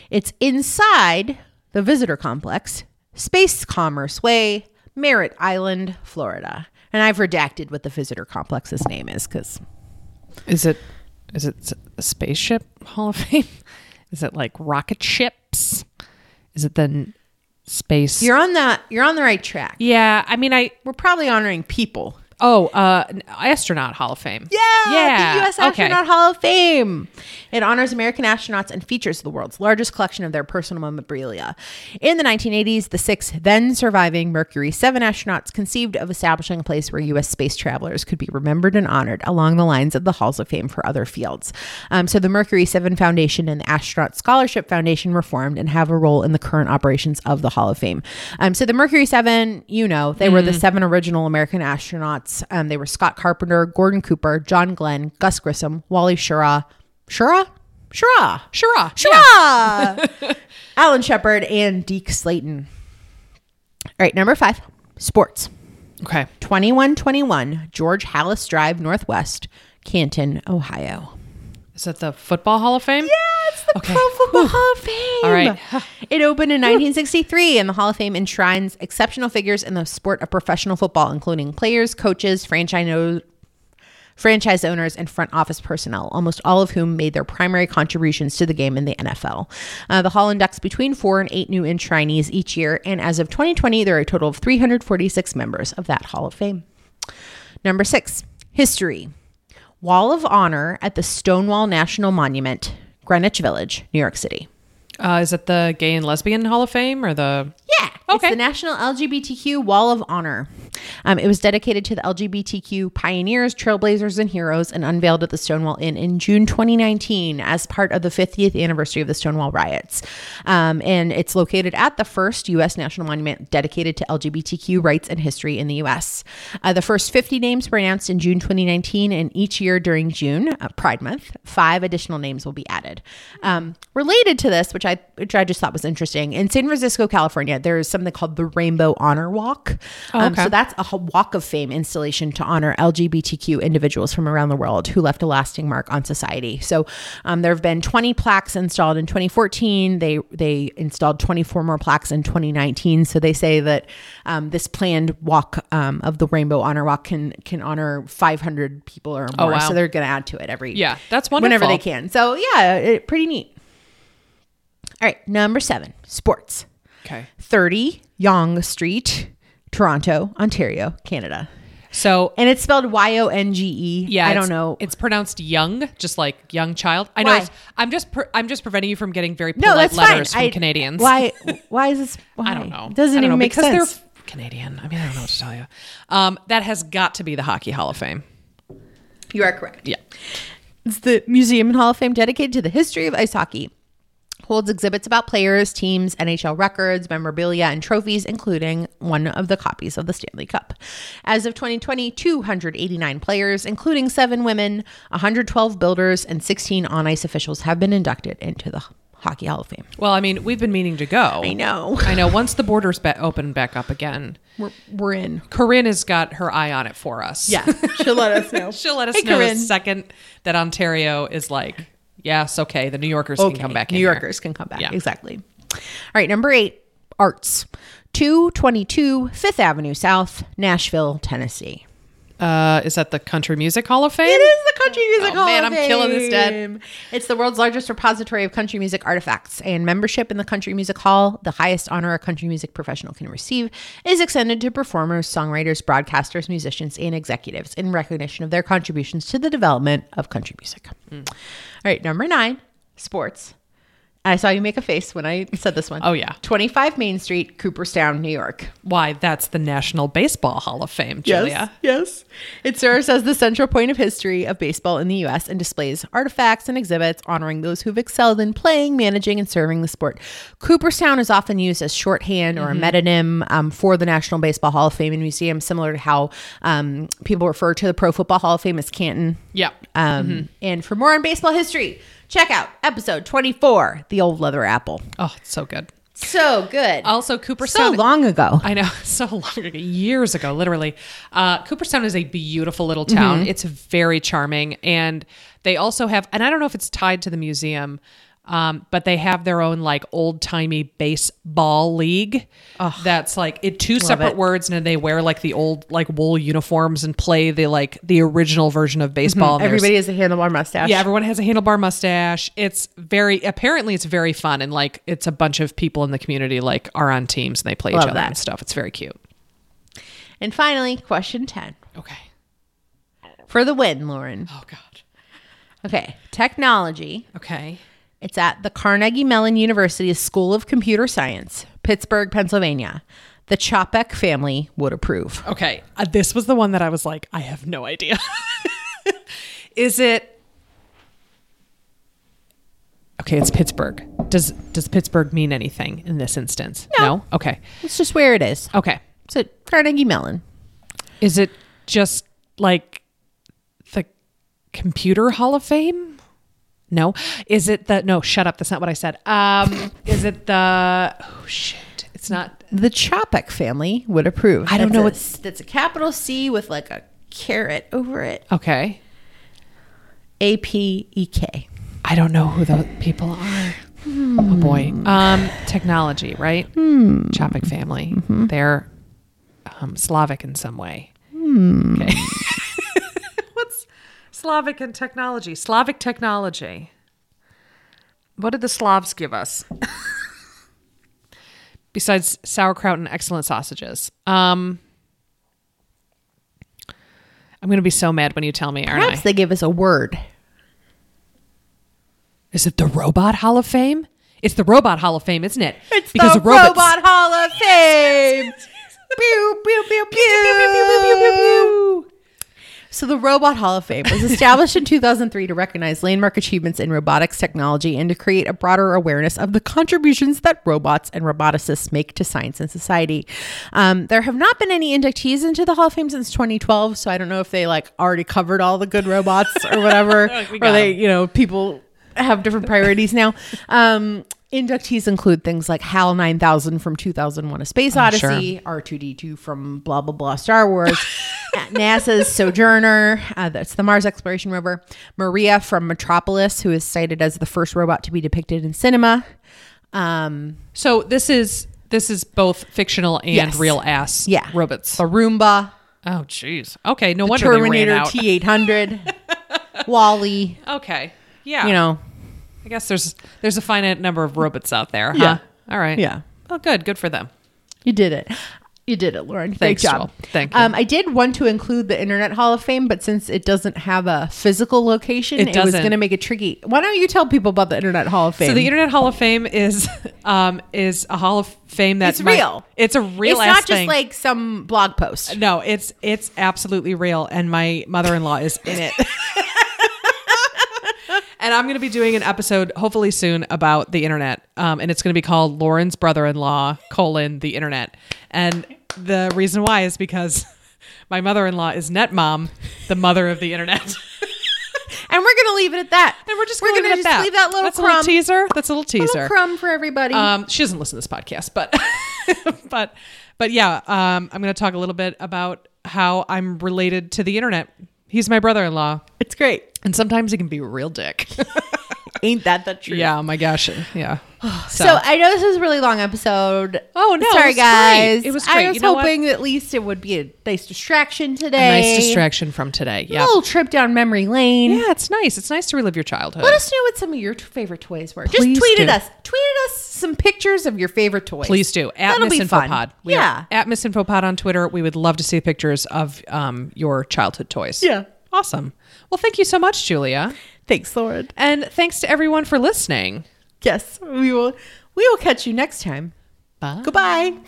[SPEAKER 2] It's inside the visitor complex, Space Commerce Way, Merritt Island, Florida. And I've redacted what the visitor complex's name is because
[SPEAKER 1] Is it is it a spaceship Hall of Fame? Is it like rocket ships? Is it the space?
[SPEAKER 2] you're on the you're on the right track.
[SPEAKER 1] yeah, I mean, I
[SPEAKER 2] We're probably honoring people.
[SPEAKER 1] Oh, uh, an astronaut Hall of Fame.
[SPEAKER 2] yeah, the U.S. Astronaut Hall of Fame. It honors American astronauts and features the world's largest collection of their personal memorabilia. In the 1980s, the six then surviving Mercury 7 astronauts conceived of establishing a place where U.S. space travelers could be remembered and honored along the lines of the Halls of Fame for other fields. Um, so the Mercury 7 Foundation and the Astronaut Scholarship Foundation were formed and have a role in the current operations Mm. of the Hall of Fame. Um, so the Mercury 7, you know, they were the seven original American astronauts astronauts. Um, they were Scott Carpenter, Gordon Cooper, John Glenn, Gus Grissom, Wally Schirra, Schirra, Schirra,
[SPEAKER 1] Sure.
[SPEAKER 2] Schirra, Alan Shepard, and Deke Slayton. All right, number five, sports.
[SPEAKER 1] Okay.
[SPEAKER 2] 2121 George Hallis Drive Northwest, Canton, Ohio.
[SPEAKER 1] Is that the Football Hall of Fame?
[SPEAKER 2] That's the
[SPEAKER 1] Okay.
[SPEAKER 2] Pro Football Hall of Fame.
[SPEAKER 1] All right.
[SPEAKER 2] it opened in 1963, and the Hall of Fame enshrines exceptional figures in the sport of professional football, including players, coaches, franchise franchise owners and front office personnel, almost all of whom made their primary contributions to the game in the NFL. Uh, the Hall inducts between four and eight new enshrinees each year, and as of 2020, there are a total of 346 members of that Hall of Fame. Number six, history. Wall of Honor at the Stonewall National Monument, Greenwich Village, New York City.
[SPEAKER 1] Uh, is it the Gay and Lesbian Hall of Fame or the?
[SPEAKER 2] Yeah.
[SPEAKER 1] Okay.
[SPEAKER 2] It's the National LGBTQ Wall of Honor. Um, it was dedicated to the LGBTQ pioneers, trailblazers, and heroes and unveiled at the Stonewall Inn in June 2019 as part of the 50th anniversary of the Stonewall riots. Um, and it's located at the first U.S. National Monument dedicated to LGBTQ rights and history in the U.S. Uh, the first 50 names were announced in June 2019, and each year during June, uh, Pride Month, five additional names will be added. Um, related to this, which I which I just thought was interesting, in San Francisco, California, there is something called the Rainbow Honor Walk. Um,
[SPEAKER 1] Oh, okay.
[SPEAKER 2] So that's a h- walk of fame installation to honor LGBTQ individuals from around the world who left a lasting mark on society. So um, there have been 20 plaques installed in 2014. They they installed 24 more plaques in 2019. So they say that um, this planned walk um, of the Rainbow Honor Walk can can honor 500 people or
[SPEAKER 1] Oh,
[SPEAKER 2] more.
[SPEAKER 1] wow.
[SPEAKER 2] So they're going to add to it every
[SPEAKER 1] Yeah, that's
[SPEAKER 2] whenever they
[SPEAKER 1] wonderful.
[SPEAKER 2] can. So yeah, it, pretty neat. All right, number seven, sports.
[SPEAKER 1] Okay.
[SPEAKER 2] 30 Yonge Street, Toronto, Ontario, Canada.
[SPEAKER 1] So
[SPEAKER 2] And it's spelled Y O N G E.
[SPEAKER 1] yeah,
[SPEAKER 2] I don't
[SPEAKER 1] it's-
[SPEAKER 2] know.
[SPEAKER 1] It's pronounced young, just like young child. I know.
[SPEAKER 2] Why?
[SPEAKER 1] it's- I'm just per, I'm just preventing you from getting very polite
[SPEAKER 2] no, that's fine.
[SPEAKER 1] letters from Canadians.
[SPEAKER 2] Why? Why is this? Why?
[SPEAKER 1] I don't know.
[SPEAKER 2] Doesn't
[SPEAKER 1] I don't
[SPEAKER 2] even
[SPEAKER 1] know,
[SPEAKER 2] make
[SPEAKER 1] because
[SPEAKER 2] sense.
[SPEAKER 1] They're f- Canadian. I mean, I don't know what to tell you. Um, that has got to be the Hockey Hall of Fame.
[SPEAKER 2] You are correct.
[SPEAKER 1] Yeah.
[SPEAKER 2] It's the Museum and Hall of Fame dedicated to the history of ice hockey. Holds exhibits about players, teams, NHL records, memorabilia, and trophies, including one of the copies of the Stanley Cup. As of 2020, 289 players, including seven women, 112 builders, and 16 on ice officials have been inducted into the Hockey Hall of Fame.
[SPEAKER 1] Well, I mean, we've been meaning to go.
[SPEAKER 2] I know.
[SPEAKER 1] I know. Once the borders ba- open back up again,
[SPEAKER 2] We're, we're in.
[SPEAKER 1] Corinne has got her eye on it for us.
[SPEAKER 2] She'll let us know.
[SPEAKER 1] She'll let us
[SPEAKER 2] Hey,
[SPEAKER 1] know
[SPEAKER 2] Corinne.
[SPEAKER 1] the second that Ontario is like, yes, okay, the New Yorkers can come back
[SPEAKER 2] New
[SPEAKER 1] in. here."
[SPEAKER 2] Yorkers can come back.
[SPEAKER 1] Yeah.
[SPEAKER 2] Exactly. All right, number eight, arts. 222 Fifth Avenue South, Nashville, Tennessee.
[SPEAKER 1] Uh, is that the Country Music Hall of Fame?
[SPEAKER 2] It is the Country Music
[SPEAKER 1] Oh,
[SPEAKER 2] Hall
[SPEAKER 1] man,
[SPEAKER 2] of
[SPEAKER 1] I'm killing this dead.
[SPEAKER 2] Fame. It's the world's largest repository of country music artifacts, and membership in the Country Music Hall, the highest honor a country music professional can receive, is extended to performers, songwriters, broadcasters, musicians, and executives in recognition of their contributions to the development of country music.
[SPEAKER 1] Hmm.
[SPEAKER 2] All right, number nine, sports. I saw you make a face when I said this one.
[SPEAKER 1] Oh, yeah.
[SPEAKER 2] 25 Main Street, Cooperstown, New York.
[SPEAKER 1] Why, that's the National Baseball Hall of Fame, Julia.
[SPEAKER 2] Yes, yes. It serves as the central point of history of baseball in the U.S. and displays artifacts and exhibits honoring those who've excelled in playing, managing, and serving the sport. Cooperstown is often used as shorthand or a
[SPEAKER 1] Mm-hmm.
[SPEAKER 2] metonym um, for the National Baseball Hall of Fame and Museum, similar to how um, people refer to the Pro Football Hall of Fame as Canton.
[SPEAKER 1] Yeah. Mm-hmm.
[SPEAKER 2] Um, And for more on baseball history, check out episode 24, The Old Leather Apple.
[SPEAKER 1] Oh, it's so good.
[SPEAKER 2] So good.
[SPEAKER 1] Also, Cooperstown.
[SPEAKER 2] so long ago.
[SPEAKER 1] I know, so long ago, years ago, literally. Uh, Cooperstown is a beautiful little
[SPEAKER 2] Mm-hmm.
[SPEAKER 1] town. It's very charming. And they also have, and I don't know if it's tied to the museum, um, but they have their own like old timey baseball league. that's like it two separate
[SPEAKER 2] it.
[SPEAKER 1] words, and then they wear like the old like wool uniforms and play the like the original version of baseball. and there's-
[SPEAKER 2] Mm-hmm. Everybody has a handlebar mustache.
[SPEAKER 1] yeah, everyone has a handlebar mustache. It's very apparently it's very fun and like it's a bunch of people in the community like are on teams and they play each
[SPEAKER 2] Love
[SPEAKER 1] other
[SPEAKER 2] that.
[SPEAKER 1] and stuff. It's very cute.
[SPEAKER 2] And finally, question 10.
[SPEAKER 1] Okay.
[SPEAKER 2] For the win, Lauren.
[SPEAKER 1] Oh God.
[SPEAKER 2] Okay. Technology.
[SPEAKER 1] Okay.
[SPEAKER 2] It's at the Carnegie Mellon University School of Computer Science, Pittsburgh, Pennsylvania. The Chopek family would approve.
[SPEAKER 1] Okay. Uh, this was the one that I was like, I have no idea. Is it? Okay, it's Pittsburgh. Does does Pittsburgh mean anything in this instance?
[SPEAKER 2] No.
[SPEAKER 1] Okay.
[SPEAKER 2] It's just where it is.
[SPEAKER 1] Okay.
[SPEAKER 2] It's at Carnegie Mellon.
[SPEAKER 1] Is it just like the computer hall of fame? No. Is it the no, shut up, that's not what I said. Um is it the oh shit. It's not
[SPEAKER 2] The Chopek family would approve.
[SPEAKER 1] I don't know
[SPEAKER 2] It's that's a capital C with like a carrot over it.
[SPEAKER 1] okay.
[SPEAKER 2] A P E K.
[SPEAKER 1] I don't know who those people are. Oh boy. Um technology, right? Chopik family. They're um, Slavic in some way. Okay. What's Slavic and technology? Slavic technology. What did the Slavs give us? Besides sauerkraut and excellent sausages. Um I'm going to be so mad when you tell me, aren't I?
[SPEAKER 2] Perhaps they give us a word.
[SPEAKER 1] Is it the Robot Hall of Fame? It's the Robot Hall of Fame, isn't it? It's
[SPEAKER 2] Hall of Fame. pew, pew, pew, pew. So the Robot Hall of Fame was established in 2003 to recognize landmark achievements in robotics technology and to create a broader awareness of the contributions that robots and roboticists make to science and society. Um, there have not been any inductees into the Hall of Fame since 2012, so I don't know if they like already covered all the good robots or whatever,
[SPEAKER 1] we got
[SPEAKER 2] or they, you know, people have different priorities now. Um, inductees include things like HAL 9000 from 2001: A Space
[SPEAKER 1] Oh, sure.
[SPEAKER 2] Odyssey. R2D2 from blah blah blah Star Wars, NASA's Sojourner, uh, that's the Mars exploration rover, Maria from Metropolis, who is cited as the first robot to be depicted in cinema. Um,
[SPEAKER 1] So this is this is both fictional and
[SPEAKER 2] Yes.
[SPEAKER 1] real ass
[SPEAKER 2] yeah,
[SPEAKER 1] robots.
[SPEAKER 2] the Roomba,
[SPEAKER 1] Oh jeez. Okay, no wonder they ran
[SPEAKER 2] Terminator
[SPEAKER 1] out.
[SPEAKER 2] T800, Wally.
[SPEAKER 1] okay. Yeah.
[SPEAKER 2] You know,
[SPEAKER 1] I guess there's there's a finite number of robots out there, huh?
[SPEAKER 2] Yeah.
[SPEAKER 1] All right.
[SPEAKER 2] Yeah.
[SPEAKER 1] Well, good. Good for them.
[SPEAKER 2] you did it. You did it, Lauren.
[SPEAKER 1] Thanks,
[SPEAKER 2] Great job.
[SPEAKER 1] Joel. Thank you.
[SPEAKER 2] Um, I did want to include the Internet Hall of Fame, but since it doesn't have a physical location,
[SPEAKER 1] It
[SPEAKER 2] it, was
[SPEAKER 1] doesn't.
[SPEAKER 2] going to make it tricky. Why don't you tell people about the Internet Hall of Fame?
[SPEAKER 1] So the Internet Hall of Fame is um is a Hall of Fame that's
[SPEAKER 2] It's real.
[SPEAKER 1] It's a real.
[SPEAKER 2] It's
[SPEAKER 1] ass
[SPEAKER 2] not just
[SPEAKER 1] thing.
[SPEAKER 2] like some blog post.
[SPEAKER 1] No, it's it's absolutely real, and my mother in law is in it. and I'm going to be doing an episode hopefully soon about the internet, um, and it's going to be called Lauren's brother in law colon the internet, and the reason why is because my mother in law is net mom, the mother of the internet.
[SPEAKER 2] And we're gonna leave it at that.
[SPEAKER 1] And we're just
[SPEAKER 2] we're
[SPEAKER 1] gonna
[SPEAKER 2] gonna
[SPEAKER 1] leave it
[SPEAKER 2] just
[SPEAKER 1] at that.
[SPEAKER 2] leave that little
[SPEAKER 1] That's a
[SPEAKER 2] crumb,
[SPEAKER 1] little teaser. That's a little teaser.
[SPEAKER 2] little crumb for everybody.
[SPEAKER 1] Um, she doesn't listen to this podcast, but but but yeah, um, I'm going to talk a little bit about how I'm related to the internet. He's my brother-in-law,
[SPEAKER 2] it's great.
[SPEAKER 1] and sometimes he can be a real dick.
[SPEAKER 2] Ain't that the truth?
[SPEAKER 1] yeah, oh my gosh, yeah.
[SPEAKER 2] So. I know this is a really long episode.
[SPEAKER 1] Oh, no, it
[SPEAKER 2] sorry
[SPEAKER 1] was great.
[SPEAKER 2] guys.
[SPEAKER 1] It was
[SPEAKER 2] I
[SPEAKER 1] great.
[SPEAKER 2] was
[SPEAKER 1] You know what?
[SPEAKER 2] hoping at least it would be a nice distraction
[SPEAKER 1] a
[SPEAKER 2] today.
[SPEAKER 1] nice distraction from today.
[SPEAKER 2] A
[SPEAKER 1] Yeah,
[SPEAKER 2] eh, little trip down memory lane.
[SPEAKER 1] yeah, it's nice. It's nice to relive your childhood.
[SPEAKER 2] Let us know what some of your t- favorite toys were.
[SPEAKER 1] Please
[SPEAKER 2] just tweeted
[SPEAKER 1] do.
[SPEAKER 2] us. Tweeted us some pictures of your favorite toys.
[SPEAKER 1] Please do at
[SPEAKER 2] That'll
[SPEAKER 1] Miss
[SPEAKER 2] be fun.
[SPEAKER 1] Infopod. We are
[SPEAKER 2] Yeah.
[SPEAKER 1] at Miss Infopod on Twitter. We would love to see pictures of um, your childhood toys.
[SPEAKER 2] Yeah.
[SPEAKER 1] awesome. Well, thank you so much, Julia,
[SPEAKER 2] Thanks, Lauren.
[SPEAKER 1] and thanks to everyone for listening.
[SPEAKER 2] Yes, we will. We will catch you next time.
[SPEAKER 1] Bye.
[SPEAKER 2] Goodbye.